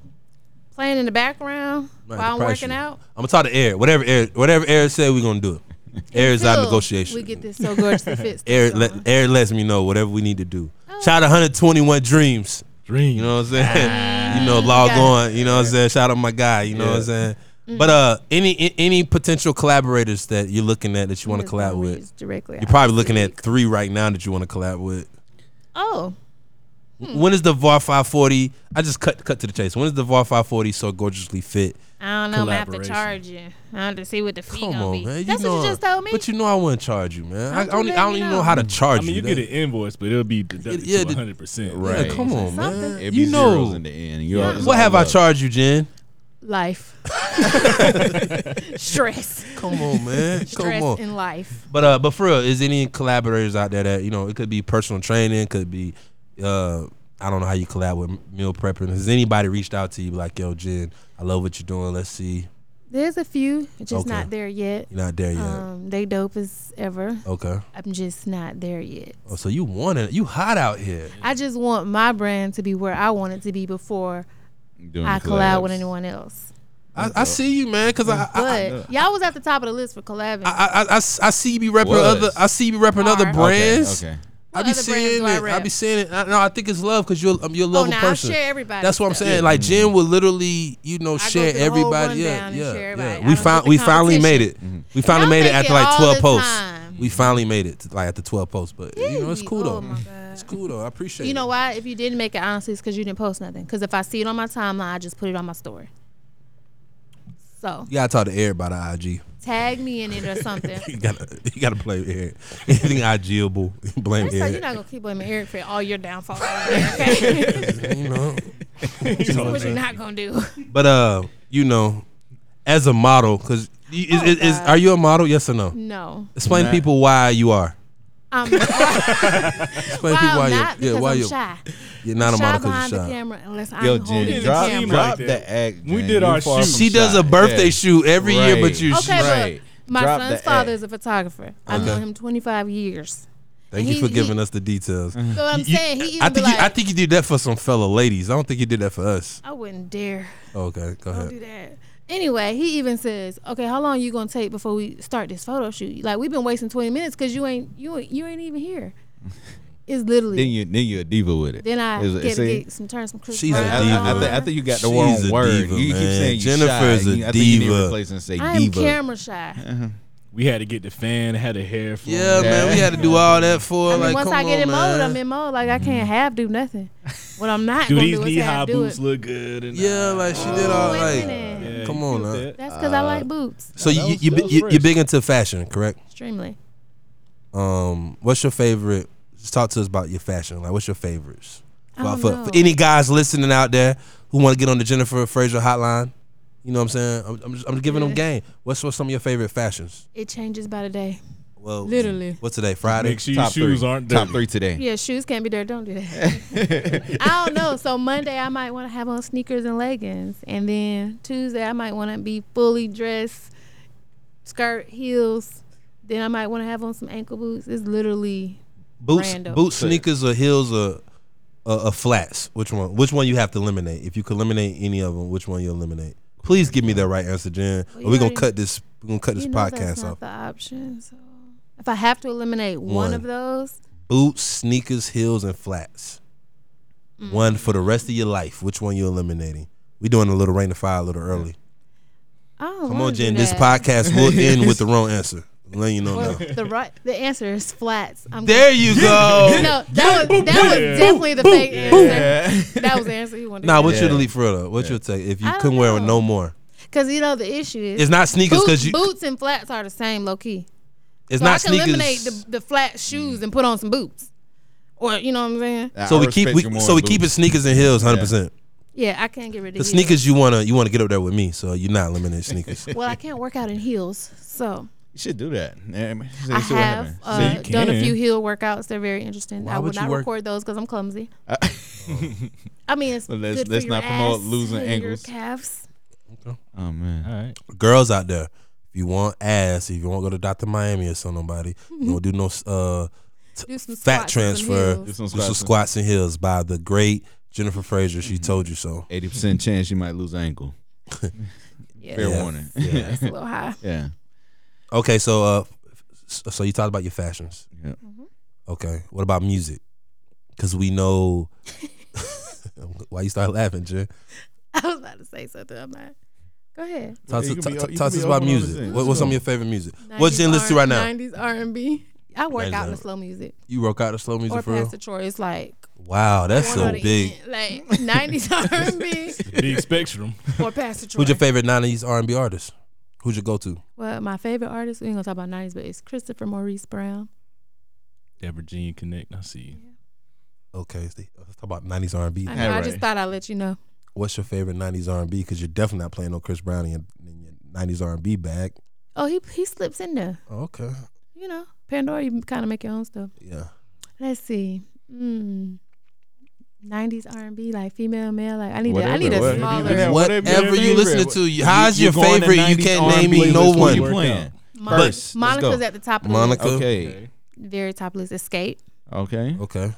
Speaker 4: playing in the background while I'm working out.
Speaker 1: I'm gonna talk to Eric. Whatever Eric, whatever Eric said, we're gonna do it. Eric's out
Speaker 4: Till
Speaker 1: of negotiation.
Speaker 4: We get this so gorgeous it fits.
Speaker 1: Eric, let, Eric lets me know whatever we need to do.
Speaker 4: Oh.
Speaker 1: Shout out 121 Dreams.
Speaker 3: Dream.
Speaker 1: You know what I'm
Speaker 4: Ah,
Speaker 1: saying? you know, log
Speaker 4: got it.
Speaker 1: on. You know what I'm saying? Shout out my guy. You know what I'm
Speaker 2: Yeah.
Speaker 1: saying?
Speaker 4: Mm-hmm.
Speaker 1: But uh, any a- any potential collaborators that you're looking at that you want to
Speaker 4: Just gonna
Speaker 1: collab
Speaker 4: read
Speaker 1: with?
Speaker 4: directly.
Speaker 1: You're probably looking at three right now that you want to collab with.
Speaker 4: Oh, Hmm.
Speaker 1: When is the VAR 540? I just cut cut to the chase. When is the VAR 540 so gorgeously fit?
Speaker 4: I don't know. I'm gonna have to
Speaker 3: Collaboration.
Speaker 4: charge you. I have to see what the fee
Speaker 1: Come
Speaker 4: gonna
Speaker 1: on,
Speaker 4: be.
Speaker 1: man. You
Speaker 4: That's
Speaker 1: know
Speaker 4: what you just told me.
Speaker 1: But you know I wouldn't charge you, man. I, I
Speaker 4: just
Speaker 1: don't, e, I
Speaker 4: letting
Speaker 1: don't
Speaker 4: you
Speaker 1: even know. know how to
Speaker 3: I
Speaker 1: charge
Speaker 3: mean, you
Speaker 1: That-
Speaker 3: get an invoice, but it'll be deducted
Speaker 1: yeah,
Speaker 3: to
Speaker 1: the-
Speaker 3: 100. percent
Speaker 1: Yeah,
Speaker 2: Right.
Speaker 1: come on,
Speaker 4: Something.
Speaker 1: man.
Speaker 2: It'd be
Speaker 1: You
Speaker 2: zeros
Speaker 1: know.
Speaker 2: in the end. You all- it's
Speaker 1: What
Speaker 2: all
Speaker 1: have I
Speaker 2: love.
Speaker 1: charged you, Jen?
Speaker 4: life, stress,
Speaker 1: Come on, man. Come
Speaker 4: stress
Speaker 1: on.
Speaker 4: in life.
Speaker 1: But uh, but for real, is any collaborators out there that you know? It could be personal training, could be uh, I don't know how you collab with meal prepping. Has anybody reached out to you like, yo, Jen, I love what you're doing. Let's see,
Speaker 4: There's a few, just
Speaker 1: Okay.
Speaker 4: not there yet.
Speaker 1: you're not there yet. Oh.
Speaker 4: Um, they dope as ever.
Speaker 1: okay,
Speaker 4: I'm just not there yet.
Speaker 1: oh, so you want it? You hot out here?
Speaker 4: I just want my brand to be where I want it to be before
Speaker 2: Doing
Speaker 4: I
Speaker 2: the Mm,
Speaker 4: collab
Speaker 2: collabs.
Speaker 4: with anyone else.
Speaker 1: I, I see you, man, because I. I
Speaker 4: But y'all was at the top of the list for collabing.
Speaker 1: I, I, I, I see you be repping
Speaker 2: Was.
Speaker 1: other. I see you be repping other
Speaker 4: Are.
Speaker 2: Okay,
Speaker 1: brands.
Speaker 2: okay.
Speaker 1: I be
Speaker 4: other brands
Speaker 1: seeing
Speaker 4: do I
Speaker 1: it. I,
Speaker 4: rep?
Speaker 1: be seeing it. I, no, I think it's love because you're um, you're a
Speaker 4: oh,
Speaker 1: lovable
Speaker 4: now
Speaker 1: person.
Speaker 4: I share everybody.
Speaker 1: That's what I'm
Speaker 4: stuff.
Speaker 2: Mm-hmm.
Speaker 1: saying. Like Jen would literally, you know,
Speaker 4: go
Speaker 1: share
Speaker 4: through the whole
Speaker 1: everybody. Yeah,
Speaker 4: rundown and
Speaker 1: yeah,
Speaker 4: share everybody.
Speaker 1: yeah.
Speaker 4: I
Speaker 1: We
Speaker 4: don't
Speaker 1: found
Speaker 4: do the
Speaker 1: we finally made it. We finally
Speaker 4: Y'all
Speaker 1: made it
Speaker 4: make
Speaker 1: after
Speaker 4: it
Speaker 1: like
Speaker 4: all
Speaker 1: 12
Speaker 4: the
Speaker 1: posts.
Speaker 4: time.
Speaker 1: We finally made it to, like at the 12 posts, but you know it's
Speaker 4: Yay.
Speaker 1: cool
Speaker 4: Oh,
Speaker 1: though.
Speaker 4: my God.
Speaker 1: It's cool though. I appreciate
Speaker 4: You know
Speaker 1: it.
Speaker 4: why? If you didn't make it, honestly, it's because you didn't post nothing. Because if I see it on my timeline, I just put it on my story. So
Speaker 1: You gotta talk to Eric about the IG.
Speaker 4: tag me in it or something.
Speaker 1: You gotta you gotta play Eric. Anything IGable, blame
Speaker 4: That's how you're
Speaker 1: Eric.
Speaker 4: not gonna keep blaming Eric for all your downfalls. Okay,
Speaker 1: You know.
Speaker 4: That's what you're not gonna do.
Speaker 1: But uh, you know, as a model, because is, is, is
Speaker 4: God.
Speaker 1: are you a model? Yes or no?
Speaker 4: No,
Speaker 1: Explain to
Speaker 2: Nah.
Speaker 1: people why you are.
Speaker 4: I'm, why
Speaker 1: Explain to people why
Speaker 4: I'm
Speaker 1: you're-
Speaker 4: not because
Speaker 1: yeah, why
Speaker 4: I'm
Speaker 1: you're
Speaker 4: shy.
Speaker 1: You're not a
Speaker 4: shy
Speaker 1: model because
Speaker 4: behind
Speaker 1: you're
Speaker 4: the
Speaker 1: shy.
Speaker 4: camera unless I'm
Speaker 2: Yo,
Speaker 4: holding
Speaker 2: Jen,
Speaker 4: the
Speaker 2: drop,
Speaker 4: camera.
Speaker 2: drop
Speaker 3: like that.
Speaker 2: the act.
Speaker 3: We
Speaker 2: Jen.
Speaker 3: did
Speaker 2: You far
Speaker 3: our shoot.
Speaker 2: from
Speaker 1: She does
Speaker 2: shy.
Speaker 1: a birthday
Speaker 2: Yeah.
Speaker 1: shoot every year, but
Speaker 2: Right.
Speaker 1: you.
Speaker 4: Okay,
Speaker 2: Right.
Speaker 4: but my
Speaker 2: Drop
Speaker 4: son's
Speaker 2: the
Speaker 4: father
Speaker 2: act.
Speaker 4: is a photographer. I've
Speaker 1: Okay.
Speaker 4: known him 25 years.
Speaker 1: Thank you for
Speaker 4: he-
Speaker 1: giving us the details.
Speaker 4: So I'm
Speaker 1: You-
Speaker 4: saying he even
Speaker 1: I
Speaker 4: be
Speaker 1: think
Speaker 4: like,
Speaker 1: you, I think you did that for some fellow ladies. I don't think you did that for us.
Speaker 4: I wouldn't dare.
Speaker 1: Okay, go
Speaker 4: Don't
Speaker 1: ahead.
Speaker 4: do that. Anyway, he even says, "Okay, how long you gonna take before we start this photo shoot? Like we've been wasting twenty minutes because you ain't you ain't- you ain't even here. It's literally
Speaker 2: Then
Speaker 4: then,
Speaker 2: you then you a diva with it.
Speaker 4: I
Speaker 2: Is it-
Speaker 4: get,
Speaker 2: see?
Speaker 4: to get some turn some Chris
Speaker 1: She's a
Speaker 4: Brown.
Speaker 2: I, I, I,
Speaker 1: diva.
Speaker 2: think, I think you got the
Speaker 1: She's
Speaker 2: wrong
Speaker 1: a
Speaker 2: word.
Speaker 1: diva,
Speaker 2: you
Speaker 1: man.
Speaker 2: keep saying you
Speaker 1: Jennifer's
Speaker 2: shy.
Speaker 1: a
Speaker 2: You- I think you need to
Speaker 1: diva.
Speaker 2: replace and say
Speaker 4: I am
Speaker 2: diva.
Speaker 4: camera shy.
Speaker 3: We had to get the fan, had the hair. Flowing.
Speaker 1: Yeah, man, we had to do all that for.
Speaker 4: I mean,
Speaker 1: like,
Speaker 4: once
Speaker 1: come
Speaker 4: I get
Speaker 1: on,
Speaker 4: in mode,
Speaker 1: man.
Speaker 4: I'm in mode. Like I can't half do nothing. What I'm not
Speaker 3: Do
Speaker 4: gonna
Speaker 3: these
Speaker 4: do
Speaker 3: knee
Speaker 4: is
Speaker 3: high
Speaker 4: half do
Speaker 3: boots
Speaker 4: it.
Speaker 3: look good? And
Speaker 1: Yeah, like she did all
Speaker 4: wait a
Speaker 1: like.
Speaker 4: minute.
Speaker 3: Yeah,
Speaker 1: Come
Speaker 3: you
Speaker 1: on,
Speaker 3: cute
Speaker 1: now.
Speaker 3: with that.
Speaker 4: That's because I like boots
Speaker 1: So
Speaker 3: That
Speaker 1: you
Speaker 3: was-
Speaker 1: you,
Speaker 3: that was
Speaker 1: you you're
Speaker 3: fresh.
Speaker 1: big into fashion, correct?
Speaker 4: extremely.
Speaker 1: Um, what's your favorite? Just talk to us about your fashion. Like, what's your favorites?
Speaker 4: I
Speaker 1: Well,
Speaker 4: don't
Speaker 1: for,
Speaker 4: know.
Speaker 1: for any guys listening out there who want to get on the Jennifer Fraser hotline, you know what I'm saying? I'm, I'm, just, I'm giving them
Speaker 4: Yeah.
Speaker 1: game. What's, what's some of your favorite fashions?
Speaker 4: It changes by the day.
Speaker 1: Well,
Speaker 4: Literally.
Speaker 1: What's today? Friday.
Speaker 3: Make sure your shoes
Speaker 2: three.
Speaker 3: aren't dirty.
Speaker 2: Top three today.
Speaker 4: Yeah, shoes can't be dirty. Don't do that. I don't know. So Monday I might want to have on sneakers and leggings, and then Tuesday I might want to be fully dressed, skirt, heels. Then I might want to have on some ankle boots. It's literally
Speaker 1: Boots,
Speaker 4: Random.
Speaker 1: boots, sneakers, or heels, or, or, or flats. Which one? Which one you have to eliminate? If you could eliminate any of them, which one you eliminate? Please give me the right answer, Jen.
Speaker 4: Well,
Speaker 1: or
Speaker 4: you
Speaker 1: we're gonna
Speaker 4: already-
Speaker 1: cut this. We're gonna cut this
Speaker 4: you know that's
Speaker 1: podcast
Speaker 4: not
Speaker 1: off.
Speaker 4: the option. So if I have to eliminate one,
Speaker 1: One.
Speaker 4: of those,
Speaker 1: Boots, sneakers, heels, and flats.
Speaker 4: Mm.
Speaker 1: One for the rest of your life. Which one you eliminating? We doing a little rain of fire a little early.
Speaker 4: I don't
Speaker 1: Come
Speaker 4: wanna
Speaker 1: on,
Speaker 4: do
Speaker 1: Jen. This
Speaker 4: that.
Speaker 1: podcast will end with the wrong answer. I'm letting you know
Speaker 4: Well,
Speaker 1: now.
Speaker 4: the right, the answer is flats. I'm
Speaker 1: There you
Speaker 4: gonna-
Speaker 1: go.
Speaker 4: No, that was that was
Speaker 3: Yeah.
Speaker 4: definitely the fake answer.
Speaker 2: Yeah.
Speaker 4: That was the answer he wanted.
Speaker 1: Nah, what you
Speaker 2: Yeah.
Speaker 1: delete for real though? What you take if you
Speaker 4: I don't
Speaker 1: couldn't wear it
Speaker 4: know.
Speaker 1: no more?
Speaker 4: because you know the issue is
Speaker 1: It's not sneakers
Speaker 4: boots,
Speaker 1: because you.
Speaker 4: boots and flats are the same low key.
Speaker 1: It's
Speaker 4: So I
Speaker 1: not
Speaker 4: can eliminate
Speaker 1: sneakers.
Speaker 4: the, the flat shoes and put on some boots, or you know what I'm saying?
Speaker 1: so
Speaker 2: I
Speaker 1: we keep
Speaker 2: respect
Speaker 1: we,
Speaker 2: you more
Speaker 1: so we
Speaker 2: than
Speaker 1: keep it
Speaker 2: boots.
Speaker 1: sneakers and heels, hundred percent.
Speaker 4: Yeah, I can't get rid of
Speaker 1: The
Speaker 4: heels.
Speaker 1: sneakers you wanna you wanna get up there with me, so you're not eliminating sneakers.
Speaker 4: Well, I can't work out in heels, so
Speaker 2: You should do that. Yeah, man. See-
Speaker 4: I
Speaker 2: see what
Speaker 4: have
Speaker 2: happens.
Speaker 4: uh,
Speaker 3: See, you
Speaker 4: done a
Speaker 3: can.
Speaker 4: few heel workouts. They're very interesting.
Speaker 1: Why
Speaker 4: I
Speaker 1: would
Speaker 4: would
Speaker 1: you
Speaker 4: not
Speaker 1: work- Oh.
Speaker 4: record those because I'm clumsy.
Speaker 2: Uh,
Speaker 4: I mean, it's
Speaker 2: Well, let's-
Speaker 4: good
Speaker 2: let's
Speaker 4: for your
Speaker 2: not promote
Speaker 4: ass
Speaker 2: losing
Speaker 4: and your
Speaker 2: angles.
Speaker 4: calves.
Speaker 2: oh man.
Speaker 3: All right.
Speaker 1: Girls out there, if you want ass, if you want to go to Doctor Miami or some nobody,
Speaker 4: Mm-hmm.
Speaker 1: you don't do no uh
Speaker 4: Do some
Speaker 1: fat
Speaker 4: squats and some
Speaker 1: transfer.
Speaker 4: heels.
Speaker 2: This one's
Speaker 1: do some squats and heels by the great Jennifer Fraser.
Speaker 2: Mm-hmm.
Speaker 1: She told you so.
Speaker 2: Eighty percent chance you might lose ankle.
Speaker 4: Yeah,
Speaker 2: Fair
Speaker 1: Yeah.
Speaker 2: warning.
Speaker 4: that's a little high.
Speaker 2: yeah.
Speaker 1: Okay, so uh, s- so you talked about your fashions.
Speaker 2: Yeah.
Speaker 4: Mm-hmm.
Speaker 1: Okay, what about music? Because we know. Why you start laughing, Jen?
Speaker 4: I was about to say something. I'm not. Go ahead.
Speaker 1: Talk to,
Speaker 2: You can
Speaker 1: ta-
Speaker 2: be-
Speaker 1: ta-
Speaker 2: you can
Speaker 1: talk to
Speaker 2: be
Speaker 1: us about
Speaker 2: open on
Speaker 1: music.
Speaker 2: this.
Speaker 1: What, what's some of your favorite music? What Jen listen to right now?
Speaker 4: 90s R&B. I work
Speaker 1: 90s
Speaker 4: out
Speaker 1: R-
Speaker 4: to slow music
Speaker 1: You rock out to slow music
Speaker 4: or
Speaker 1: for real?
Speaker 4: Pastor Troy. It's like
Speaker 1: Wow, that's
Speaker 4: one
Speaker 1: so
Speaker 4: or the
Speaker 1: big.
Speaker 4: end. Like 90s R&B
Speaker 3: Big spectrum.
Speaker 4: or Pastor Troy.
Speaker 1: Who's your favorite '90s R&B artist? Who's your go-to?
Speaker 4: well, my favorite artist. We ain't gonna talk about 90s, but it's Christopher Maurice Brown.
Speaker 3: That Virginia Connect. I see you.
Speaker 1: Okay, see, let's talk about '90s R&B.
Speaker 4: I, know, I just
Speaker 2: right.
Speaker 4: thought I'd let you know.
Speaker 1: What's your favorite '90s R&B? Because you're definitely not playing no Chris Brown in your, in your '90s R&B bag.
Speaker 4: Oh, he he slips in there.
Speaker 1: Okay,
Speaker 4: You know, Pandora. You kind of make your own stuff.
Speaker 1: yeah.
Speaker 4: Let's see. Mm. 90s R&B, like female, male. Like I need. A, I
Speaker 2: Whatever,
Speaker 4: need a
Speaker 2: whatever.
Speaker 4: smaller.
Speaker 2: Yeah,
Speaker 1: whatever,
Speaker 2: whatever your
Speaker 1: you
Speaker 2: favorite-
Speaker 1: listening to, you- how's
Speaker 2: You-
Speaker 1: your
Speaker 2: you're going to
Speaker 1: favorite? You
Speaker 2: 90s
Speaker 1: can't
Speaker 2: R&B
Speaker 1: name me
Speaker 2: playlist.
Speaker 1: no
Speaker 2: Who you
Speaker 1: one.
Speaker 2: playing?
Speaker 4: Mon-
Speaker 2: First, let's
Speaker 4: Monica's
Speaker 2: go.
Speaker 4: at the top of the list.
Speaker 1: Monica.
Speaker 2: Okay.
Speaker 4: Very top of the list. Escape.
Speaker 2: Okay.
Speaker 1: Okay.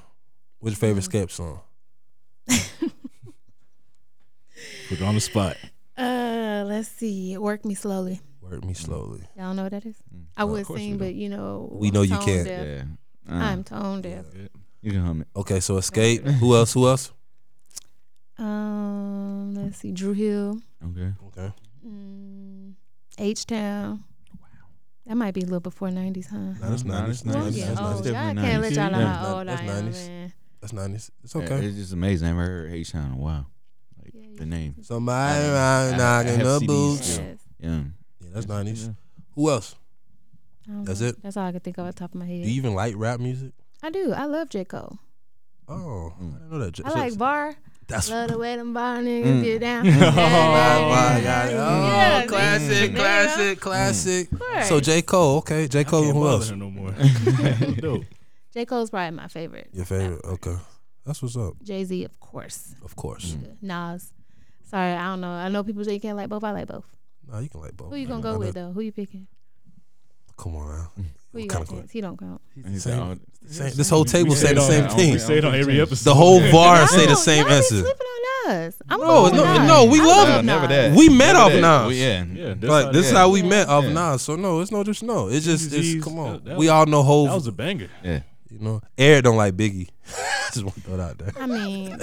Speaker 1: What's your favorite Escape song?
Speaker 3: Put it on the spot.
Speaker 4: Uh, let's see. Work me slowly.
Speaker 1: Work me slowly.
Speaker 4: Y'all know what that is? I would
Speaker 2: course you
Speaker 4: sing, but you know,
Speaker 1: Mm. We Uh-huh.
Speaker 4: I'm
Speaker 1: know you
Speaker 4: tone
Speaker 1: can't.
Speaker 4: deaf.
Speaker 2: Yeah. Uh,
Speaker 4: I'm tone deaf.
Speaker 2: you can hum it.
Speaker 1: Okay, so Escape. Who else? Who else?
Speaker 4: Um, let's see. Drew Hill,
Speaker 2: Okay.
Speaker 1: Okay.
Speaker 4: mm, H Town. That might be a little before '90s, huh?
Speaker 1: Nah, that's
Speaker 2: Nah,
Speaker 1: nineties.
Speaker 2: that's
Speaker 4: Oh,
Speaker 1: That's
Speaker 2: nineties.
Speaker 4: yeah.
Speaker 1: nineties.
Speaker 4: Oh,
Speaker 2: definitely
Speaker 4: y'all can't
Speaker 2: 90s.
Speaker 4: let y'all know
Speaker 2: Yeah.
Speaker 4: how old
Speaker 1: That's
Speaker 4: I am,
Speaker 1: 90s.
Speaker 4: man.
Speaker 1: That's nineties. It's
Speaker 2: Yeah,
Speaker 1: okay.
Speaker 2: It's just amazing. I never heard H Town in a while. Like
Speaker 4: Yeah,
Speaker 2: the
Speaker 4: yeah.
Speaker 2: name.
Speaker 1: Somebody
Speaker 2: I-
Speaker 1: around
Speaker 2: I- I
Speaker 1: knocking
Speaker 2: have
Speaker 1: the
Speaker 2: CDs.
Speaker 1: boots.
Speaker 2: Yeah.
Speaker 4: Yes.
Speaker 2: Yeah.
Speaker 1: Yeah, that's nineties.
Speaker 2: Yeah.
Speaker 1: Who else?
Speaker 4: I don't
Speaker 1: That's
Speaker 4: know.
Speaker 1: it?
Speaker 4: That's all I could think of off the top of my head.
Speaker 1: Do you even like rap music?
Speaker 4: I do. I love J Cole.
Speaker 1: Oh, I
Speaker 2: Mm.
Speaker 1: didn't know that.
Speaker 4: I
Speaker 1: So-
Speaker 4: like bar.
Speaker 1: that's
Speaker 4: Love the way them bar niggas
Speaker 2: Mm.
Speaker 4: get down.
Speaker 1: Oh, Why, why,
Speaker 4: yeah,
Speaker 1: why,
Speaker 4: yeah,
Speaker 1: oh, classic,
Speaker 4: nigga.
Speaker 1: classic, classic.
Speaker 4: course.
Speaker 1: So J. Cole, okay. J. Cole and
Speaker 3: Can't
Speaker 1: Oh, who
Speaker 3: bother
Speaker 1: else?
Speaker 3: her no more. Dope.
Speaker 4: J Cole's probably my favorite.
Speaker 1: Your favorite. Okay. That's what's up. Mm.
Speaker 4: Jay Z, of course.
Speaker 1: Of course.
Speaker 4: Mm. Nas. Sorry, I don't know. I know people say you can't like both. I like both.
Speaker 1: Nah, you can like both.
Speaker 4: Who you
Speaker 1: man.
Speaker 4: gonna
Speaker 1: I
Speaker 4: go
Speaker 1: know-
Speaker 4: with though? Who you picking?
Speaker 1: Come on,
Speaker 3: Mm.
Speaker 1: man.
Speaker 4: Who you
Speaker 1: kinda
Speaker 4: got?
Speaker 1: cool.
Speaker 4: He don't count.
Speaker 2: He's
Speaker 1: Same-
Speaker 2: all-
Speaker 1: Same- this whole table
Speaker 3: We
Speaker 1: saying
Speaker 3: say
Speaker 1: the
Speaker 3: it
Speaker 1: same
Speaker 3: on-
Speaker 1: thing.
Speaker 3: We say it on every episode.
Speaker 1: The whole VAR say
Speaker 4: No,
Speaker 1: the same
Speaker 4: y'all be
Speaker 1: answer.
Speaker 4: Slipping on us. I'm
Speaker 1: No,
Speaker 4: going
Speaker 1: no,
Speaker 4: with Nas.
Speaker 1: no, we
Speaker 4: I
Speaker 1: love
Speaker 2: No, never
Speaker 4: Nas.
Speaker 2: that.
Speaker 1: We met
Speaker 2: Never
Speaker 1: off
Speaker 2: that.
Speaker 1: Nas.
Speaker 2: We- yeah.
Speaker 3: Yeah, that's
Speaker 1: Like this is
Speaker 2: yeah.
Speaker 1: how we met off
Speaker 2: Yeah.
Speaker 1: Nas. So no, it's no just no. It's just it's
Speaker 3: Jeez,
Speaker 1: come on.
Speaker 3: that- that
Speaker 1: we
Speaker 3: was-
Speaker 1: all know
Speaker 3: That was
Speaker 1: whole
Speaker 3: a banger.
Speaker 2: Yeah.
Speaker 1: you know. Eric don't like Biggie. just want to throw it out there.
Speaker 4: I mean,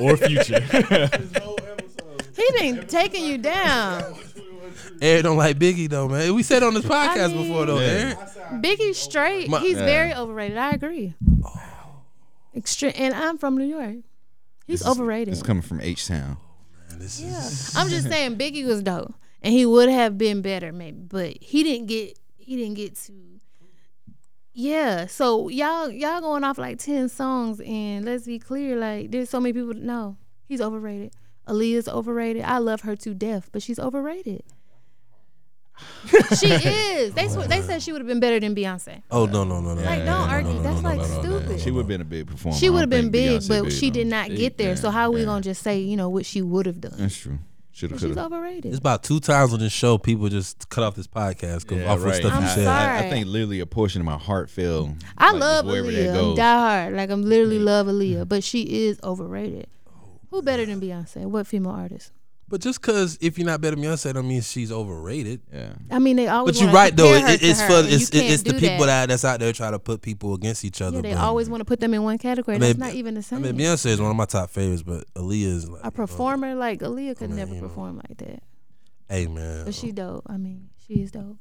Speaker 3: Or future.
Speaker 4: he been taking you down.
Speaker 1: Eric don't like Biggie though, man. We said on this podcast
Speaker 4: mean-
Speaker 1: before though,
Speaker 2: Yeah.
Speaker 1: Eric.
Speaker 4: Biggie straight.
Speaker 1: My- Oh.
Speaker 4: He's
Speaker 2: Yeah.
Speaker 4: very overrated. I agree. Extreme. And I'm from New York. He's overrated.
Speaker 2: It's coming from H Town.
Speaker 1: This
Speaker 4: Yeah.
Speaker 1: is
Speaker 4: I'm just saying Biggie was dope, and he would have been better maybe, but he didn't get he didn't get to. Yeah, so y'all y'all going off like ten songs, and let's be clear, like there's so many people. No, he's overrated. Aaliyah's overrated. I love her to death, but she's overrated. she is. They sw- they said she would have been better than Beyonce.
Speaker 1: Oh no no no no.
Speaker 4: Like,
Speaker 1: no,
Speaker 4: don't
Speaker 1: no,
Speaker 4: argue.
Speaker 1: no,
Speaker 4: That's,
Speaker 1: no, no,
Speaker 4: like,
Speaker 1: no, no, no,
Speaker 4: stupid.
Speaker 1: no,
Speaker 2: She
Speaker 1: no.
Speaker 2: would have been a big performer. I
Speaker 4: She
Speaker 2: don't
Speaker 4: would have been
Speaker 2: think
Speaker 4: big,
Speaker 2: Beyonce
Speaker 4: but
Speaker 2: big,
Speaker 4: she
Speaker 2: though.
Speaker 4: did not
Speaker 2: Big,
Speaker 4: get there.
Speaker 2: yeah,
Speaker 4: So how are we
Speaker 2: yeah.
Speaker 4: gonna just say you know what she would have done?
Speaker 2: That's true. Should have.
Speaker 4: She's
Speaker 2: Could have.
Speaker 4: overrated.
Speaker 1: It's about two times on this show people just cut off this podcast because off what stuff
Speaker 4: I'm
Speaker 1: you said.
Speaker 4: sorry.
Speaker 2: I, I think literally a portion of my heart fell.
Speaker 4: I
Speaker 2: like,
Speaker 4: love
Speaker 2: wherever
Speaker 4: Aaliyah.
Speaker 2: that
Speaker 4: I'm
Speaker 2: goes.
Speaker 4: die hard. Like I'm literally love Aaliyah, but she is overrated. Who better than Beyonce? What female artist?
Speaker 1: But just because if you're not better than Beyonce, don't mean she's overrated.
Speaker 2: Yeah.
Speaker 4: I mean, they always.
Speaker 1: But you're
Speaker 4: wanna
Speaker 1: right though.
Speaker 4: compare her
Speaker 1: It,
Speaker 4: to
Speaker 1: it's
Speaker 4: her,
Speaker 1: for
Speaker 4: and you
Speaker 1: it's it-
Speaker 4: can't
Speaker 1: it's the
Speaker 4: do
Speaker 1: people that. that's out there trying to put people against each other.
Speaker 4: Yeah, they
Speaker 1: but-
Speaker 4: always want to put them in one category.
Speaker 1: I
Speaker 4: That's
Speaker 1: mean,
Speaker 4: not even the
Speaker 1: I
Speaker 4: same.
Speaker 1: mean, Beyonce is one of my top favorites, but Aaliyah is like
Speaker 4: a performer like Aaliyah could
Speaker 1: mean,
Speaker 4: never
Speaker 1: you know.
Speaker 4: perform like that.
Speaker 1: oh, Hey man,
Speaker 4: But she dope. I mean, she is dope.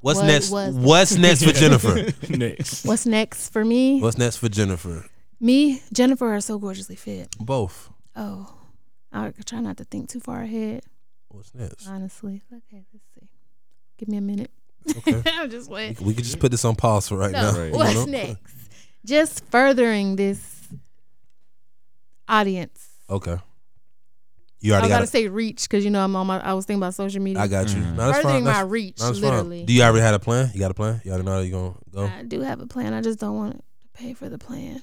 Speaker 1: what's
Speaker 4: was-
Speaker 1: next?
Speaker 4: was-
Speaker 1: what's next for Jennifer?
Speaker 3: Next.
Speaker 4: What's next for me?
Speaker 1: What's next for Jennifer?
Speaker 4: Me, Jennifer are so gorgeously fit.
Speaker 1: Both.
Speaker 4: Oh, I try not to think too far ahead.
Speaker 1: What's next?
Speaker 4: Honestly, okay, let's see. Give me a minute.
Speaker 1: Okay.
Speaker 4: I'm just waiting.
Speaker 1: We could just put this on pause for right
Speaker 4: No,
Speaker 1: now. you
Speaker 4: what's
Speaker 1: know?
Speaker 4: next? Just furthering this audience.
Speaker 1: Okay. You
Speaker 4: I
Speaker 1: already
Speaker 4: was about
Speaker 1: got.
Speaker 4: to
Speaker 1: it.
Speaker 4: say reach because you know I'm on my. I was thinking about social media.
Speaker 1: I got you.
Speaker 2: Mhm.
Speaker 1: No, that's fine.
Speaker 4: furthering my
Speaker 1: That's,
Speaker 4: reach,
Speaker 1: no, that's
Speaker 4: literally.
Speaker 1: fine. Do you already had a plan? You got a plan? You already know how you gonna go?
Speaker 4: I do have a plan. I just don't want to pay for the plan.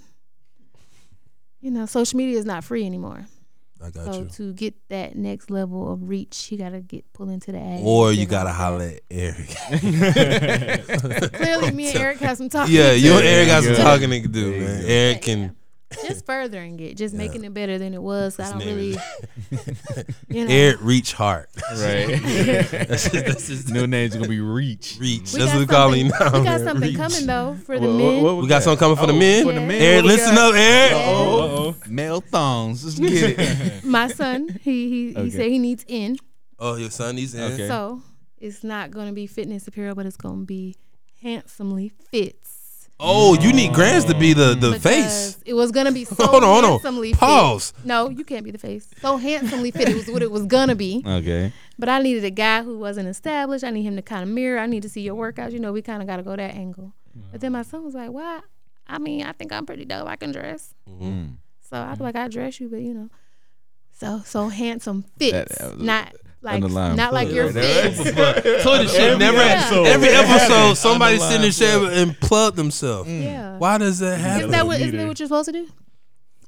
Speaker 4: You know, social media is not free anymore.
Speaker 1: I got
Speaker 4: so
Speaker 1: you.
Speaker 4: to get that next level of reach, you gotta get pull into the ad.
Speaker 1: Or you gotta holler at Eric.
Speaker 4: Clearly, me and Eric have some talking.
Speaker 1: Yeah, you and Eric got
Speaker 2: you
Speaker 1: some
Speaker 2: go.
Speaker 1: talking to do,
Speaker 2: you
Speaker 1: man.
Speaker 2: go.
Speaker 1: Eric can.
Speaker 4: just furthering it, just
Speaker 1: Yeah.
Speaker 4: making it better than it was. So I
Speaker 1: His
Speaker 4: don't
Speaker 1: name
Speaker 4: really,
Speaker 1: is-
Speaker 4: you know,
Speaker 1: Eric Reach Hart.
Speaker 2: Right.
Speaker 1: That's just, that's just
Speaker 2: New name's gonna be Reach.
Speaker 1: Reach.
Speaker 4: we
Speaker 1: that's
Speaker 4: got
Speaker 1: what we call him now.
Speaker 4: something- We got
Speaker 1: man.
Speaker 4: something
Speaker 1: Reach.
Speaker 4: coming though for the
Speaker 2: What-
Speaker 4: men.
Speaker 2: what- what
Speaker 1: We got something coming for the
Speaker 2: Oh,
Speaker 1: men.
Speaker 2: For the men.
Speaker 1: Eric,
Speaker 2: what we
Speaker 1: listen
Speaker 2: got?
Speaker 1: up, Eric.
Speaker 4: Uh-oh.
Speaker 3: Uh-oh.
Speaker 2: Male thongs. Let's get it.
Speaker 4: My son, he he, he
Speaker 2: Okay.
Speaker 4: said he needs in,
Speaker 1: Oh, your son, he's in.
Speaker 2: Okay.
Speaker 4: so it's not gonna be fitness apparel, but it's gonna be handsomely fits.
Speaker 1: Oh, you need Grants to be the, the
Speaker 4: Because
Speaker 1: face.
Speaker 4: It was gonna be so
Speaker 1: Hold on, hold
Speaker 4: handsomely
Speaker 1: on. Pause.
Speaker 4: fit. No, you can't be the face. So handsomely fit it was what it was gonna be.
Speaker 2: Okay.
Speaker 4: But I needed a guy who wasn't established. I need him to kind of mirror. I need to see your workouts. You know, we kind of got to go that angle. But then my son was like, "Why? I mean, I think I'm pretty dope. I can dress."
Speaker 2: Mm.
Speaker 4: So I'd be like, "I dress you, but you know, so so handsome fits,
Speaker 2: That- that was
Speaker 4: not like
Speaker 2: underlying
Speaker 4: not like
Speaker 2: food
Speaker 4: your
Speaker 2: right there.
Speaker 4: fits."
Speaker 1: Told you shit. Never
Speaker 4: episode.
Speaker 1: every
Speaker 3: Yeah.
Speaker 1: episode, somebody
Speaker 2: Underline
Speaker 1: sitting in share and plug themselves.
Speaker 4: yeah,
Speaker 1: Hmm. Why does that
Speaker 4: isn't
Speaker 1: happen?
Speaker 4: Mm. that what, isn't
Speaker 3: Leader.
Speaker 4: that what you're supposed to do?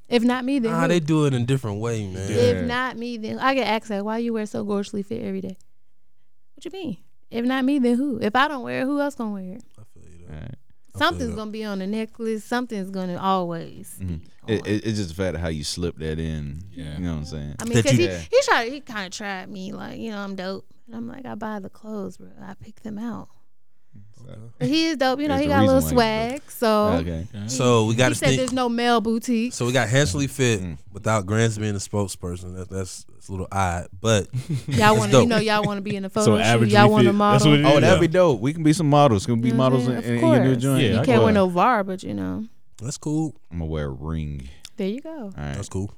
Speaker 4: If not me, then
Speaker 1: Nah,
Speaker 4: who?
Speaker 1: Ah, they do it in a different way, man.
Speaker 4: if
Speaker 2: Yeah.
Speaker 4: not me, then I get asked that, "Why you wear so gorgeously fit every day?" What you mean? If not me, then who? If I don't wear it, who else gonna wear it?
Speaker 1: I feel you, though.
Speaker 2: All right.
Speaker 4: Something's
Speaker 1: that.
Speaker 4: gonna be on the necklace. Something's gonna always.
Speaker 2: Mhm.
Speaker 4: Be
Speaker 2: It,
Speaker 4: on.
Speaker 2: it, it's just the fact of how you slip that in.
Speaker 3: Yeah.
Speaker 2: You know what I'm saying?
Speaker 4: I mean,
Speaker 1: that
Speaker 4: because
Speaker 1: you-
Speaker 4: he, he tried, he kind of tried me, like you know, I'm dope, and I'm like, I buy the clothes, bro. I pick them out. But he is dope, you know.
Speaker 2: There's
Speaker 4: he
Speaker 2: the
Speaker 4: got a little
Speaker 2: reason why he's
Speaker 4: swag, so
Speaker 2: okay.
Speaker 1: So we got
Speaker 4: he
Speaker 1: to
Speaker 4: said
Speaker 1: think.
Speaker 4: there's no male boutique.
Speaker 1: So we got handsomely fit
Speaker 2: Mm.
Speaker 1: without Grants being the spokesperson. That, that's, that's a little odd, but
Speaker 4: Y'all want to, you
Speaker 1: dope.
Speaker 4: know, y'all want to be in the
Speaker 3: So
Speaker 4: photo shoot.
Speaker 3: average.
Speaker 4: Y'all want to model.
Speaker 3: That's what it is.
Speaker 2: Oh, that'd be dope. We can be some models. Can we be
Speaker 4: You know what I'm
Speaker 2: models
Speaker 4: saying?
Speaker 2: and, and
Speaker 4: Of
Speaker 2: you can do a
Speaker 4: course.
Speaker 2: joint.
Speaker 3: Yeah,
Speaker 4: you
Speaker 3: I
Speaker 4: can't wear
Speaker 3: can.
Speaker 4: no var, but you know,
Speaker 1: that's cool.
Speaker 2: I'm gonna wear a ring.
Speaker 4: there you go.
Speaker 2: All right.
Speaker 1: That's cool.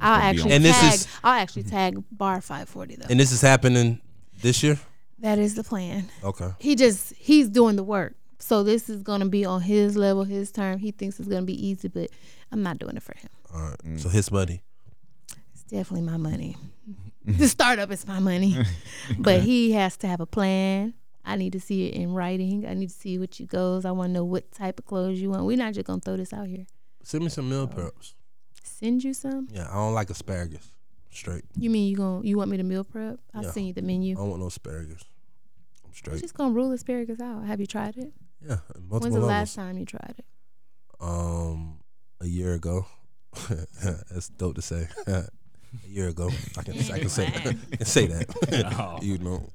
Speaker 4: I'll
Speaker 2: gonna be
Speaker 4: actually
Speaker 1: on- And this
Speaker 4: tag.
Speaker 1: is-
Speaker 4: I'll actually tag bar 540 though.
Speaker 1: And this is happening this year.
Speaker 4: that is the plan.
Speaker 1: Okay.
Speaker 4: he just he's doing the work. So this is gonna be on his level, his term. He thinks it's gonna be easy, but I'm not doing it for him.
Speaker 1: All right.
Speaker 2: Mm.
Speaker 1: So his money.
Speaker 4: It's definitely my money. the startup is my money, but he has to have a plan. I need to see it in writing. I need to see what you goes. I want to know what type of clothes you want. We're not just gonna throw this out here.
Speaker 1: Send me some meal preps.
Speaker 4: Send you some.
Speaker 1: Yeah, I don't like asparagus. Straight.
Speaker 4: You mean you gonna you want me to meal prep? I'll
Speaker 1: Yeah. Oh,
Speaker 4: send you the
Speaker 1: I
Speaker 4: menu.
Speaker 1: don't want no asparagus. I'm
Speaker 4: I'm
Speaker 1: straight.
Speaker 4: just gonna rule asparagus out. Have you tried it?
Speaker 1: Yeah, multiple
Speaker 4: When's the
Speaker 1: levels.
Speaker 4: last time you tried it?
Speaker 1: Um, a year ago. that's dope to say. a year ago, I can I can say that. I can say that.
Speaker 3: Oh.
Speaker 1: you know,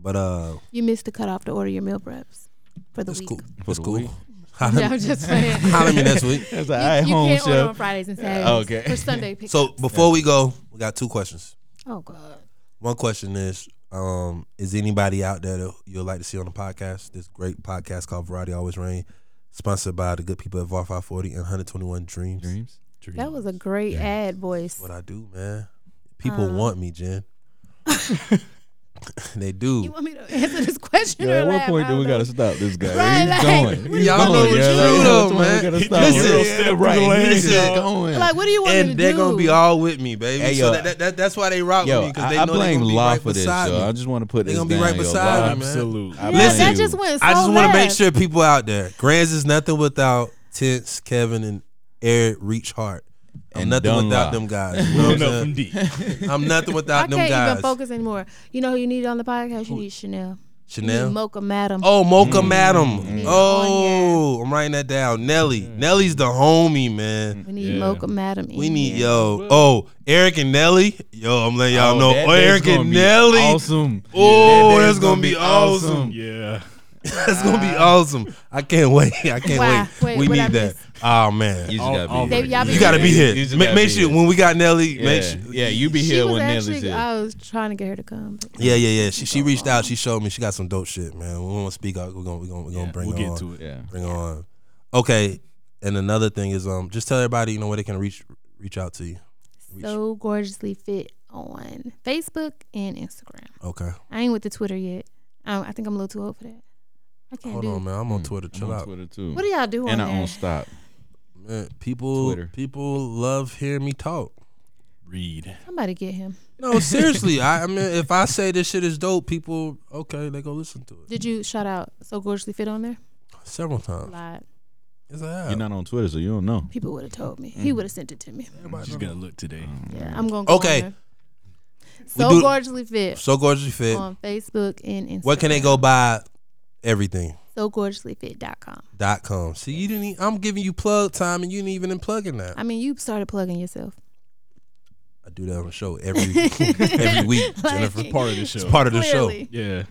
Speaker 1: but uh,
Speaker 4: You missed the cutoff to order your meal preps for the
Speaker 1: it's
Speaker 4: week.
Speaker 1: cool. It's
Speaker 2: the
Speaker 1: cool.
Speaker 2: week.
Speaker 1: Holla
Speaker 4: Yeah, I'm just playing.
Speaker 1: holla at me next week.
Speaker 2: That's
Speaker 4: You,
Speaker 2: right.
Speaker 4: you
Speaker 2: home
Speaker 4: can't order
Speaker 2: show.
Speaker 4: on Fridays and Saturdays.
Speaker 2: okay.
Speaker 4: For Sunday pick.
Speaker 1: Oh, So before we go, we got two questions.
Speaker 4: oh god.
Speaker 1: One question is, um, is anybody out there that you'd like to see on the podcast? This great podcast called Variety Always Rain, sponsored by the good people at VAR 540 and 121 Dreams.
Speaker 2: Dreams.
Speaker 4: That was a great ad voice.
Speaker 1: What I do, man. People want me, Jen. they
Speaker 4: You
Speaker 1: do.
Speaker 4: want me to answer this question? or
Speaker 2: at what
Speaker 4: laugh?
Speaker 2: point
Speaker 4: I
Speaker 2: do we
Speaker 4: don't
Speaker 2: gotta
Speaker 4: know.
Speaker 2: stop this guy?
Speaker 4: Right,
Speaker 2: He's
Speaker 4: like-
Speaker 2: going. He's
Speaker 1: Y'all
Speaker 2: going,
Speaker 1: know it's
Speaker 2: yeah,
Speaker 1: true, though,
Speaker 2: like, that's why we
Speaker 1: man.
Speaker 2: gotta
Speaker 1: He
Speaker 2: stop
Speaker 1: just
Speaker 2: him.
Speaker 1: said
Speaker 2: Yeah,
Speaker 3: step
Speaker 2: right.
Speaker 3: to the lane.
Speaker 2: He's
Speaker 1: Listen.
Speaker 2: going.
Speaker 4: Like, what do you want me
Speaker 1: And
Speaker 4: to
Speaker 1: they're
Speaker 4: do?
Speaker 1: gonna be all with me, baby.
Speaker 2: Hey,
Speaker 1: so
Speaker 2: yo.
Speaker 1: that, that, that- that's why they rock
Speaker 2: Yo,
Speaker 1: with me because
Speaker 2: I,
Speaker 1: they
Speaker 2: I
Speaker 1: know they're
Speaker 2: blame
Speaker 1: gonna be
Speaker 2: Law
Speaker 1: right
Speaker 2: for this.
Speaker 1: beside
Speaker 2: So I
Speaker 1: me.
Speaker 2: just want to put
Speaker 1: They
Speaker 2: this
Speaker 1: gonna be
Speaker 2: down,
Speaker 1: right
Speaker 2: yo.
Speaker 1: beside
Speaker 2: Law.
Speaker 1: me, man.
Speaker 3: Absolutely.
Speaker 2: I
Speaker 4: yeah,
Speaker 1: Listen,
Speaker 4: that
Speaker 2: blame
Speaker 4: just
Speaker 2: you.
Speaker 4: went so
Speaker 1: I just
Speaker 4: want to
Speaker 1: make sure people out there. Grands is nothing without Tense, Kevin, and Eric Reach Hart. I'm
Speaker 2: And
Speaker 1: nothing without
Speaker 2: Dunlop.
Speaker 1: them guys. You know what I'm
Speaker 3: Pulling up from
Speaker 1: saying?
Speaker 3: deep.
Speaker 1: I'm nothing
Speaker 4: I
Speaker 1: without
Speaker 4: can't
Speaker 1: them guys.
Speaker 4: even focus anymore. You know who you need on the podcast? You need Chanel.
Speaker 1: Chanel.
Speaker 4: Mocha Madam.
Speaker 1: Oh, Mocha
Speaker 2: Mm.
Speaker 1: Madam.
Speaker 4: Yeah.
Speaker 1: Oh, I'm writing that down. Nelly.
Speaker 2: Mm.
Speaker 1: Nelly's the homie, man.
Speaker 4: we need
Speaker 3: yeah.
Speaker 4: Mocha Madam. in
Speaker 1: We need
Speaker 4: here.
Speaker 1: yo. Oh, Eric and Nelly. Yo, I'm letting y'all know.
Speaker 2: that
Speaker 1: Oh,
Speaker 2: day's
Speaker 1: Eric
Speaker 2: gonna
Speaker 1: and
Speaker 2: be
Speaker 1: Nelly.
Speaker 2: Awesome.
Speaker 1: Oh,
Speaker 2: That day's
Speaker 1: that's gonna be awesome.
Speaker 3: Yeah.
Speaker 1: That's gonna be awesome. I can't wait. I can't
Speaker 4: Why?
Speaker 1: wait.
Speaker 4: Wait,
Speaker 1: We
Speaker 4: what I
Speaker 1: need that.
Speaker 4: missed?
Speaker 1: Oh man.
Speaker 2: You
Speaker 1: You,
Speaker 2: just
Speaker 3: All-
Speaker 2: gotta be
Speaker 3: all
Speaker 2: here.
Speaker 3: Baby, y'all be
Speaker 2: You
Speaker 1: gotta be here.
Speaker 2: You just
Speaker 1: Ma-
Speaker 2: gotta
Speaker 1: make
Speaker 2: be
Speaker 1: sure
Speaker 2: here.
Speaker 1: when we got Nelly,
Speaker 2: Yeah.
Speaker 1: make sure
Speaker 2: yeah, you be
Speaker 4: She
Speaker 2: here
Speaker 4: was
Speaker 2: when Nelly's
Speaker 4: actually-
Speaker 2: here.
Speaker 4: I was trying to get her to come. but-
Speaker 1: Yeah, yeah, yeah. She she reached out. She showed me. She got some dope shit, man. We won't speak out. We're gonna we're gonna we're gonna bring
Speaker 3: We'll
Speaker 1: her
Speaker 3: get
Speaker 1: on.
Speaker 3: to it.
Speaker 2: yeah.
Speaker 1: Bring her on. Okay. And another thing is um just tell everybody you know where they can reach reach out to you. Reach.
Speaker 4: So gorgeously fit on Facebook and Instagram.
Speaker 1: Okay.
Speaker 4: I ain't with the Twitter yet. Um, I think I'm a little too old for that. I can't
Speaker 1: Hold
Speaker 4: do.
Speaker 1: on,
Speaker 4: it.
Speaker 1: man. I'm on Twitter.
Speaker 2: Mm. I'm
Speaker 1: Chill
Speaker 2: on
Speaker 1: out.
Speaker 2: Twitter too.
Speaker 4: What do y'all do
Speaker 2: and
Speaker 4: on
Speaker 2: I
Speaker 4: there?
Speaker 2: own stock.
Speaker 1: Man, people
Speaker 2: Twitter.
Speaker 1: people love hearing me talk.
Speaker 3: Read.
Speaker 4: Somebody get him.
Speaker 1: No, seriously. I, I mean if I say this shit is dope, people okay, they go listen to it.
Speaker 4: Did you shout out so gorgeously fit on there?
Speaker 1: Several times.
Speaker 4: Lied.
Speaker 1: It's like, yeah.
Speaker 2: You're not on Twitter, so you don't know.
Speaker 4: People would have told me.
Speaker 1: Mm.
Speaker 4: He would have sent it to me.
Speaker 1: Everybody
Speaker 3: She's
Speaker 1: know.
Speaker 3: gonna look today.
Speaker 2: Uh-huh.
Speaker 4: Yeah, I'm gonna go.
Speaker 1: Okay.
Speaker 4: on there. So
Speaker 1: do-
Speaker 4: gorgeously fit
Speaker 1: So gorgeously fit.
Speaker 4: on Facebook and Instagram.
Speaker 1: What can they go buy? Everything.
Speaker 4: So gorgeouslyfit.com.
Speaker 1: Dot com. See, you didn't. e- I'm giving you plug time, and you didn't even in plugging that.
Speaker 4: I mean, you started plugging yourself.
Speaker 1: I do that on the show every every week. Jennifer,
Speaker 4: Like,
Speaker 3: Part of the show.
Speaker 1: it's part of the show.
Speaker 4: Clearly.
Speaker 3: yeah.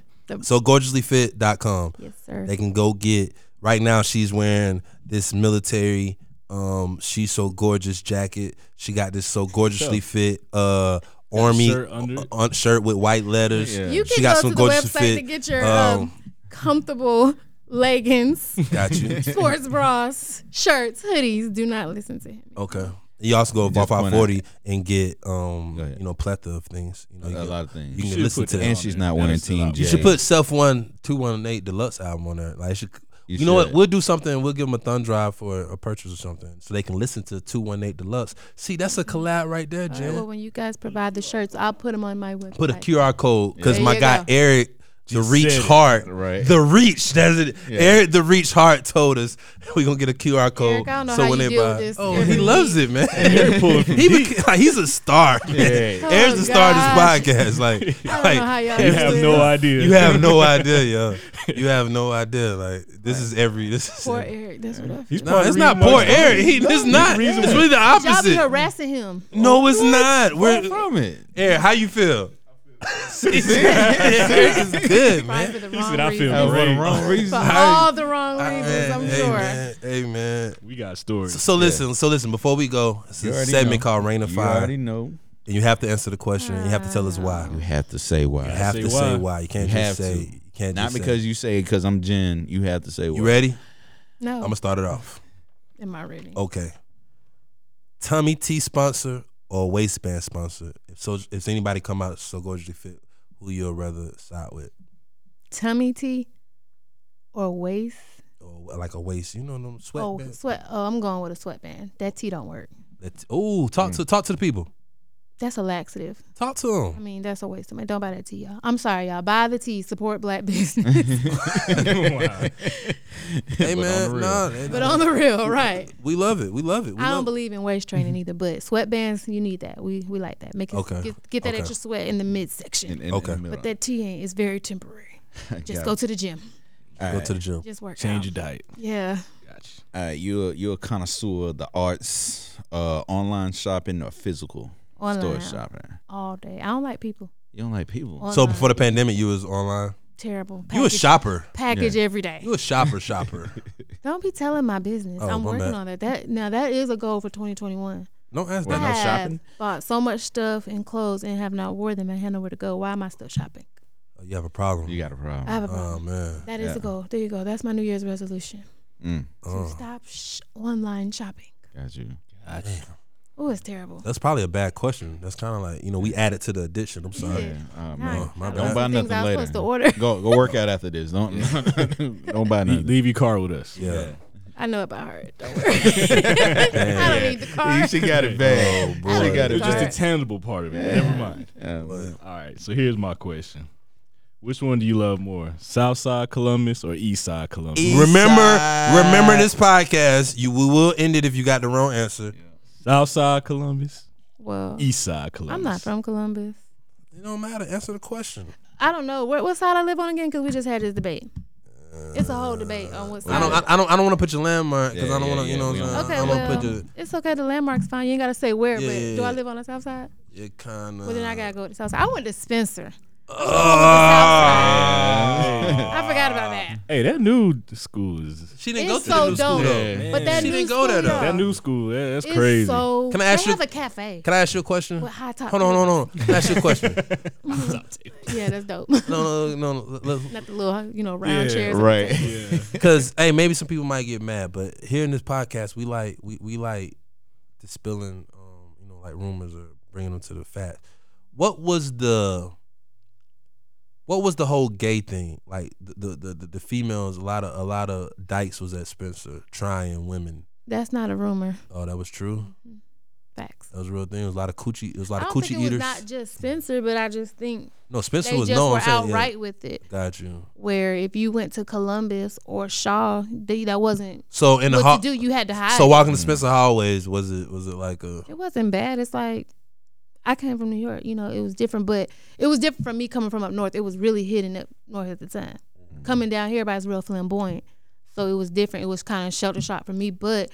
Speaker 1: So gorgeouslyfit.com.
Speaker 4: Yes, sir.
Speaker 1: They can go get. Right now, she's wearing this military. Um, she's so gorgeous jacket. She got this so gorgeously fit uh army
Speaker 3: shirt under it.
Speaker 1: uh, shirt with white letters.
Speaker 2: Yeah.
Speaker 4: You
Speaker 1: She
Speaker 4: can
Speaker 1: got
Speaker 4: go
Speaker 1: some
Speaker 4: to the
Speaker 1: gorgeous
Speaker 4: website
Speaker 1: fit.
Speaker 4: to get your
Speaker 1: Um,
Speaker 4: um, comfortable leggings,
Speaker 1: Got you.
Speaker 4: sports bras, shirts, hoodies. Do not listen to him.
Speaker 1: Okay. You also go to Bar
Speaker 2: Just point out-
Speaker 1: 540 and get um
Speaker 2: Go ahead.
Speaker 1: you know plethora of things. You know, you
Speaker 2: A
Speaker 1: get-
Speaker 2: lot of
Speaker 1: you
Speaker 2: things.
Speaker 1: can
Speaker 3: should
Speaker 1: listen
Speaker 3: put
Speaker 1: to
Speaker 3: that
Speaker 1: it.
Speaker 2: And
Speaker 3: on
Speaker 2: she's
Speaker 3: there.
Speaker 2: not wearing
Speaker 3: That's a
Speaker 2: Team
Speaker 3: lot.
Speaker 2: J.
Speaker 1: You should put Self One Two One Eight Deluxe album on there. Like, you, should, you, know what?
Speaker 2: should.
Speaker 1: We'll do something. We'll give them a thumb drive for a purchase or something, so they can listen to Two One Eight Deluxe. See, that's a collab right there,
Speaker 4: All right,
Speaker 1: Jen.
Speaker 4: well, when you guys provide the shirts, I'll put them on my website.
Speaker 1: Put a QR code because
Speaker 4: There
Speaker 1: my
Speaker 4: you
Speaker 1: guy
Speaker 4: go.
Speaker 1: Eric. The
Speaker 3: Just
Speaker 1: Reach
Speaker 3: said it.
Speaker 1: Heart,
Speaker 2: Right.
Speaker 1: The Reach. That's it.
Speaker 2: Yeah.
Speaker 1: Eric, the Reach Heart told us we're gonna get a QR code.
Speaker 4: Eric, I don't know how you deal with this
Speaker 1: oh,
Speaker 4: every
Speaker 1: he loves it, man.
Speaker 3: Eric pulling from
Speaker 1: he beca- like, he's a star. Man.
Speaker 3: Yeah.
Speaker 1: Eric's the star
Speaker 4: Oh, gosh.
Speaker 1: of this podcast. Like,
Speaker 4: I don't know how
Speaker 1: like
Speaker 4: y'all
Speaker 3: You
Speaker 4: do
Speaker 3: have
Speaker 4: it.
Speaker 3: no idea.
Speaker 1: you have no idea, yo. You have no idea. Like, this is every. This is
Speaker 4: Poor Eric. That's what I feel.
Speaker 3: He's
Speaker 1: no,
Speaker 3: probably
Speaker 1: it's not
Speaker 3: reading
Speaker 1: poor
Speaker 3: most of
Speaker 1: Eric. He, it's not.
Speaker 3: reason
Speaker 1: It's
Speaker 3: why.
Speaker 1: really the
Speaker 4: Y'all be
Speaker 1: opposite.
Speaker 4: harassing him.
Speaker 1: No, it's not. We're,
Speaker 2: from it.
Speaker 1: Eric, how you feel? See, Eric is good,
Speaker 4: Probably
Speaker 1: man.
Speaker 4: for the
Speaker 3: He
Speaker 4: wrong
Speaker 3: said, "I feel
Speaker 4: reasons.
Speaker 2: That was
Speaker 3: Right.
Speaker 2: the wrong
Speaker 4: For
Speaker 2: reason.
Speaker 4: all the wrong
Speaker 1: All right,
Speaker 4: reasons, I'm
Speaker 1: hey,
Speaker 4: sure.
Speaker 1: man. Hey, man.
Speaker 3: We got stories.
Speaker 1: So, so listen, so listen. Before we go, it's
Speaker 2: You
Speaker 1: a
Speaker 2: already
Speaker 1: segment
Speaker 2: know.
Speaker 1: called Rain of
Speaker 2: You
Speaker 1: Fire,
Speaker 2: already know.
Speaker 1: and you have to answer the question. and you have to tell
Speaker 4: Ah.
Speaker 1: us why.
Speaker 2: You have to say why.
Speaker 1: You have
Speaker 3: say
Speaker 1: to say
Speaker 3: why.
Speaker 1: why. You can't
Speaker 2: You
Speaker 1: just
Speaker 2: have
Speaker 1: say.
Speaker 2: to.
Speaker 1: You can't
Speaker 2: Not
Speaker 1: just say-
Speaker 2: because you say because I'm Jen. You have to say why.
Speaker 1: You ready?
Speaker 4: no.
Speaker 1: I'm Oh. gonna start it off.
Speaker 4: Am I ready?
Speaker 1: Okay. Tummy T sponsor or waistband sponsor? If so, if anybody come out so gorgeously fit, who you'll rather side with,
Speaker 4: Tummy tea or waist?
Speaker 1: or like a waist? You know them
Speaker 4: Oh,
Speaker 1: sweatbands.
Speaker 4: sweat. Oh, I'm going with a sweatband. That tea don't work.
Speaker 1: Oh, talk to talk to the people.
Speaker 4: That's a laxative.
Speaker 1: Talk to them.
Speaker 4: I mean, that's a waste of money. Don't buy that tea, y'all. I'm sorry, y'all. Buy the tea. Support black business.
Speaker 3: Wow.
Speaker 1: hey man, nah, they-
Speaker 4: but on the real, right?
Speaker 1: Uh, we love it. We love it. We
Speaker 4: I don't
Speaker 1: love it.
Speaker 4: believe in waist training either, but sweatbands, you need that. We we like that. Make it
Speaker 1: Okay.
Speaker 4: get, get that
Speaker 1: Okay. Mm.
Speaker 4: extra sweat in the midsection.
Speaker 2: In- in- in
Speaker 1: Okay.
Speaker 2: the middle.
Speaker 4: but that tea ain't. It's very temporary. Just
Speaker 2: Got
Speaker 4: go
Speaker 2: it.
Speaker 4: to the gym.
Speaker 2: All
Speaker 1: Go
Speaker 2: right.
Speaker 1: to the gym.
Speaker 4: Just work
Speaker 3: Change
Speaker 4: out.
Speaker 3: your diet.
Speaker 4: Yeah.
Speaker 2: All right, you're you're a connoisseur of the arts, uh, online shopping or physical store
Speaker 4: Online.
Speaker 2: shopping.
Speaker 4: All day. I don't like people.
Speaker 2: You don't like people.
Speaker 4: Online.
Speaker 1: So before the pandemic, you was online.
Speaker 4: terrible.
Speaker 1: You a
Speaker 4: Package-
Speaker 1: shopper.
Speaker 4: Package every day.
Speaker 1: You a shopper. Shopper.
Speaker 4: Don't be telling my business.
Speaker 1: Oh,
Speaker 4: I'm
Speaker 1: my
Speaker 4: working
Speaker 1: bad.
Speaker 4: on that. That now that is a goal for 2021.
Speaker 1: Don't ask
Speaker 2: Well,
Speaker 1: that.
Speaker 2: no
Speaker 4: I have
Speaker 2: shopping?
Speaker 4: Bought so much stuff and clothes and have not wore them and had nowhere to go. Why am I still shopping?
Speaker 1: Oh, you have a problem.
Speaker 2: You got a problem.
Speaker 4: I have a problem.
Speaker 1: oh man.
Speaker 4: that is
Speaker 2: yeah.
Speaker 4: a goal. There you go. That's my New Year's resolution.
Speaker 2: Mm,
Speaker 1: Oh.
Speaker 4: To stop sh- online shopping.
Speaker 2: got you.
Speaker 4: Oh, it's terrible.
Speaker 1: That's probably a bad question. That's kind of like you know we added to the addiction. I'm sorry.
Speaker 4: Yeah.
Speaker 2: Oh,
Speaker 4: Nice.
Speaker 2: man.
Speaker 1: my
Speaker 4: I
Speaker 1: bad.
Speaker 2: Don't
Speaker 4: lost
Speaker 2: buy
Speaker 4: the
Speaker 2: nothing
Speaker 4: things I was
Speaker 2: later.
Speaker 4: supposed to order.
Speaker 2: Go go work out after this. Don't don't buy
Speaker 3: Le-
Speaker 2: nothing.
Speaker 3: Leave your car with us.
Speaker 1: Yeah.
Speaker 4: I know it by heart. Don't worry. I don't need the car.
Speaker 2: she got it bad.
Speaker 1: Oh, boy.
Speaker 2: She got
Speaker 3: It
Speaker 2: it
Speaker 3: was just
Speaker 4: Sorry.
Speaker 3: a
Speaker 2: bad.
Speaker 3: tangible part of it. Never mind.
Speaker 2: Yeah,
Speaker 1: But-
Speaker 3: All right. So here's my question. Which one do you love more, Southside Columbus or Eastside Columbus?
Speaker 2: E-
Speaker 1: Remember,
Speaker 2: Eastside.
Speaker 1: remember this podcast. You we will end it if you got the wrong answer.
Speaker 3: Southside Columbus,
Speaker 4: Well,
Speaker 3: Eastside Columbus.
Speaker 4: I'm not from Columbus.
Speaker 1: It don't matter. Answer the question.
Speaker 4: I don't know what, what side I live on again because we just had this debate. It's a whole debate on what side.
Speaker 1: Uh, I don't. I, I don't. I don't want to put your landmark because
Speaker 2: Yeah,
Speaker 1: I don't
Speaker 2: yeah,
Speaker 1: want to. You
Speaker 2: yeah,
Speaker 1: know.
Speaker 2: we
Speaker 1: What I'm
Speaker 2: don't-
Speaker 1: saying?
Speaker 4: okay,
Speaker 1: I don't
Speaker 4: well,
Speaker 1: want to put
Speaker 4: it's okay. The landmark's fine. You ain't gotta say where,
Speaker 1: Yeah,
Speaker 4: but
Speaker 1: yeah,
Speaker 4: do I
Speaker 1: yeah.
Speaker 4: live on the south side?
Speaker 1: your. It kind of.
Speaker 4: Well, then I gotta go to the south side. I went to Spencer.
Speaker 2: Oh.
Speaker 4: I forgot about that.
Speaker 3: Hey, that new school is
Speaker 1: Ah. she didn't go to
Speaker 4: It's
Speaker 1: the
Speaker 4: so
Speaker 1: new school
Speaker 4: dope.
Speaker 1: though.
Speaker 3: Yeah.
Speaker 4: But that
Speaker 1: She
Speaker 4: new
Speaker 1: didn't go there,
Speaker 4: school,
Speaker 1: though.
Speaker 4: y'all,
Speaker 3: that new school. Yeah, that's
Speaker 4: is
Speaker 3: crazy.
Speaker 4: So
Speaker 1: Can I ask
Speaker 4: they
Speaker 1: you-
Speaker 4: have a cafe.
Speaker 1: Can I ask you a question?
Speaker 4: with high top.
Speaker 1: Hold on, hold on, hold on. Can I ask you a question?
Speaker 4: tables. Yeah, that's dope.
Speaker 1: no, no, no, no.
Speaker 4: Not the little, you know, round
Speaker 3: Yeah,
Speaker 4: chairs.
Speaker 2: right.
Speaker 3: yeah.
Speaker 1: Because hey, maybe some people might get mad, but here in this podcast, we like we we like dispelling, um, you know, like rumors or bringing them to the fact. What was the what was the whole gay thing? Like the the the, the females, a lot of a lot of dykes was at Spencer trying women.
Speaker 4: That's not a rumor.
Speaker 1: Oh, that was true.
Speaker 4: Facts.
Speaker 1: That was a real thing. It was a lot of coochie. It was a lot
Speaker 4: I
Speaker 1: of
Speaker 4: don't
Speaker 1: coochie
Speaker 4: think it
Speaker 1: eaters.
Speaker 4: was not just Spencer, but I just think
Speaker 1: no, Spencer
Speaker 4: they
Speaker 1: was
Speaker 4: just
Speaker 1: no.
Speaker 4: were
Speaker 1: I'm saying, yeah.
Speaker 4: outright with it.
Speaker 1: Got you.
Speaker 4: Where if you went to Columbus or Shaw, they, that wasn't
Speaker 1: So in the
Speaker 4: what
Speaker 1: hall,
Speaker 4: to do. You had to hide.
Speaker 1: so
Speaker 4: it.
Speaker 1: walking to Spencer hallways was it was it like a
Speaker 4: It wasn't bad. It's like I came from New York. You know, it was different, but it was different from me coming from up north. It was really hidden up north at the time.
Speaker 1: Mm-hmm.
Speaker 4: Coming down here, everybody's real flamboyant, so it was different. It was kind of shelter shot for me, but.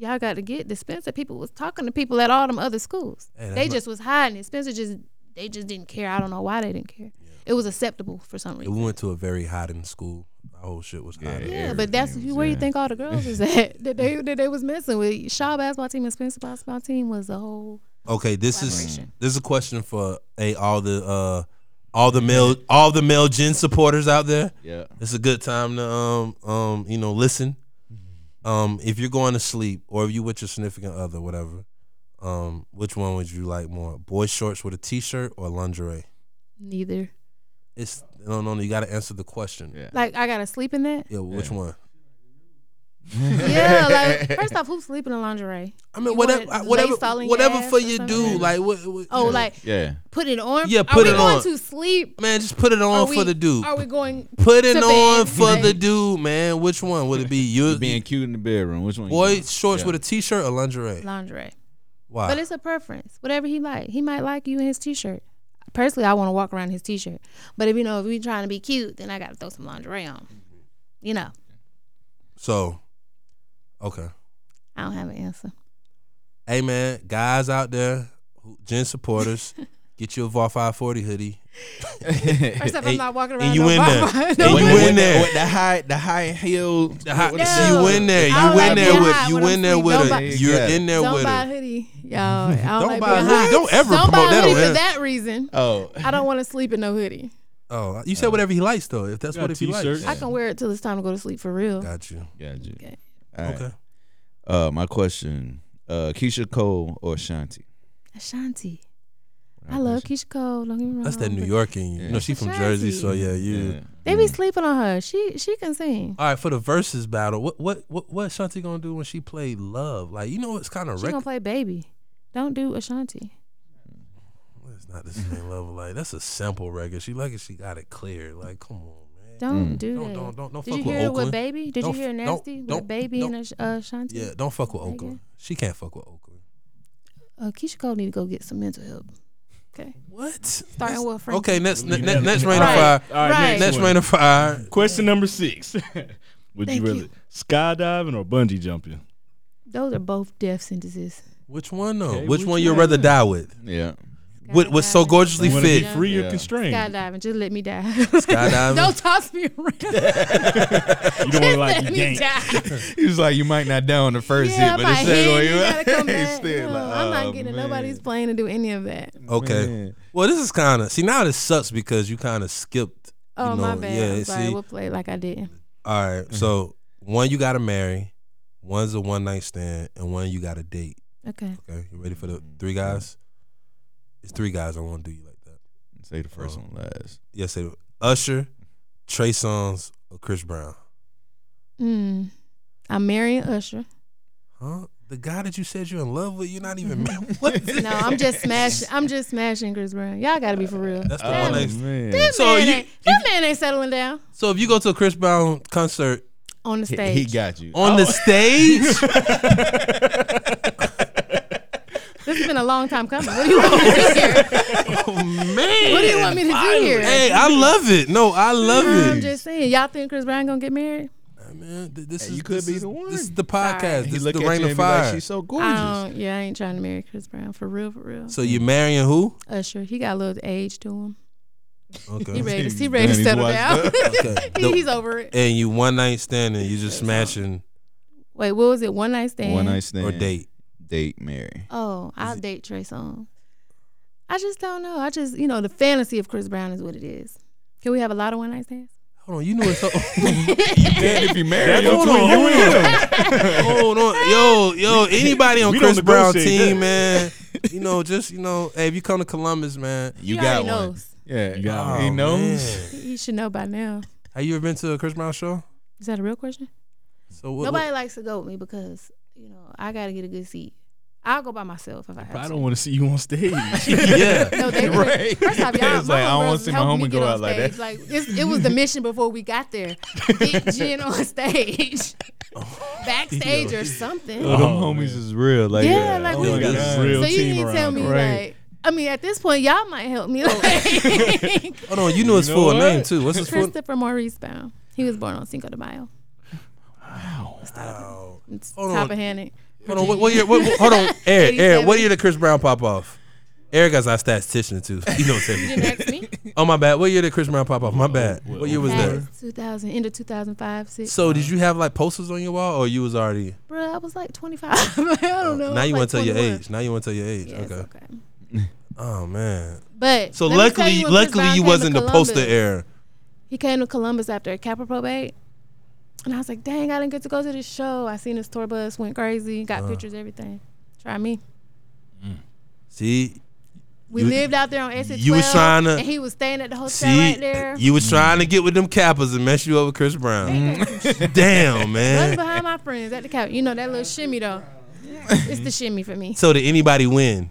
Speaker 4: Y'all got to get the Spencer people was talking to people at all them other schools.
Speaker 1: Hey, that's
Speaker 4: they
Speaker 1: not-
Speaker 4: just was hiding it. Spencer just they just didn't care. I don't know why they didn't care. It was acceptable for some
Speaker 1: Yeah,
Speaker 4: reason.
Speaker 1: we went to a very hot in school. Our whole shit was hot.
Speaker 2: Yeah.
Speaker 4: Yeah, but that's
Speaker 2: Everything was-
Speaker 4: where you
Speaker 2: yeah.
Speaker 4: think all the girls is at that they that they was messing with. Shaw basketball team and Spencer basketball team was the whole.
Speaker 1: Okay, this is
Speaker 4: Collaboration.
Speaker 1: this is a question for hey, all the uh all the male all the male gen supporters out there.
Speaker 2: Yeah.
Speaker 1: It's a good time to um um you know listen. Um, if you're going to sleep or if you with your significant other, whatever, um, which one would you like more? Boy shorts with a t-shirt or lingerie?
Speaker 4: Neither.
Speaker 1: It's no no no. You got to answer the question. Yeah,
Speaker 2: Yeah.
Speaker 4: Like I gotta sleep in that.
Speaker 1: which one?
Speaker 4: yeah. Like first off, who's sleeping in lingerie?
Speaker 1: I mean,
Speaker 4: You
Speaker 1: whatever,
Speaker 4: want it
Speaker 1: whatever,
Speaker 4: laced all in your
Speaker 1: whatever
Speaker 4: ass
Speaker 1: for
Speaker 4: or
Speaker 1: you do.
Speaker 4: something?
Speaker 1: Like, what, what-
Speaker 4: Oh,
Speaker 1: yeah.
Speaker 4: like
Speaker 2: Yeah.
Speaker 4: put it on.
Speaker 1: Yeah,
Speaker 4: are
Speaker 1: put
Speaker 4: we
Speaker 1: it
Speaker 4: going
Speaker 1: on.
Speaker 4: to sleep?
Speaker 1: man, just put it on
Speaker 4: Are
Speaker 1: for
Speaker 4: we-
Speaker 1: the dude.
Speaker 4: Are we going?
Speaker 1: Put it
Speaker 4: to
Speaker 1: on
Speaker 4: bed
Speaker 1: for the
Speaker 4: today?
Speaker 1: dude, man. Which one would it be? You
Speaker 2: Being cute in the bedroom. Which one? you
Speaker 1: boy
Speaker 2: want?
Speaker 1: shorts
Speaker 2: Yeah.
Speaker 1: with a t-shirt or lingerie?
Speaker 4: Lingerie.
Speaker 1: Why?
Speaker 4: But it's a preference. Whatever he like, he might like you in his t-shirt. Personally, I want to walk around in his t-shirt. But if you know, if we trying to be cute, then I gotta throw some lingerie on.
Speaker 1: Mm-hmm.
Speaker 4: You know,
Speaker 1: so, okay.
Speaker 4: I don't have an answer.
Speaker 1: Hey, man, guys out there, who- Gen supporters, get you a VAR 540 hoodie.
Speaker 4: First off,
Speaker 1: Hey,
Speaker 4: I'm not walking
Speaker 1: and
Speaker 4: around.
Speaker 1: you
Speaker 4: no
Speaker 1: in there.
Speaker 4: Barbara.
Speaker 1: And
Speaker 4: No,
Speaker 1: you
Speaker 2: With-
Speaker 1: in
Speaker 2: with
Speaker 1: there.
Speaker 2: The, with the high, the high heel.
Speaker 1: The hot-
Speaker 2: with
Speaker 4: No.
Speaker 1: see, you in there. You
Speaker 4: I don't
Speaker 1: in
Speaker 4: like
Speaker 1: there
Speaker 4: being
Speaker 1: with
Speaker 4: hot
Speaker 1: you
Speaker 4: when
Speaker 1: in
Speaker 4: I'm
Speaker 1: there
Speaker 4: asleep.
Speaker 1: with
Speaker 4: Don't
Speaker 1: a
Speaker 4: buy-
Speaker 1: you're
Speaker 2: Yeah.
Speaker 1: in there
Speaker 4: don't
Speaker 1: with
Speaker 4: buy a
Speaker 1: a
Speaker 4: hoodie, y'all. I don't,
Speaker 1: Don't
Speaker 4: like
Speaker 1: buy a
Speaker 4: being
Speaker 1: hoodie.
Speaker 4: hot.
Speaker 1: Don't ever
Speaker 4: don't
Speaker 1: promote
Speaker 4: buy
Speaker 1: that
Speaker 4: a hoodie
Speaker 1: on here.
Speaker 4: for that reason.
Speaker 2: Oh.
Speaker 4: I don't want to sleep in no hoodie.
Speaker 1: Oh, you said whatever he likes though. If that's
Speaker 3: Got
Speaker 1: what
Speaker 3: a
Speaker 1: if he likes.
Speaker 3: t-shirt.
Speaker 4: I can wear it till it's time to go to sleep for real.
Speaker 1: Got you.
Speaker 2: Got you.
Speaker 4: Okay.
Speaker 2: All right.
Speaker 1: Okay.
Speaker 2: Uh, my question: uh, Keisha Cole or Shanti?
Speaker 4: Ashanti. I love Keisha Cole. Don't get me wrong.
Speaker 1: That's that New
Speaker 4: but
Speaker 1: York in you. You know
Speaker 2: Yeah.
Speaker 1: she from
Speaker 4: Ashanti.
Speaker 1: Jersey, so yeah, you.
Speaker 2: Yeah.
Speaker 4: They be sleeping on her. She she can sing.
Speaker 1: All right, for the verses battle, what what what what Shanti gonna do when she play love? Like you know, it's kind of
Speaker 4: She gonna play baby. Don't do Ashanti.
Speaker 1: It's not the same level. Like that's a simple record. She lucky she got it clear. Like come on, man.
Speaker 4: Don't do
Speaker 1: Don't
Speaker 4: that.
Speaker 1: don't don't Mm. don't
Speaker 4: Did
Speaker 1: fuck with
Speaker 4: you hear it
Speaker 1: Oakland.
Speaker 4: with baby? Did
Speaker 1: Don't
Speaker 4: you hear
Speaker 1: f- don't-
Speaker 4: nasty with
Speaker 1: don't-
Speaker 4: baby
Speaker 1: don't-
Speaker 4: and Ash- uh, Ashanti?
Speaker 1: yeah, don't fuck with
Speaker 4: Nigga.
Speaker 1: Oakland. She can't fuck with Oakland.
Speaker 4: Uh, Keisha Cole need to go get some mental help. Okay.
Speaker 1: What?
Speaker 4: Starting with Frankie.
Speaker 1: Okay, next ne- ne-
Speaker 3: Yeah.
Speaker 1: next rain of
Speaker 4: Right.
Speaker 1: fire.
Speaker 3: All right,
Speaker 4: Right.
Speaker 1: Next
Speaker 3: next
Speaker 1: rain
Speaker 3: one.
Speaker 1: of fire.
Speaker 3: Question number six: Would
Speaker 4: Thank
Speaker 3: you rather
Speaker 4: you.
Speaker 3: skydiving or bungee jumping?
Speaker 4: Those are both death sentences.
Speaker 1: Which one though?
Speaker 3: Okay,
Speaker 1: which,
Speaker 3: which
Speaker 1: one you'd
Speaker 3: one?
Speaker 1: rather die with?
Speaker 2: Yeah.
Speaker 1: What what's so
Speaker 4: Skydiving.
Speaker 1: gorgeously
Speaker 3: You want to
Speaker 1: fit?
Speaker 3: be free
Speaker 2: Yeah.
Speaker 3: or constrained?
Speaker 4: Skydiving. Just let me die.
Speaker 1: Skydiving.
Speaker 4: don't toss me around. Just
Speaker 3: You don't want to like
Speaker 4: let me
Speaker 3: yank.
Speaker 4: die.
Speaker 2: He was like, you might not die on the first
Speaker 4: yeah,
Speaker 2: hit,
Speaker 4: my
Speaker 2: but the second one,
Speaker 4: head,
Speaker 2: you
Speaker 4: you gotta come
Speaker 2: he
Speaker 4: back.
Speaker 2: still
Speaker 4: No,
Speaker 2: like,
Speaker 4: I'm
Speaker 2: oh,
Speaker 4: not getting
Speaker 2: man.
Speaker 4: nobody's plane to do any of that.
Speaker 1: Okay.
Speaker 2: Man.
Speaker 1: Well, this is kind of see now. This sucks because you kind of skipped.
Speaker 4: Oh
Speaker 1: you know,
Speaker 4: my bad.
Speaker 1: Yeah.
Speaker 4: I'm sorry.
Speaker 1: see,
Speaker 4: We'll play like I didn't.
Speaker 1: All
Speaker 2: Mm-hmm.
Speaker 1: right, So one you gotta marry, one's a one night stand, and one you gotta date.
Speaker 4: Okay.
Speaker 1: Okay, you ready for the
Speaker 2: Mm-hmm.
Speaker 1: three guys? It's three guys. I won't do you like that.
Speaker 2: Say the first one last.
Speaker 1: Yes, it Usher, Trey Songz, or Chris Brown.
Speaker 4: Mm. I'm marrying Usher.
Speaker 1: Huh? The guy that you said you're in love with, you're not even married. What?
Speaker 4: No, I'm just smashing. I'm just smashing Chris Brown. Y'all gotta be for real.
Speaker 1: That's the
Speaker 4: Damn.
Speaker 1: one. That,
Speaker 3: Oh,
Speaker 2: man.
Speaker 4: That
Speaker 1: So
Speaker 4: man
Speaker 1: you-
Speaker 4: ain't, that man ain't settling down
Speaker 1: so if you go to a Chris Brown concert
Speaker 4: on the stage.
Speaker 2: Oh. He, he got you.
Speaker 1: on the stage,
Speaker 4: this It's been a long time coming. What do you want me to do here? What do you want me to do here?
Speaker 1: Hey, I love it. No, I love it.
Speaker 4: I'm just saying. Y'all think Chris Brown gonna get married?
Speaker 1: Man, th- this
Speaker 2: Hey,
Speaker 1: is
Speaker 2: you could
Speaker 1: this
Speaker 2: be
Speaker 1: is-
Speaker 2: the one.
Speaker 1: This is the podcast.
Speaker 2: He
Speaker 1: This is
Speaker 2: look
Speaker 1: the
Speaker 2: at
Speaker 1: reign
Speaker 2: you
Speaker 1: of
Speaker 2: and be like,
Speaker 1: fire.
Speaker 2: she's
Speaker 4: Oh,
Speaker 2: so
Speaker 4: I
Speaker 2: gorgeous.
Speaker 4: don't. Um, Yeah, I ain't trying to marry Chris Brown for real, for real.
Speaker 1: so you marrying who?
Speaker 4: Usher, he got a little age to him. He
Speaker 1: Okay.
Speaker 4: ready. To, he
Speaker 2: Damn,
Speaker 4: ready to
Speaker 2: he
Speaker 4: settle
Speaker 2: was-
Speaker 4: down.
Speaker 1: okay.
Speaker 4: He-
Speaker 1: The-
Speaker 4: He's over it.
Speaker 1: and you one night standing, you just smashing
Speaker 4: Wait, what was it? One night stand.
Speaker 2: One night stand
Speaker 1: or date.
Speaker 2: date Mary.
Speaker 4: Oh, I'll date Trey Songz. I just don't know. I just, you know, the fantasy of Chris Brown is what it is. Can we have a lot of one night stands?
Speaker 1: Hold on, you know it's
Speaker 2: if you marry
Speaker 1: hold on, hold on, hold on, yo, yo. Anybody on
Speaker 3: we
Speaker 1: Chris
Speaker 3: don't
Speaker 1: Brown
Speaker 3: negotiate
Speaker 1: team,
Speaker 3: that.
Speaker 1: man? You know, just you know, hey, if you come to Columbus, man,
Speaker 2: you
Speaker 4: he
Speaker 2: got
Speaker 4: already
Speaker 2: one.
Speaker 4: knows.
Speaker 2: Yeah, you
Speaker 3: got
Speaker 1: Oh,
Speaker 2: he knows.
Speaker 1: man.
Speaker 4: He he should know by now.
Speaker 1: Have you ever been to a Chris Brown show?
Speaker 4: Is that a real question?
Speaker 1: So what?
Speaker 4: Nobody likes to go with me because, you know, I got to get a good seat. I'll go by myself if I have
Speaker 3: I
Speaker 4: to.
Speaker 3: don't want to see you on stage.
Speaker 1: what- yeah.
Speaker 4: No, they
Speaker 2: Right.
Speaker 4: First off, y'all,
Speaker 2: It's like, I don't wanna
Speaker 4: want
Speaker 2: see
Speaker 4: to
Speaker 2: my homie go out like that.
Speaker 4: Like it's, it was the mission before we got there. Get Jen on stage, backstage or something.
Speaker 2: Oh, them homies
Speaker 3: Oh, man.
Speaker 2: is real. Like, uh,
Speaker 4: yeah, like
Speaker 1: oh
Speaker 4: we
Speaker 1: my
Speaker 4: got
Speaker 1: God.
Speaker 4: So
Speaker 3: Real
Speaker 4: you
Speaker 3: team
Speaker 4: didn't tell
Speaker 3: around
Speaker 4: me
Speaker 3: it.
Speaker 4: like. I mean, at this point, y'all might help me. Like
Speaker 1: Hold on, you know his
Speaker 3: know
Speaker 1: full
Speaker 3: what?
Speaker 1: name too. What's his full?
Speaker 4: Christopher Maurice Brown. He was born on Cinco de Mayo.
Speaker 1: Wow.
Speaker 4: It's
Speaker 1: Hold
Speaker 4: top
Speaker 1: on.
Speaker 4: of Hannock.
Speaker 1: Hold on, what, what year? What, what- hold on, Eric. Eric,
Speaker 4: 87.
Speaker 1: what year did Chris Brown pop off? Eric is our statistician too. You know what I'm
Speaker 4: You
Speaker 1: saying?
Speaker 4: didn't ask me.
Speaker 1: Oh my bad. What year did Chris Brown pop off? My bad.
Speaker 3: What-
Speaker 1: What year was
Speaker 3: what
Speaker 1: that?
Speaker 3: year?
Speaker 4: That's 2000, end of 2005, six.
Speaker 1: So did you have like posters on your wall, or you was already?
Speaker 4: Bro, I was like 25. Like, I don't know.
Speaker 1: now
Speaker 4: I
Speaker 1: you
Speaker 4: was
Speaker 1: want
Speaker 4: like
Speaker 1: to tell your
Speaker 4: 21.
Speaker 1: age. Now you want to tell your age.
Speaker 4: Yeah, it's
Speaker 1: okay.
Speaker 4: okay.
Speaker 1: Oh man.
Speaker 4: But
Speaker 1: So
Speaker 4: let me tell
Speaker 1: luckily,
Speaker 4: you when Chris
Speaker 1: luckily
Speaker 4: Brown
Speaker 1: you
Speaker 4: came to
Speaker 1: wasn't the poster
Speaker 4: Columbus.
Speaker 1: era.
Speaker 4: He came to Columbus after a Kappa probate. And I was like, dang, I didn't get to go to this show. I seen his tour bus, went crazy, got
Speaker 1: Uh-huh.
Speaker 4: pictures, everything. Try me.
Speaker 1: See,
Speaker 4: We
Speaker 1: You-
Speaker 4: lived out there on Essex.
Speaker 1: you was
Speaker 4: 12,
Speaker 1: trying to-
Speaker 4: and he was staying at the hotel
Speaker 1: see,
Speaker 4: right there.
Speaker 1: you was trying to get with them cappers and mess you up with Chris Brown. Damn,
Speaker 4: Running
Speaker 1: man.
Speaker 4: behind my friends at the couch. You know that little shimmy though. it's the shimmy for me.
Speaker 1: So did anybody win?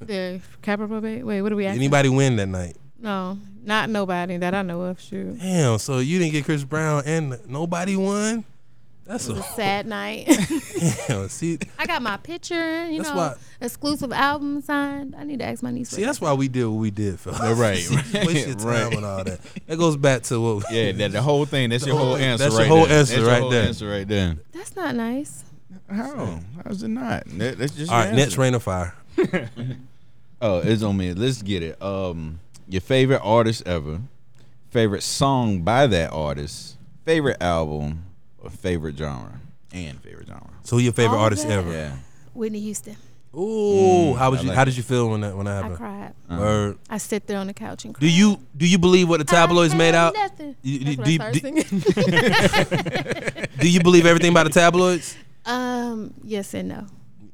Speaker 4: The Capra probate. Wait, what are we
Speaker 1: Did
Speaker 4: asking?
Speaker 1: anybody win that night?
Speaker 4: No, not nobody that I know of. Sure,
Speaker 1: Damn. So you didn't get Chris Brown and nobody won. That's a
Speaker 4: sad night.
Speaker 1: damn. See,
Speaker 4: I got my picture. You
Speaker 1: That's
Speaker 4: know,
Speaker 1: why-
Speaker 4: exclusive album signed. I need to ask my niece.
Speaker 1: see, that's why we did what we did, fellas.
Speaker 2: right,
Speaker 1: See, you
Speaker 2: right,
Speaker 1: Waste your time
Speaker 2: right.
Speaker 1: and all that. That goes back to what. we-
Speaker 2: Yeah, that the whole thing. That's your whole
Speaker 1: whole-
Speaker 2: answer.
Speaker 1: that's your
Speaker 2: right
Speaker 1: whole
Speaker 2: there.
Speaker 1: answer
Speaker 2: that's
Speaker 1: right
Speaker 2: your whole
Speaker 1: there.
Speaker 2: Answer right there.
Speaker 4: That's not nice.
Speaker 2: How? How's it not? That, that's just
Speaker 1: All
Speaker 2: your
Speaker 1: right. Next
Speaker 2: answer.
Speaker 1: rain of fire.
Speaker 2: Oh, it's on me. Let's get it. Um, your favorite artist ever, favorite song by that artist, favorite album, or favorite genre, and favorite genre.
Speaker 1: So who your favorite
Speaker 4: All
Speaker 1: artist
Speaker 4: that.
Speaker 1: ever?
Speaker 2: Yeah.
Speaker 4: Whitney Houston.
Speaker 1: Ooh, how was
Speaker 2: I
Speaker 1: you?
Speaker 2: like
Speaker 1: how
Speaker 2: it.
Speaker 1: did you feel when that when that
Speaker 4: I
Speaker 1: happened?
Speaker 4: cried.
Speaker 1: Word.
Speaker 4: I sit there on the couch and cried.
Speaker 1: Do you do you believe what the tabloids
Speaker 4: I
Speaker 1: made
Speaker 4: have
Speaker 1: out?
Speaker 4: Nothing.
Speaker 1: You-
Speaker 4: That's
Speaker 1: do-
Speaker 4: when I
Speaker 1: do-
Speaker 4: started
Speaker 1: do-
Speaker 4: singing.
Speaker 1: Do you believe everything by the tabloids?
Speaker 4: um, yes and no.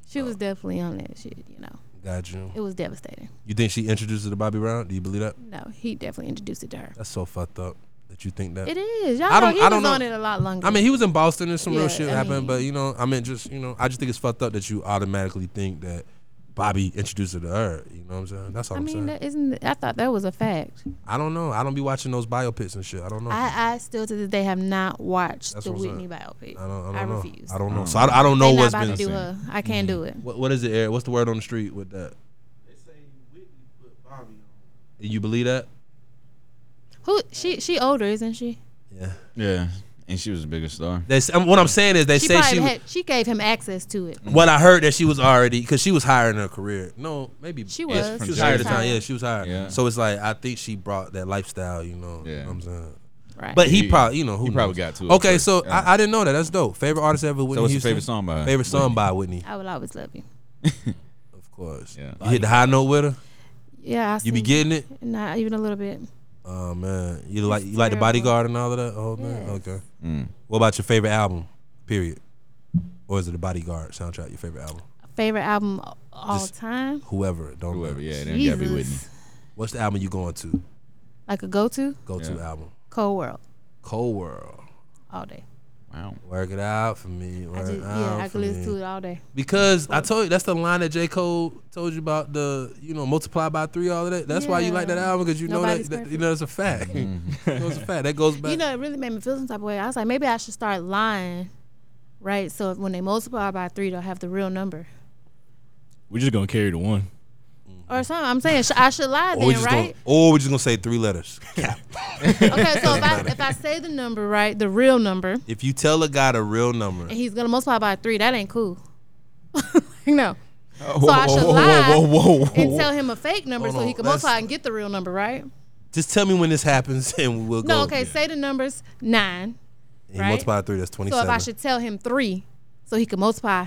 Speaker 4: She
Speaker 1: Oh.
Speaker 4: was definitely on that shit. You know,
Speaker 1: Got you.
Speaker 4: it was devastating.
Speaker 1: You think she introduced her to Bobby Brown? Do you believe that?
Speaker 4: No, he definitely introduced it to her.
Speaker 1: That's so fucked up that you think that.
Speaker 4: It is. Y'all
Speaker 1: I don't-
Speaker 4: know he
Speaker 1: I
Speaker 4: was
Speaker 1: don't know.
Speaker 4: on it a lot longer.
Speaker 1: I mean, he was in Boston and some real
Speaker 4: Yeah,
Speaker 1: shit
Speaker 4: I
Speaker 1: happened,
Speaker 4: mean-
Speaker 1: but you know, I mean, just you know, I just think it's fucked up that you automatically think that Bobby introduced her to her. You know what I'm saying? That's all
Speaker 4: I
Speaker 1: I am
Speaker 4: mean,
Speaker 1: saying.
Speaker 4: that isn't. I thought that was a fact.
Speaker 1: I don't know. I don't be watching those biopics and shit. I don't know. I,
Speaker 4: I, I still to this day have not watched
Speaker 1: That's
Speaker 4: the
Speaker 1: what I'm
Speaker 4: Whitney biopic.
Speaker 1: don't. I don't
Speaker 4: I
Speaker 1: know.
Speaker 4: refuse.
Speaker 1: I don't know. So I, I don't know
Speaker 4: they
Speaker 1: what's Mm-hmm.
Speaker 4: not about
Speaker 1: been.
Speaker 4: to do her. I can't do it.
Speaker 1: Mm. What what is it, Eric? What's the word on the street with that? They say Whitney put Bobby on. You believe that?
Speaker 4: Who she? She older, isn't she?
Speaker 1: Yeah.
Speaker 2: Yeah. And she was a bigger star.
Speaker 1: They say, what I'm saying is they
Speaker 4: She
Speaker 1: say
Speaker 4: probably
Speaker 1: she.
Speaker 4: had, she gave him access to it.
Speaker 1: what I heard that she was already because she was higher in her career. No, maybe
Speaker 4: She
Speaker 2: Yes,
Speaker 4: was.
Speaker 2: from
Speaker 1: She was
Speaker 2: Jersey.
Speaker 1: higher at the time. Yeah, she was higher.
Speaker 2: Yeah.
Speaker 1: So it's like I think she brought that lifestyle. You know. You
Speaker 2: Yeah.
Speaker 1: know what I'm saying.
Speaker 4: Right.
Speaker 1: But he
Speaker 2: He-
Speaker 1: probably, you know, who
Speaker 2: he probably
Speaker 1: knows?
Speaker 2: got to it
Speaker 1: Okay,
Speaker 2: first.
Speaker 1: so
Speaker 2: Yeah.
Speaker 1: I, I didn't know that. That's dope. Favorite artist ever, Whitney
Speaker 2: So what's your
Speaker 1: Houston.
Speaker 2: favorite song by her?
Speaker 1: Favorite song by Whitney,
Speaker 4: I will always love you.
Speaker 1: of course.
Speaker 2: Yeah.
Speaker 1: You hit the high note with her.
Speaker 4: Yeah, I
Speaker 1: You be
Speaker 4: sing-
Speaker 1: getting it.
Speaker 4: not even a little bit.
Speaker 1: Oh man, you like you
Speaker 4: It's
Speaker 1: like the
Speaker 4: terrible.
Speaker 1: bodyguard and all of that. Oh man,
Speaker 4: Yes.
Speaker 1: okay.
Speaker 2: Mm.
Speaker 1: What about your favorite album? Period. Or is it the Bodyguard soundtrack? Your favorite album?
Speaker 4: Favorite album of all
Speaker 1: Just-
Speaker 4: time.
Speaker 1: Whoever, don't
Speaker 2: Whoever.
Speaker 1: matter.
Speaker 2: Yeah. Then gotta be Whitney.
Speaker 4: Jesus.
Speaker 1: What's the album you going to?
Speaker 4: Like a go-to.
Speaker 1: Go to
Speaker 2: Yeah.
Speaker 1: album.
Speaker 4: Cold World
Speaker 1: Cold World.
Speaker 4: all day.
Speaker 2: Wow.
Speaker 1: Work it out for me. Work
Speaker 4: I just
Speaker 1: it
Speaker 4: yeah,
Speaker 1: out
Speaker 4: I
Speaker 1: for
Speaker 4: could listen
Speaker 1: me.
Speaker 4: to it all day.
Speaker 1: Because I told you that's the line that J Cole told you about the you know multiply by three all of that. That's why you like that
Speaker 4: Yeah.
Speaker 1: album because you
Speaker 4: Nobody's
Speaker 1: know that, that you
Speaker 4: perfect.
Speaker 1: know it's a fact.
Speaker 2: Mm-hmm.
Speaker 1: you know it's a fact that goes back.
Speaker 4: you know, it really made me feel some type of way. I was like, maybe I should start lying, right? So if- when they multiply by three, they'll have the real number.
Speaker 3: We're just gonna carry the one.
Speaker 4: or something. I'm saying sh- I should lie
Speaker 1: Or we
Speaker 4: then,
Speaker 1: just
Speaker 4: right?
Speaker 1: gonna, or we just gonna say three letters.
Speaker 4: okay, so if I if I say the number right, the real number,
Speaker 1: if you tell a guy the real number,
Speaker 4: and he's gonna multiply by three, that ain't cool. no.
Speaker 1: Uh,
Speaker 2: Oh,
Speaker 4: So I should lie
Speaker 2: whoa, whoa, whoa, whoa,
Speaker 4: and
Speaker 2: whoa.
Speaker 4: tell him a fake number
Speaker 1: Hold
Speaker 4: so
Speaker 1: on,
Speaker 4: he can
Speaker 1: that's-
Speaker 4: multiply and get the real number, right?
Speaker 1: just tell me when this happens and we'll go.
Speaker 4: No, okay, say the numbers nine.
Speaker 1: And
Speaker 4: right?
Speaker 1: multiply three. That's twenty
Speaker 4: So
Speaker 1: seven.
Speaker 4: if I should tell him three so he can multiply.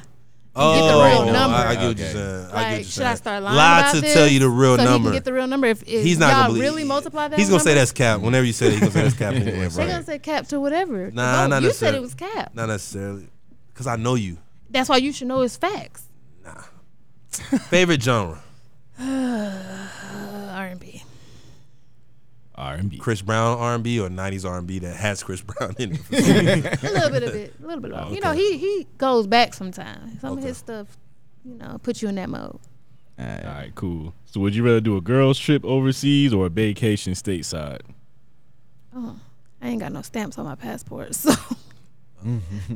Speaker 1: oh,
Speaker 4: get the real
Speaker 1: no,
Speaker 4: number.
Speaker 1: I, I get what you're
Speaker 2: Okay.
Speaker 1: saying. I get what
Speaker 4: Like,
Speaker 1: you're
Speaker 4: should
Speaker 1: saying.
Speaker 4: I start lying?
Speaker 1: Lie
Speaker 4: about
Speaker 1: to
Speaker 4: this
Speaker 1: tell you the real
Speaker 4: so
Speaker 1: number.
Speaker 4: He can get the real number. If, if
Speaker 1: He's not
Speaker 4: y'all
Speaker 1: gonna believe.
Speaker 4: really multiply that,
Speaker 1: He's gonna say
Speaker 4: number,
Speaker 1: that's cap. Whenever you say that, he's gonna say that's cap. Anyway,
Speaker 4: They're
Speaker 1: right?
Speaker 4: gonna say cap to whatever.
Speaker 1: Nah,
Speaker 4: No,
Speaker 1: not
Speaker 4: you said
Speaker 1: necessarily.
Speaker 4: it was cap.
Speaker 1: Not necessarily, because I know you.
Speaker 4: That's why you should know it's facts.
Speaker 1: Favorite genre:
Speaker 4: Uh, R&B.
Speaker 3: R and B.
Speaker 1: Chris Brown R and B or '90s R and B that has Chris Brown in it. for some reason.
Speaker 4: a little bit of it, a little bit of it. You know, he he goes back sometimes. Some of
Speaker 1: Okay.
Speaker 4: his stuff, you know, put you in that mode.
Speaker 3: All right, cool. So would you rather do a girls trip overseas or a vacation stateside?
Speaker 4: I ain't got no stamps on my passport, so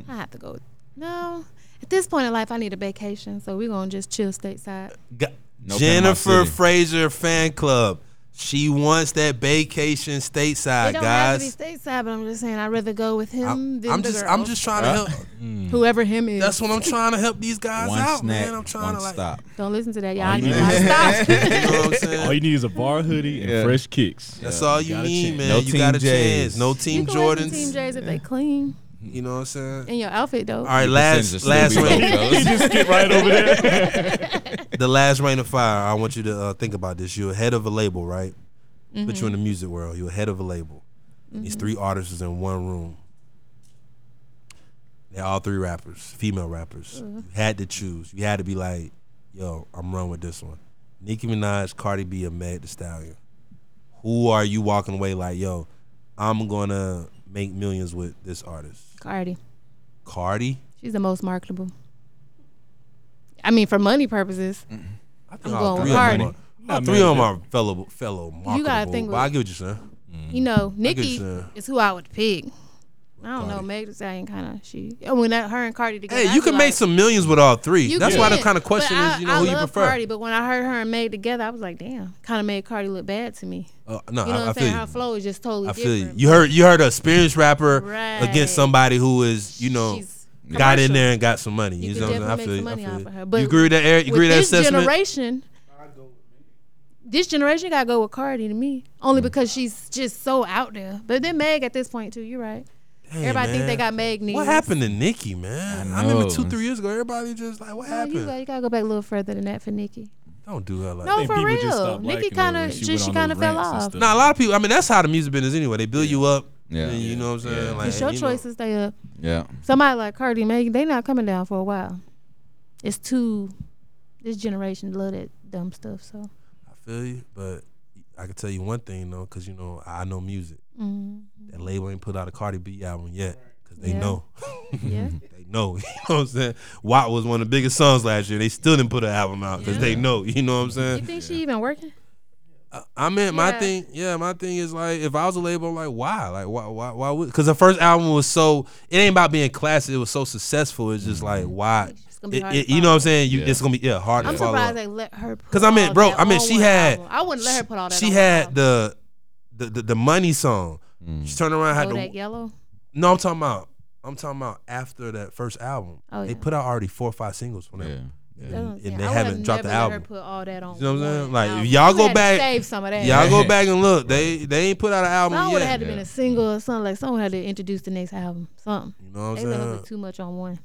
Speaker 4: I have to go. No, at this point in life, I need a vacation, so we're gonna just chill stateside.
Speaker 1: Got-
Speaker 2: No Panama
Speaker 1: Jennifer
Speaker 2: City.
Speaker 1: Fraser fan club. She wants that vacation
Speaker 4: It
Speaker 1: stateside,
Speaker 4: don't
Speaker 1: guys.
Speaker 4: have to be stateside, but I'm just saying I'd rather go with him
Speaker 1: I'm,
Speaker 4: than
Speaker 1: I'm
Speaker 4: the
Speaker 1: just,
Speaker 4: girl.
Speaker 1: I'm just trying to help.
Speaker 4: whoever him is.
Speaker 1: Hmm. That's what I'm trying to help these guys
Speaker 2: One
Speaker 1: out,
Speaker 2: snack,
Speaker 1: man. I'm trying
Speaker 2: one
Speaker 1: to like,
Speaker 2: stop.
Speaker 4: don't listen to that, y'all.
Speaker 1: Oh,
Speaker 2: All
Speaker 4: I
Speaker 2: you
Speaker 4: need
Speaker 2: need
Speaker 4: y'all to
Speaker 2: is-
Speaker 4: stop.
Speaker 1: you know what I'm saying?
Speaker 3: All you need is a bar hoodie and
Speaker 2: Yeah.
Speaker 3: fresh kicks.
Speaker 1: That's all
Speaker 2: you
Speaker 1: Oh, you
Speaker 2: got a
Speaker 1: need,
Speaker 2: chance.
Speaker 1: man.
Speaker 2: No
Speaker 1: you got a
Speaker 2: Team J's.
Speaker 1: chance. No
Speaker 4: you
Speaker 1: Team
Speaker 4: can wear some
Speaker 1: Jordans.
Speaker 4: Team J's if they clean
Speaker 1: You know what I'm saying?
Speaker 4: in your outfit though.
Speaker 1: All right,
Speaker 2: Percentages
Speaker 1: last
Speaker 2: still
Speaker 1: last
Speaker 2: be low,
Speaker 1: rain,
Speaker 2: fellas.
Speaker 3: Get right over there.
Speaker 1: the last rain of fire. I want you to uh, think about this. You're head of a label, right? But
Speaker 4: Mm-hmm.
Speaker 1: you're in the music world. You're head of a label. These three artists is in one room. They're all three rappers, female rappers.
Speaker 4: Mm-hmm.
Speaker 1: You had to choose. You had to be like, yo, I'm run with this one. Nicki Minaj, Cardi B, or Meg The Stallion. Who are you walking away like, yo, I'm gonna make millions with this artist?
Speaker 4: Cardi,
Speaker 1: Cardi?
Speaker 4: she's the most marketable. I mean, for money purposes.
Speaker 1: I think
Speaker 4: I'm
Speaker 1: all
Speaker 4: going
Speaker 1: three of them
Speaker 4: with Cardi.
Speaker 1: are- all
Speaker 3: Nah,
Speaker 1: three
Speaker 3: man,
Speaker 1: of them are fellow fellow marketable.
Speaker 4: think
Speaker 1: but
Speaker 4: with-
Speaker 1: I get what you're saying.
Speaker 4: You know, Nikki
Speaker 1: you.
Speaker 4: is who I would pick. I don't know,
Speaker 1: Cardi.
Speaker 4: Meg Thee Stallion kind of she. and When that, her and Cardi together,
Speaker 1: Hey,
Speaker 4: I'd
Speaker 1: you
Speaker 4: be
Speaker 1: can
Speaker 4: like,
Speaker 1: make some millions with all three.
Speaker 4: you
Speaker 1: That's why the
Speaker 4: can,
Speaker 1: kind of
Speaker 4: but
Speaker 1: question
Speaker 4: I,
Speaker 1: is, you know,
Speaker 4: I
Speaker 1: who you
Speaker 4: love
Speaker 1: prefer.
Speaker 4: Cardi, but when I heard her and Meg together, I was like, damn, kind of made Cardi look bad to me.
Speaker 1: Uh, no, I,
Speaker 4: You know what
Speaker 1: I
Speaker 4: I'm
Speaker 1: feel
Speaker 4: saying? Her
Speaker 1: you.
Speaker 4: flow is just totally
Speaker 1: I feel you.
Speaker 4: different.
Speaker 1: You heard you heard a experienced rapper
Speaker 4: Right.
Speaker 1: against somebody who is you know
Speaker 4: She's
Speaker 1: got in
Speaker 4: commercial.
Speaker 1: there and got some money.
Speaker 4: You
Speaker 1: You,
Speaker 4: could
Speaker 1: know what I'm saying? I feel
Speaker 4: definitely
Speaker 1: you.
Speaker 4: make some
Speaker 1: I
Speaker 4: money
Speaker 1: feel
Speaker 4: off
Speaker 1: you.
Speaker 4: of her, but
Speaker 1: you agree with that? Eric? You
Speaker 4: with
Speaker 1: agree with that
Speaker 4: this
Speaker 1: assessment?
Speaker 4: generation. This generation gotta go with Cardi to me,
Speaker 1: Mm.
Speaker 4: only because she's just so out there. But then Meg at this point too, you're right.
Speaker 1: Hey,
Speaker 4: Everybody think
Speaker 1: man.
Speaker 4: they got Meg needs.
Speaker 1: What happened to Nicki, man? I,
Speaker 2: I
Speaker 1: remember
Speaker 2: know.
Speaker 1: two, three years ago, everybody just like, what
Speaker 4: Oh, you,
Speaker 1: happened?
Speaker 4: gotta, you gotta go back a little further than that for Nikki.
Speaker 1: Don't do her like
Speaker 4: No,
Speaker 1: that.
Speaker 3: think
Speaker 4: for
Speaker 3: people just
Speaker 4: real.
Speaker 3: stopped
Speaker 4: Nikki
Speaker 3: liking her
Speaker 4: kind
Speaker 3: when
Speaker 4: of
Speaker 3: she
Speaker 4: just
Speaker 3: went
Speaker 4: she
Speaker 3: on
Speaker 4: kind of
Speaker 3: those
Speaker 4: fell
Speaker 3: rants and
Speaker 4: off.
Speaker 3: stuff.
Speaker 4: It's
Speaker 1: Nah, a lot of people. I mean, that's how the music business anyway. They build you up.
Speaker 2: Yeah.
Speaker 1: and you know what I'm saying.
Speaker 2: Yeah.
Speaker 1: Like,
Speaker 4: your
Speaker 1: you know.
Speaker 4: choice to stay up.
Speaker 2: Yeah.
Speaker 4: Somebody like Cardi, Megan, they not coming down for a while. It's too. This generation love that dumb stuff. So
Speaker 1: I feel you, but I can tell you one thing though, because you know I know music.
Speaker 4: Mm-hmm.
Speaker 1: That label ain't put out a Cardi B album yet, because they
Speaker 4: Yeah.
Speaker 1: know,
Speaker 4: yeah,
Speaker 1: they know. You know what I'm saying? Watt was one of the biggest songs last year. They still didn't put an album out because they know. You know what I'm
Speaker 4: you
Speaker 1: saying?
Speaker 4: think she even working?
Speaker 1: I mean, my
Speaker 4: Yeah.
Speaker 1: thing, yeah, my thing is like, if I was a label, I'm like, why, like, why, why, why would? Because the first album was so, it ain't about being classic. It was so successful. It's just like, why?
Speaker 4: It's gonna be
Speaker 1: It-
Speaker 4: hard to
Speaker 1: it- you know what
Speaker 4: follow.
Speaker 1: I'm saying? You,
Speaker 2: Yeah.
Speaker 1: it's gonna be yeah, hard
Speaker 4: I'm
Speaker 1: to follow. up.
Speaker 4: surprised they let her. put
Speaker 1: 'Cause I mean,
Speaker 4: all
Speaker 1: bro,
Speaker 4: that
Speaker 1: I mean,
Speaker 4: on
Speaker 1: she
Speaker 4: one
Speaker 1: had-
Speaker 4: album. I wouldn't let her put all that.
Speaker 1: she
Speaker 4: on one
Speaker 1: had
Speaker 4: album.
Speaker 1: the, the the the money song. She turned around had
Speaker 4: Kodak
Speaker 1: the
Speaker 4: Yellow.
Speaker 1: no. I'm talking about. I'm talking about after that first album.
Speaker 4: Oh,
Speaker 1: They
Speaker 4: yeah.
Speaker 1: put out already four or five singles from
Speaker 2: Yeah.
Speaker 1: them,
Speaker 4: That's what I'm
Speaker 1: and,
Speaker 4: saying.
Speaker 1: and they
Speaker 4: I would've
Speaker 1: haven't dropped the
Speaker 4: never let Her
Speaker 1: album.
Speaker 4: put all that on.
Speaker 1: You know what I'm saying?
Speaker 4: one
Speaker 1: Like, if y'all
Speaker 4: album. You
Speaker 1: go
Speaker 4: had to
Speaker 1: back-
Speaker 4: save some of that.
Speaker 1: Y'all go back and look. They they ain't put out an
Speaker 4: Someone
Speaker 1: album
Speaker 4: would have
Speaker 1: yet.
Speaker 4: had to been a single or something. Like someone had to introduce the next album. Something.
Speaker 1: You know what
Speaker 4: They
Speaker 1: I'm
Speaker 4: let her
Speaker 1: saying?
Speaker 4: put too much on one.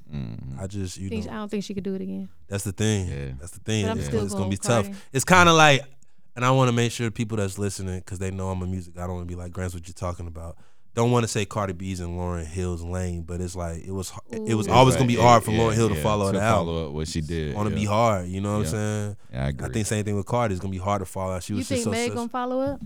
Speaker 1: I just you
Speaker 4: Think-
Speaker 1: know
Speaker 4: I don't think she could do it again.
Speaker 1: that's the thing.
Speaker 2: Yeah.
Speaker 1: That's the thing.
Speaker 4: But I'm
Speaker 1: It's,
Speaker 4: still
Speaker 1: it's gonna
Speaker 4: going
Speaker 1: be
Speaker 4: with
Speaker 1: tough.
Speaker 4: Cardi.
Speaker 1: It's kind of like, and I want to make sure people that's listening because they know I'm a music. guy, I don't want to be like Grant's what you're talking about. Don't want to say Cardi B's and Lauren Hill's lane, but it's like it was it was
Speaker 4: Ooh.
Speaker 1: always
Speaker 2: Right.
Speaker 1: gonna be hard for
Speaker 2: Yeah,
Speaker 1: Lauren Hill to
Speaker 2: yeah,
Speaker 1: follow
Speaker 2: to
Speaker 1: it out.
Speaker 2: Follow up what she did.
Speaker 1: want to
Speaker 2: yeah.
Speaker 1: be hard. You know what
Speaker 2: Yeah.
Speaker 1: I'm saying?
Speaker 2: Yeah, I agree.
Speaker 1: I think same thing with Cardi. It's gonna be hard to follow out. She
Speaker 4: You
Speaker 1: was just
Speaker 4: think
Speaker 1: so.
Speaker 4: Meg
Speaker 1: sus-
Speaker 4: gonna follow up?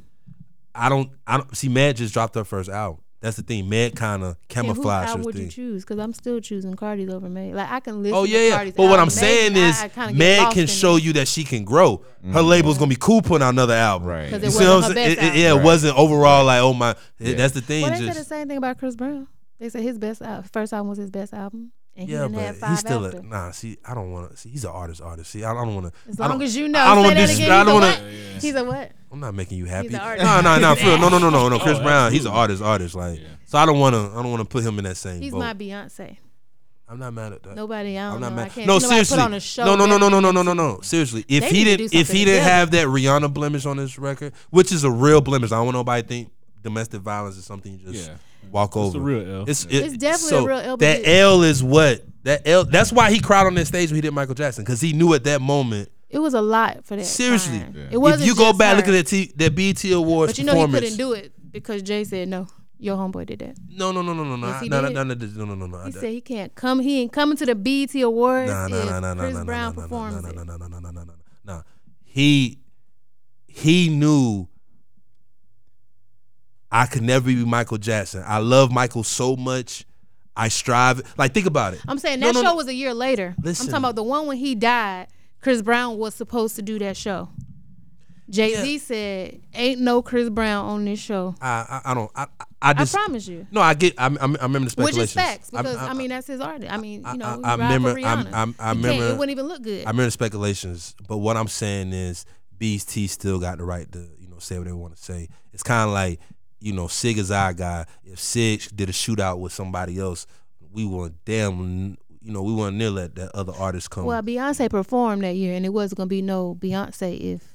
Speaker 1: I don't. I don't see. Meg just dropped her first album. That's the thing. Meg kind of
Speaker 4: And whose
Speaker 1: camouflaged
Speaker 4: album
Speaker 1: her
Speaker 4: would
Speaker 1: thing.
Speaker 4: you choose? Because I'm still choosing Cardi's over Meg. Like I can listen.
Speaker 1: Oh yeah,
Speaker 4: to
Speaker 1: yeah.
Speaker 4: Cardi's
Speaker 1: But what
Speaker 4: album.
Speaker 1: I'm saying
Speaker 4: Meg,
Speaker 1: is, Meg can show you that she can grow. Her label's gonna be cool putting out another album.
Speaker 2: Mm-hmm. Right. 'Cause
Speaker 4: it
Speaker 1: You see
Speaker 4: wasn't
Speaker 1: what I'm
Speaker 4: her
Speaker 1: saying? It,
Speaker 4: best
Speaker 1: it- yeah, it
Speaker 2: album.
Speaker 1: wasn't overall like oh my. it-
Speaker 2: Yeah.
Speaker 1: That's the thing.
Speaker 4: Well, they said
Speaker 1: just
Speaker 4: the same thing about Chris Brown. They said his best al- first album was his best album, and
Speaker 1: Yeah,
Speaker 4: he didn't have
Speaker 1: but
Speaker 4: five
Speaker 1: he's still
Speaker 4: after.
Speaker 1: a nah. See, I don't want to. See, he's an artist. Artist. See, I don't want to.
Speaker 4: as
Speaker 1: I
Speaker 4: long
Speaker 1: don't-
Speaker 4: as you know,
Speaker 1: I don't
Speaker 4: say
Speaker 1: wanna
Speaker 4: that
Speaker 1: dis-
Speaker 4: again.
Speaker 1: I
Speaker 4: He's a
Speaker 1: don't
Speaker 4: what?
Speaker 1: wanna-
Speaker 4: He's a what?
Speaker 1: I'm not making you happy.
Speaker 4: an artist.
Speaker 1: No, no, no. For real. No, no, no, no, no. Chris
Speaker 3: Oh,
Speaker 1: Brown. He's an artist. Artist. Like, so I don't want to. I don't want to put him in that same
Speaker 4: He's
Speaker 1: boat.
Speaker 4: my Beyonce.
Speaker 1: I'm not mad at that.
Speaker 4: Nobody. I don't
Speaker 1: I'm not
Speaker 4: know. I
Speaker 1: mad.
Speaker 4: can't.
Speaker 1: No,
Speaker 4: nobody
Speaker 1: seriously.
Speaker 4: Put on a show
Speaker 1: no, no, no, no, no,
Speaker 4: better
Speaker 1: no,
Speaker 4: than
Speaker 1: no,
Speaker 4: him.
Speaker 1: no, no. Seriously, if
Speaker 4: They
Speaker 1: he
Speaker 4: need to
Speaker 1: didn't,
Speaker 4: do
Speaker 1: if he
Speaker 4: something
Speaker 1: didn't
Speaker 4: together.
Speaker 1: have that Rihanna blemish on his record, which is a real blemish, I don't want nobody to think domestic violence is something you just
Speaker 3: Yeah.
Speaker 1: walk over.
Speaker 3: It's a real L.
Speaker 1: It's,
Speaker 4: It's definitely
Speaker 1: so
Speaker 4: a real L, but
Speaker 1: That
Speaker 4: it-
Speaker 1: L is what that L. That's why he cried on that stage when he did Michael Jackson because he knew at that moment.
Speaker 4: It was a lot for that.
Speaker 1: Seriously,
Speaker 4: time.
Speaker 2: Yeah.
Speaker 4: it wasn't.
Speaker 1: if you go
Speaker 4: just
Speaker 1: back,
Speaker 4: her.
Speaker 1: look at that T, that BT Awards
Speaker 4: But you know he
Speaker 1: performance.
Speaker 4: couldn't do it because Jay said no. Your homeboy did that.
Speaker 1: No, no, no, no, no, no,
Speaker 4: Yes, he
Speaker 1: no, no,
Speaker 4: did.
Speaker 1: no, no, no, no, no, no.
Speaker 4: He
Speaker 1: I-
Speaker 4: said he can't come. He ain't coming to the BET Awards
Speaker 1: Nah, nah,
Speaker 4: if
Speaker 1: nah, nah, nah,
Speaker 4: Chris
Speaker 1: nah,
Speaker 4: Brown
Speaker 1: nah, nah,
Speaker 4: performs
Speaker 1: nah,
Speaker 4: it.
Speaker 1: nah, nah, nah, nah, nah, nah, nah, nah, nah, nah. He he knew I could never be Michael Jackson. I love Michael so much. I strive. Like think about it.
Speaker 4: I'm saying
Speaker 1: No,
Speaker 4: that
Speaker 1: no,
Speaker 4: show
Speaker 1: no.
Speaker 4: was a year later.
Speaker 1: Listen.
Speaker 4: I'm talking about the one when he died. Chris Brown was supposed to do that show. Jay Z said, "Ain't no Chris Brown on this show."
Speaker 1: I I, I don't. I I I
Speaker 4: I
Speaker 1: just
Speaker 4: promise you,
Speaker 1: no. I get. I I remember the
Speaker 4: which
Speaker 1: speculations.
Speaker 4: is facts
Speaker 1: I'm-
Speaker 4: because I,
Speaker 1: I'm-
Speaker 4: mean that's his art. I mean,
Speaker 1: I-
Speaker 4: you know,
Speaker 1: I-
Speaker 4: he
Speaker 1: I
Speaker 4: ride for
Speaker 1: remember- I'm-
Speaker 4: Rihanna.
Speaker 1: I'm- I
Speaker 4: You can't-
Speaker 1: remember-
Speaker 4: it wouldn't even look good.
Speaker 1: I remember the speculations, but what I'm saying is BT still got the right to, you know, say what they want to say. It's kind of like, you know, Sig is our guy. If Sig did a shootout with somebody else, we wouldn't damn, you know, we wouldn't near let that other artist come.
Speaker 4: well, Beyonce performed that year, and it wasn't gonna be no Beyonce if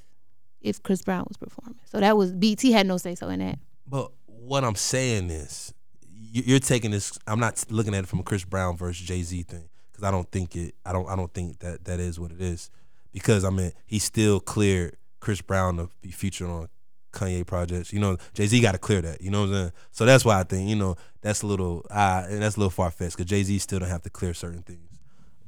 Speaker 4: if Chris Brown was performing. So that was BT had no say so in that.
Speaker 1: but what I'm saying is, you- you're taking this. I'm not looking at it from a Chris Brown versus Jay Z thing because I don't think it. I don't. I don't think that that is what it is. Because I mean, he still cleared Chris Brown to be featured on Kanye projects. You know, Jay Z got to clear that. You know what I'm saying? So that's why I think you know that's a little uh, and that's a little far fetched because Jay Z still don't have to clear certain things.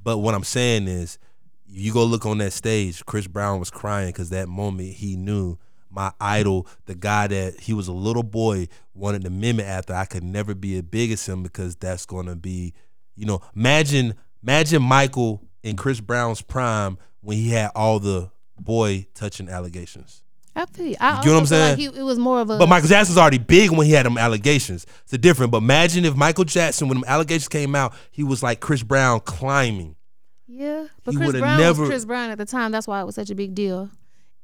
Speaker 1: But what I'm saying is, you go look on that stage. Chris Brown was crying because that moment he knew my idol, the guy that he was a little boy wanted to mimic after. I could never be as big as him because that's gonna be, you know, imagine imagine Michael in Chris Brown's prime when he had all the boy touching allegations.
Speaker 4: I feel. You. I
Speaker 1: You get what
Speaker 4: also
Speaker 1: I'm
Speaker 4: feel like
Speaker 1: saying?
Speaker 4: he- it was more of a.
Speaker 1: But Michael Jackson's already big when he had them allegations. It's different. But imagine if Michael Jackson, when them allegations came out, he was like Chris Brown climbing.
Speaker 4: Yeah, but
Speaker 1: He
Speaker 4: Chris
Speaker 1: would've
Speaker 4: Brown
Speaker 1: never-
Speaker 4: was Chris Brown at the time. That's why it was such a big deal.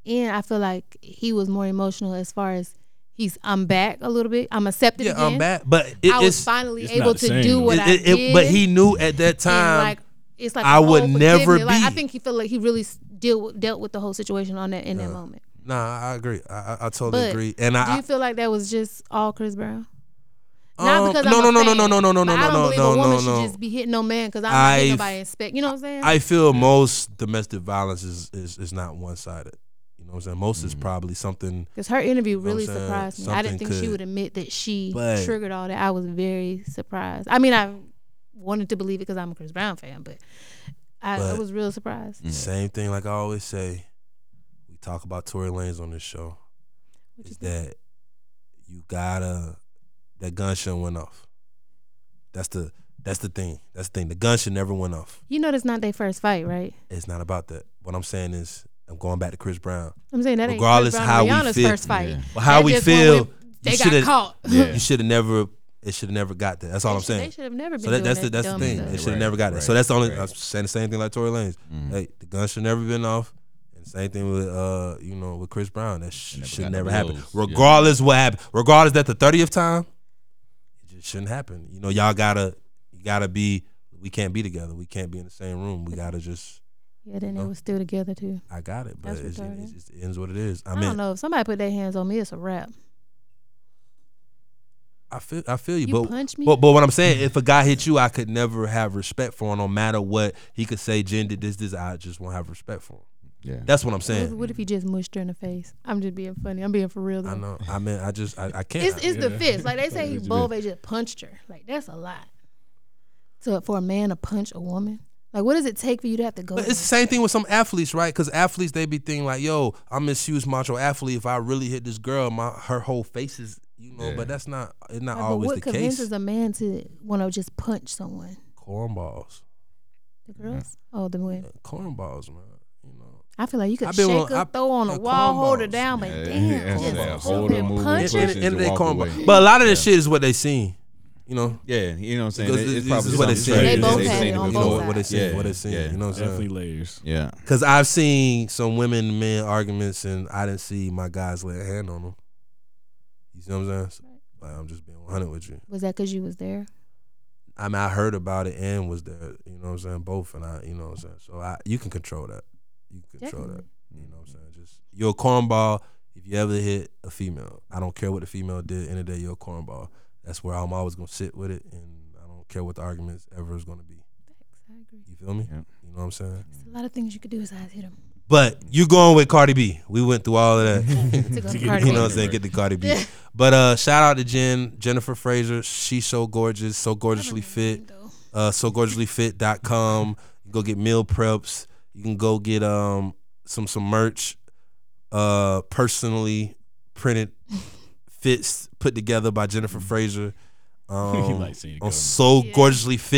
Speaker 4: And I feel like he was more emotional as far as he's I'm back a little bit. I'm accepted
Speaker 1: Yeah,
Speaker 4: again.
Speaker 1: I'm back. But it,
Speaker 4: I was
Speaker 1: it's
Speaker 4: finally
Speaker 3: It's
Speaker 4: able
Speaker 3: not the
Speaker 4: to
Speaker 3: same,
Speaker 4: do
Speaker 3: though.
Speaker 4: what I
Speaker 1: it- it-
Speaker 4: did.
Speaker 1: but he knew at that time.
Speaker 4: and like it's like
Speaker 1: I
Speaker 4: a
Speaker 1: would
Speaker 4: whole
Speaker 1: never
Speaker 4: forgiveness. Like, I
Speaker 1: be.
Speaker 4: think he feel like he really s- deal with, dealt with the whole situation on that in that moment.
Speaker 1: nah, I agree. I, I, I totally
Speaker 4: But
Speaker 1: agree. And
Speaker 4: do
Speaker 1: Uh, I,
Speaker 4: you feel like that was just all Chris Brown?
Speaker 1: Um,
Speaker 4: Not because
Speaker 1: no,
Speaker 4: I'm
Speaker 1: no, no,
Speaker 4: a
Speaker 1: no,
Speaker 4: fan,
Speaker 1: no, no, no, no,
Speaker 4: but I don't
Speaker 1: no,
Speaker 4: believe
Speaker 1: no,
Speaker 4: a woman
Speaker 1: no,
Speaker 4: should
Speaker 1: no.
Speaker 4: just be hitting no man because I'm not hitting
Speaker 1: I-
Speaker 4: nobody in spec. You know what I'm saying?
Speaker 1: I feel most domestic violence is, is, is not one sided. You know what I'm saying? Most is probably something.
Speaker 4: Because her interview
Speaker 1: what I'm
Speaker 4: really
Speaker 1: saying?
Speaker 4: surprised me. I didn't
Speaker 1: Something
Speaker 4: think she
Speaker 1: could-
Speaker 4: would admit that she
Speaker 1: But-
Speaker 4: triggered all that. I was very surprised. I mean, I wanted to believe it because I'm a Chris Brown fan, but I, I
Speaker 1: But-
Speaker 4: was real surprised.
Speaker 2: Mm.
Speaker 1: Same thing, like I always say. We talk about Tory Lanez on this show.
Speaker 4: What you
Speaker 1: is
Speaker 4: think?
Speaker 1: that you gotta that gun shouldn't went off. That's the that's the thing. That's the thing. The gun should never went off.
Speaker 4: You know, that's not their first fight, right?
Speaker 1: It's not about that. What I'm saying is, I'm going back to Chris Brown.
Speaker 4: I'm saying that ain't
Speaker 1: Regardless
Speaker 4: Chris Brown and
Speaker 1: how we
Speaker 4: Rihanna's
Speaker 1: feel-
Speaker 4: first fight.
Speaker 2: Yeah.
Speaker 1: But how
Speaker 4: That
Speaker 1: we
Speaker 4: just one
Speaker 1: feel,
Speaker 4: where
Speaker 1: you
Speaker 4: they
Speaker 1: shoulda-
Speaker 4: got caught.
Speaker 2: Yeah.
Speaker 1: you should have never. It should have never got there. That's all I'm
Speaker 4: They
Speaker 1: saying.
Speaker 4: should have never been.
Speaker 1: So that,
Speaker 4: doing
Speaker 1: that's
Speaker 4: that
Speaker 1: the that's the
Speaker 4: dumb
Speaker 1: thing.
Speaker 4: stuff.
Speaker 1: It should have
Speaker 2: Right,
Speaker 1: never got it. So
Speaker 2: right,
Speaker 1: that's the only
Speaker 2: right. Mm-hmm.
Speaker 1: I'm saying the same thing like Tory Lanez.
Speaker 2: Mm.
Speaker 1: Hey, the gun should never been off. And same thing with uh you know with Chris Brown. That sh-
Speaker 2: Never
Speaker 1: should
Speaker 2: got the
Speaker 1: never happen.
Speaker 2: blows, yeah.
Speaker 1: Regardless what happened. Regardless that the thirtieth time, it just shouldn't happen. You know y'all gotta you gotta be. We can't be together. We can't be in the same room. We gotta just.
Speaker 4: Yeah, then they were still together too.
Speaker 1: I got it, but
Speaker 4: That's
Speaker 1: it's,
Speaker 4: retarded.
Speaker 1: it's, it's, it ends what it is. I
Speaker 4: I,
Speaker 1: mean,
Speaker 4: don't know if somebody put their hands on me, it's a wrap.
Speaker 1: I feel I feel you,
Speaker 4: You
Speaker 1: but,
Speaker 4: punch me?
Speaker 1: but but what I'm saying, if a guy hit you, I could never have respect for him. No matter what he could say, Jen did this, this. I just won't have respect for him.
Speaker 2: Yeah.
Speaker 1: That's what I'm
Speaker 4: What,
Speaker 1: saying.
Speaker 4: what if you just mushed her in the face? I'm just being funny. I'm being for real. Though.
Speaker 1: I know. I mean, I just I, I can't.
Speaker 4: It's, it's the fist. Like they say, he Bove just punched her. Like that's a lot. To for a man to punch a woman. Like what does it take for you to have to go?
Speaker 1: but
Speaker 4: there?
Speaker 1: it's the same thing with some athletes, right? Because athletes, they be thinking like, "Yo, I'm this huge macho athlete. If I really hit this girl, my her whole face is, you know." But that's not. It's not
Speaker 4: Like, but
Speaker 1: always
Speaker 4: what
Speaker 1: the
Speaker 4: convinces
Speaker 1: case.
Speaker 4: a man to want to just punch someone?
Speaker 1: Cornballs,
Speaker 4: The
Speaker 1: Mm-hmm.
Speaker 4: girls? Oh, the women.
Speaker 1: cornballs, man. You know.
Speaker 4: I feel like you could
Speaker 1: I've been
Speaker 4: shake
Speaker 1: on-
Speaker 4: her,
Speaker 1: I've-
Speaker 4: throw on
Speaker 1: uh,
Speaker 4: a wall, hold her
Speaker 1: cornballs.
Speaker 4: down, but
Speaker 2: Yeah,
Speaker 4: damn,
Speaker 2: that's
Speaker 4: just
Speaker 1: that.
Speaker 4: shoot
Speaker 1: Hold
Speaker 4: her,
Speaker 1: her,
Speaker 2: move her,
Speaker 4: punch
Speaker 2: push
Speaker 4: her.
Speaker 2: her.
Speaker 1: End,
Speaker 2: Pushes
Speaker 1: end of
Speaker 2: to
Speaker 1: the day,
Speaker 2: walk
Speaker 1: cornball.
Speaker 2: away.
Speaker 1: But a lot of this shit is what they seen. You know,
Speaker 2: Yeah, you know what I'm saying.
Speaker 1: because
Speaker 2: It-
Speaker 1: this,
Speaker 2: it's
Speaker 1: this
Speaker 2: probably
Speaker 1: is what it's
Speaker 2: something
Speaker 1: saying.
Speaker 4: They
Speaker 1: It's
Speaker 4: both
Speaker 1: what it's
Speaker 4: had it
Speaker 1: saying.
Speaker 4: on
Speaker 1: You
Speaker 4: both
Speaker 1: know what it's
Speaker 4: sides.
Speaker 1: saying. What it's
Speaker 2: Yeah,
Speaker 1: saying.
Speaker 2: yeah.
Speaker 1: You know what I'm
Speaker 3: Definitely
Speaker 1: saying.
Speaker 3: layers.
Speaker 2: Yeah,
Speaker 1: Because I've seen some women, men arguments, and I didn't see my guys lay a hand on them. You see what I'm saying? So, like, I'm just being 100 with you.
Speaker 4: Was that because you was there?
Speaker 1: I mean, I heard about it and was there. You know what I'm saying? Both, and I, you know what I'm saying. So I, you can control that. You can control that. You know what I'm saying? Just you're a cornball if you ever hit a female. I don't care what the female did. End of the day, you're a cornball. That's where I'm always gonna sit with it, and I don't care what the arguments ever is gonna be.
Speaker 4: I agree.
Speaker 1: You feel me?
Speaker 2: Yeah.
Speaker 1: You know what I'm saying?
Speaker 4: There's a lot of things you could do besides hit him.
Speaker 1: But you going with Cardi B? We went through all of that.
Speaker 4: To go
Speaker 3: To get
Speaker 4: Cardi
Speaker 1: You know
Speaker 4: B.
Speaker 1: what I'm saying? Get the Cardi B. But uh, shout out to Jen, Jennifer Fraser. She's so gorgeous, so gorgeously fit. Uh, so gorgeouslyfit.com. You go get meal preps. You can go get um some some merch, uh, personally printed fits put together by Jennifer Fraser.
Speaker 3: Mm-hmm. he
Speaker 1: Um,
Speaker 3: likes seeing it
Speaker 1: on
Speaker 3: go.
Speaker 1: so
Speaker 4: Yeah.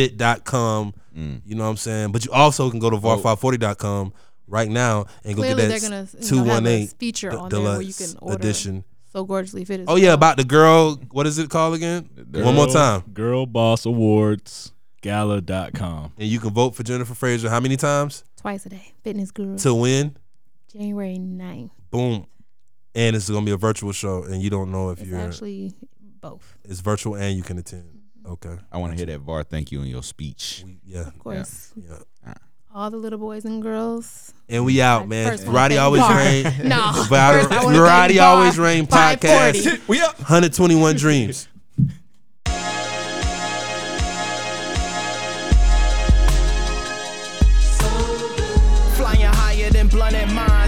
Speaker 1: gorgeouslyfit.com.
Speaker 2: Mm.
Speaker 1: You know what I'm saying? But you also can go to var540.com right now and go
Speaker 4: Clearly,
Speaker 1: get
Speaker 4: they're
Speaker 1: that
Speaker 4: gonna you know, have a
Speaker 1: 218
Speaker 4: feature
Speaker 1: d-
Speaker 4: on there where you
Speaker 1: deluxe
Speaker 4: can order
Speaker 1: edition.
Speaker 4: so gorgeously fit. As
Speaker 1: Oh yeah,
Speaker 4: well.
Speaker 1: about the girl. What is it called again?
Speaker 2: Girl.
Speaker 1: One more
Speaker 3: Girl-
Speaker 1: time,
Speaker 3: Girl Boss Awards Gala.com.
Speaker 1: and you can vote for Jennifer Fraser. How many times
Speaker 4: twice a day fitness guru
Speaker 1: to win?
Speaker 4: January 9th.
Speaker 1: Boom. And it's gonna be a virtual show, and you don't know if
Speaker 4: It's
Speaker 1: you're.
Speaker 4: actually both,
Speaker 1: it's virtual, and you can attend. Okay.
Speaker 2: I want to hear that var. Thank you in your speech.
Speaker 1: We, yeah.
Speaker 4: of course.
Speaker 1: Yeah.
Speaker 4: All the little boys and girls.
Speaker 1: And we out,
Speaker 4: I
Speaker 1: man.
Speaker 4: first wanna
Speaker 1: Roddy
Speaker 4: thank
Speaker 1: always
Speaker 4: Var.
Speaker 1: rain.
Speaker 4: No, first I wanna
Speaker 1: Roddy
Speaker 4: thank
Speaker 1: always
Speaker 4: Var.
Speaker 1: rain
Speaker 4: 540.
Speaker 1: podcast.
Speaker 2: We up.
Speaker 1: 121 dreams.
Speaker 5: Flying higher than blunted mind.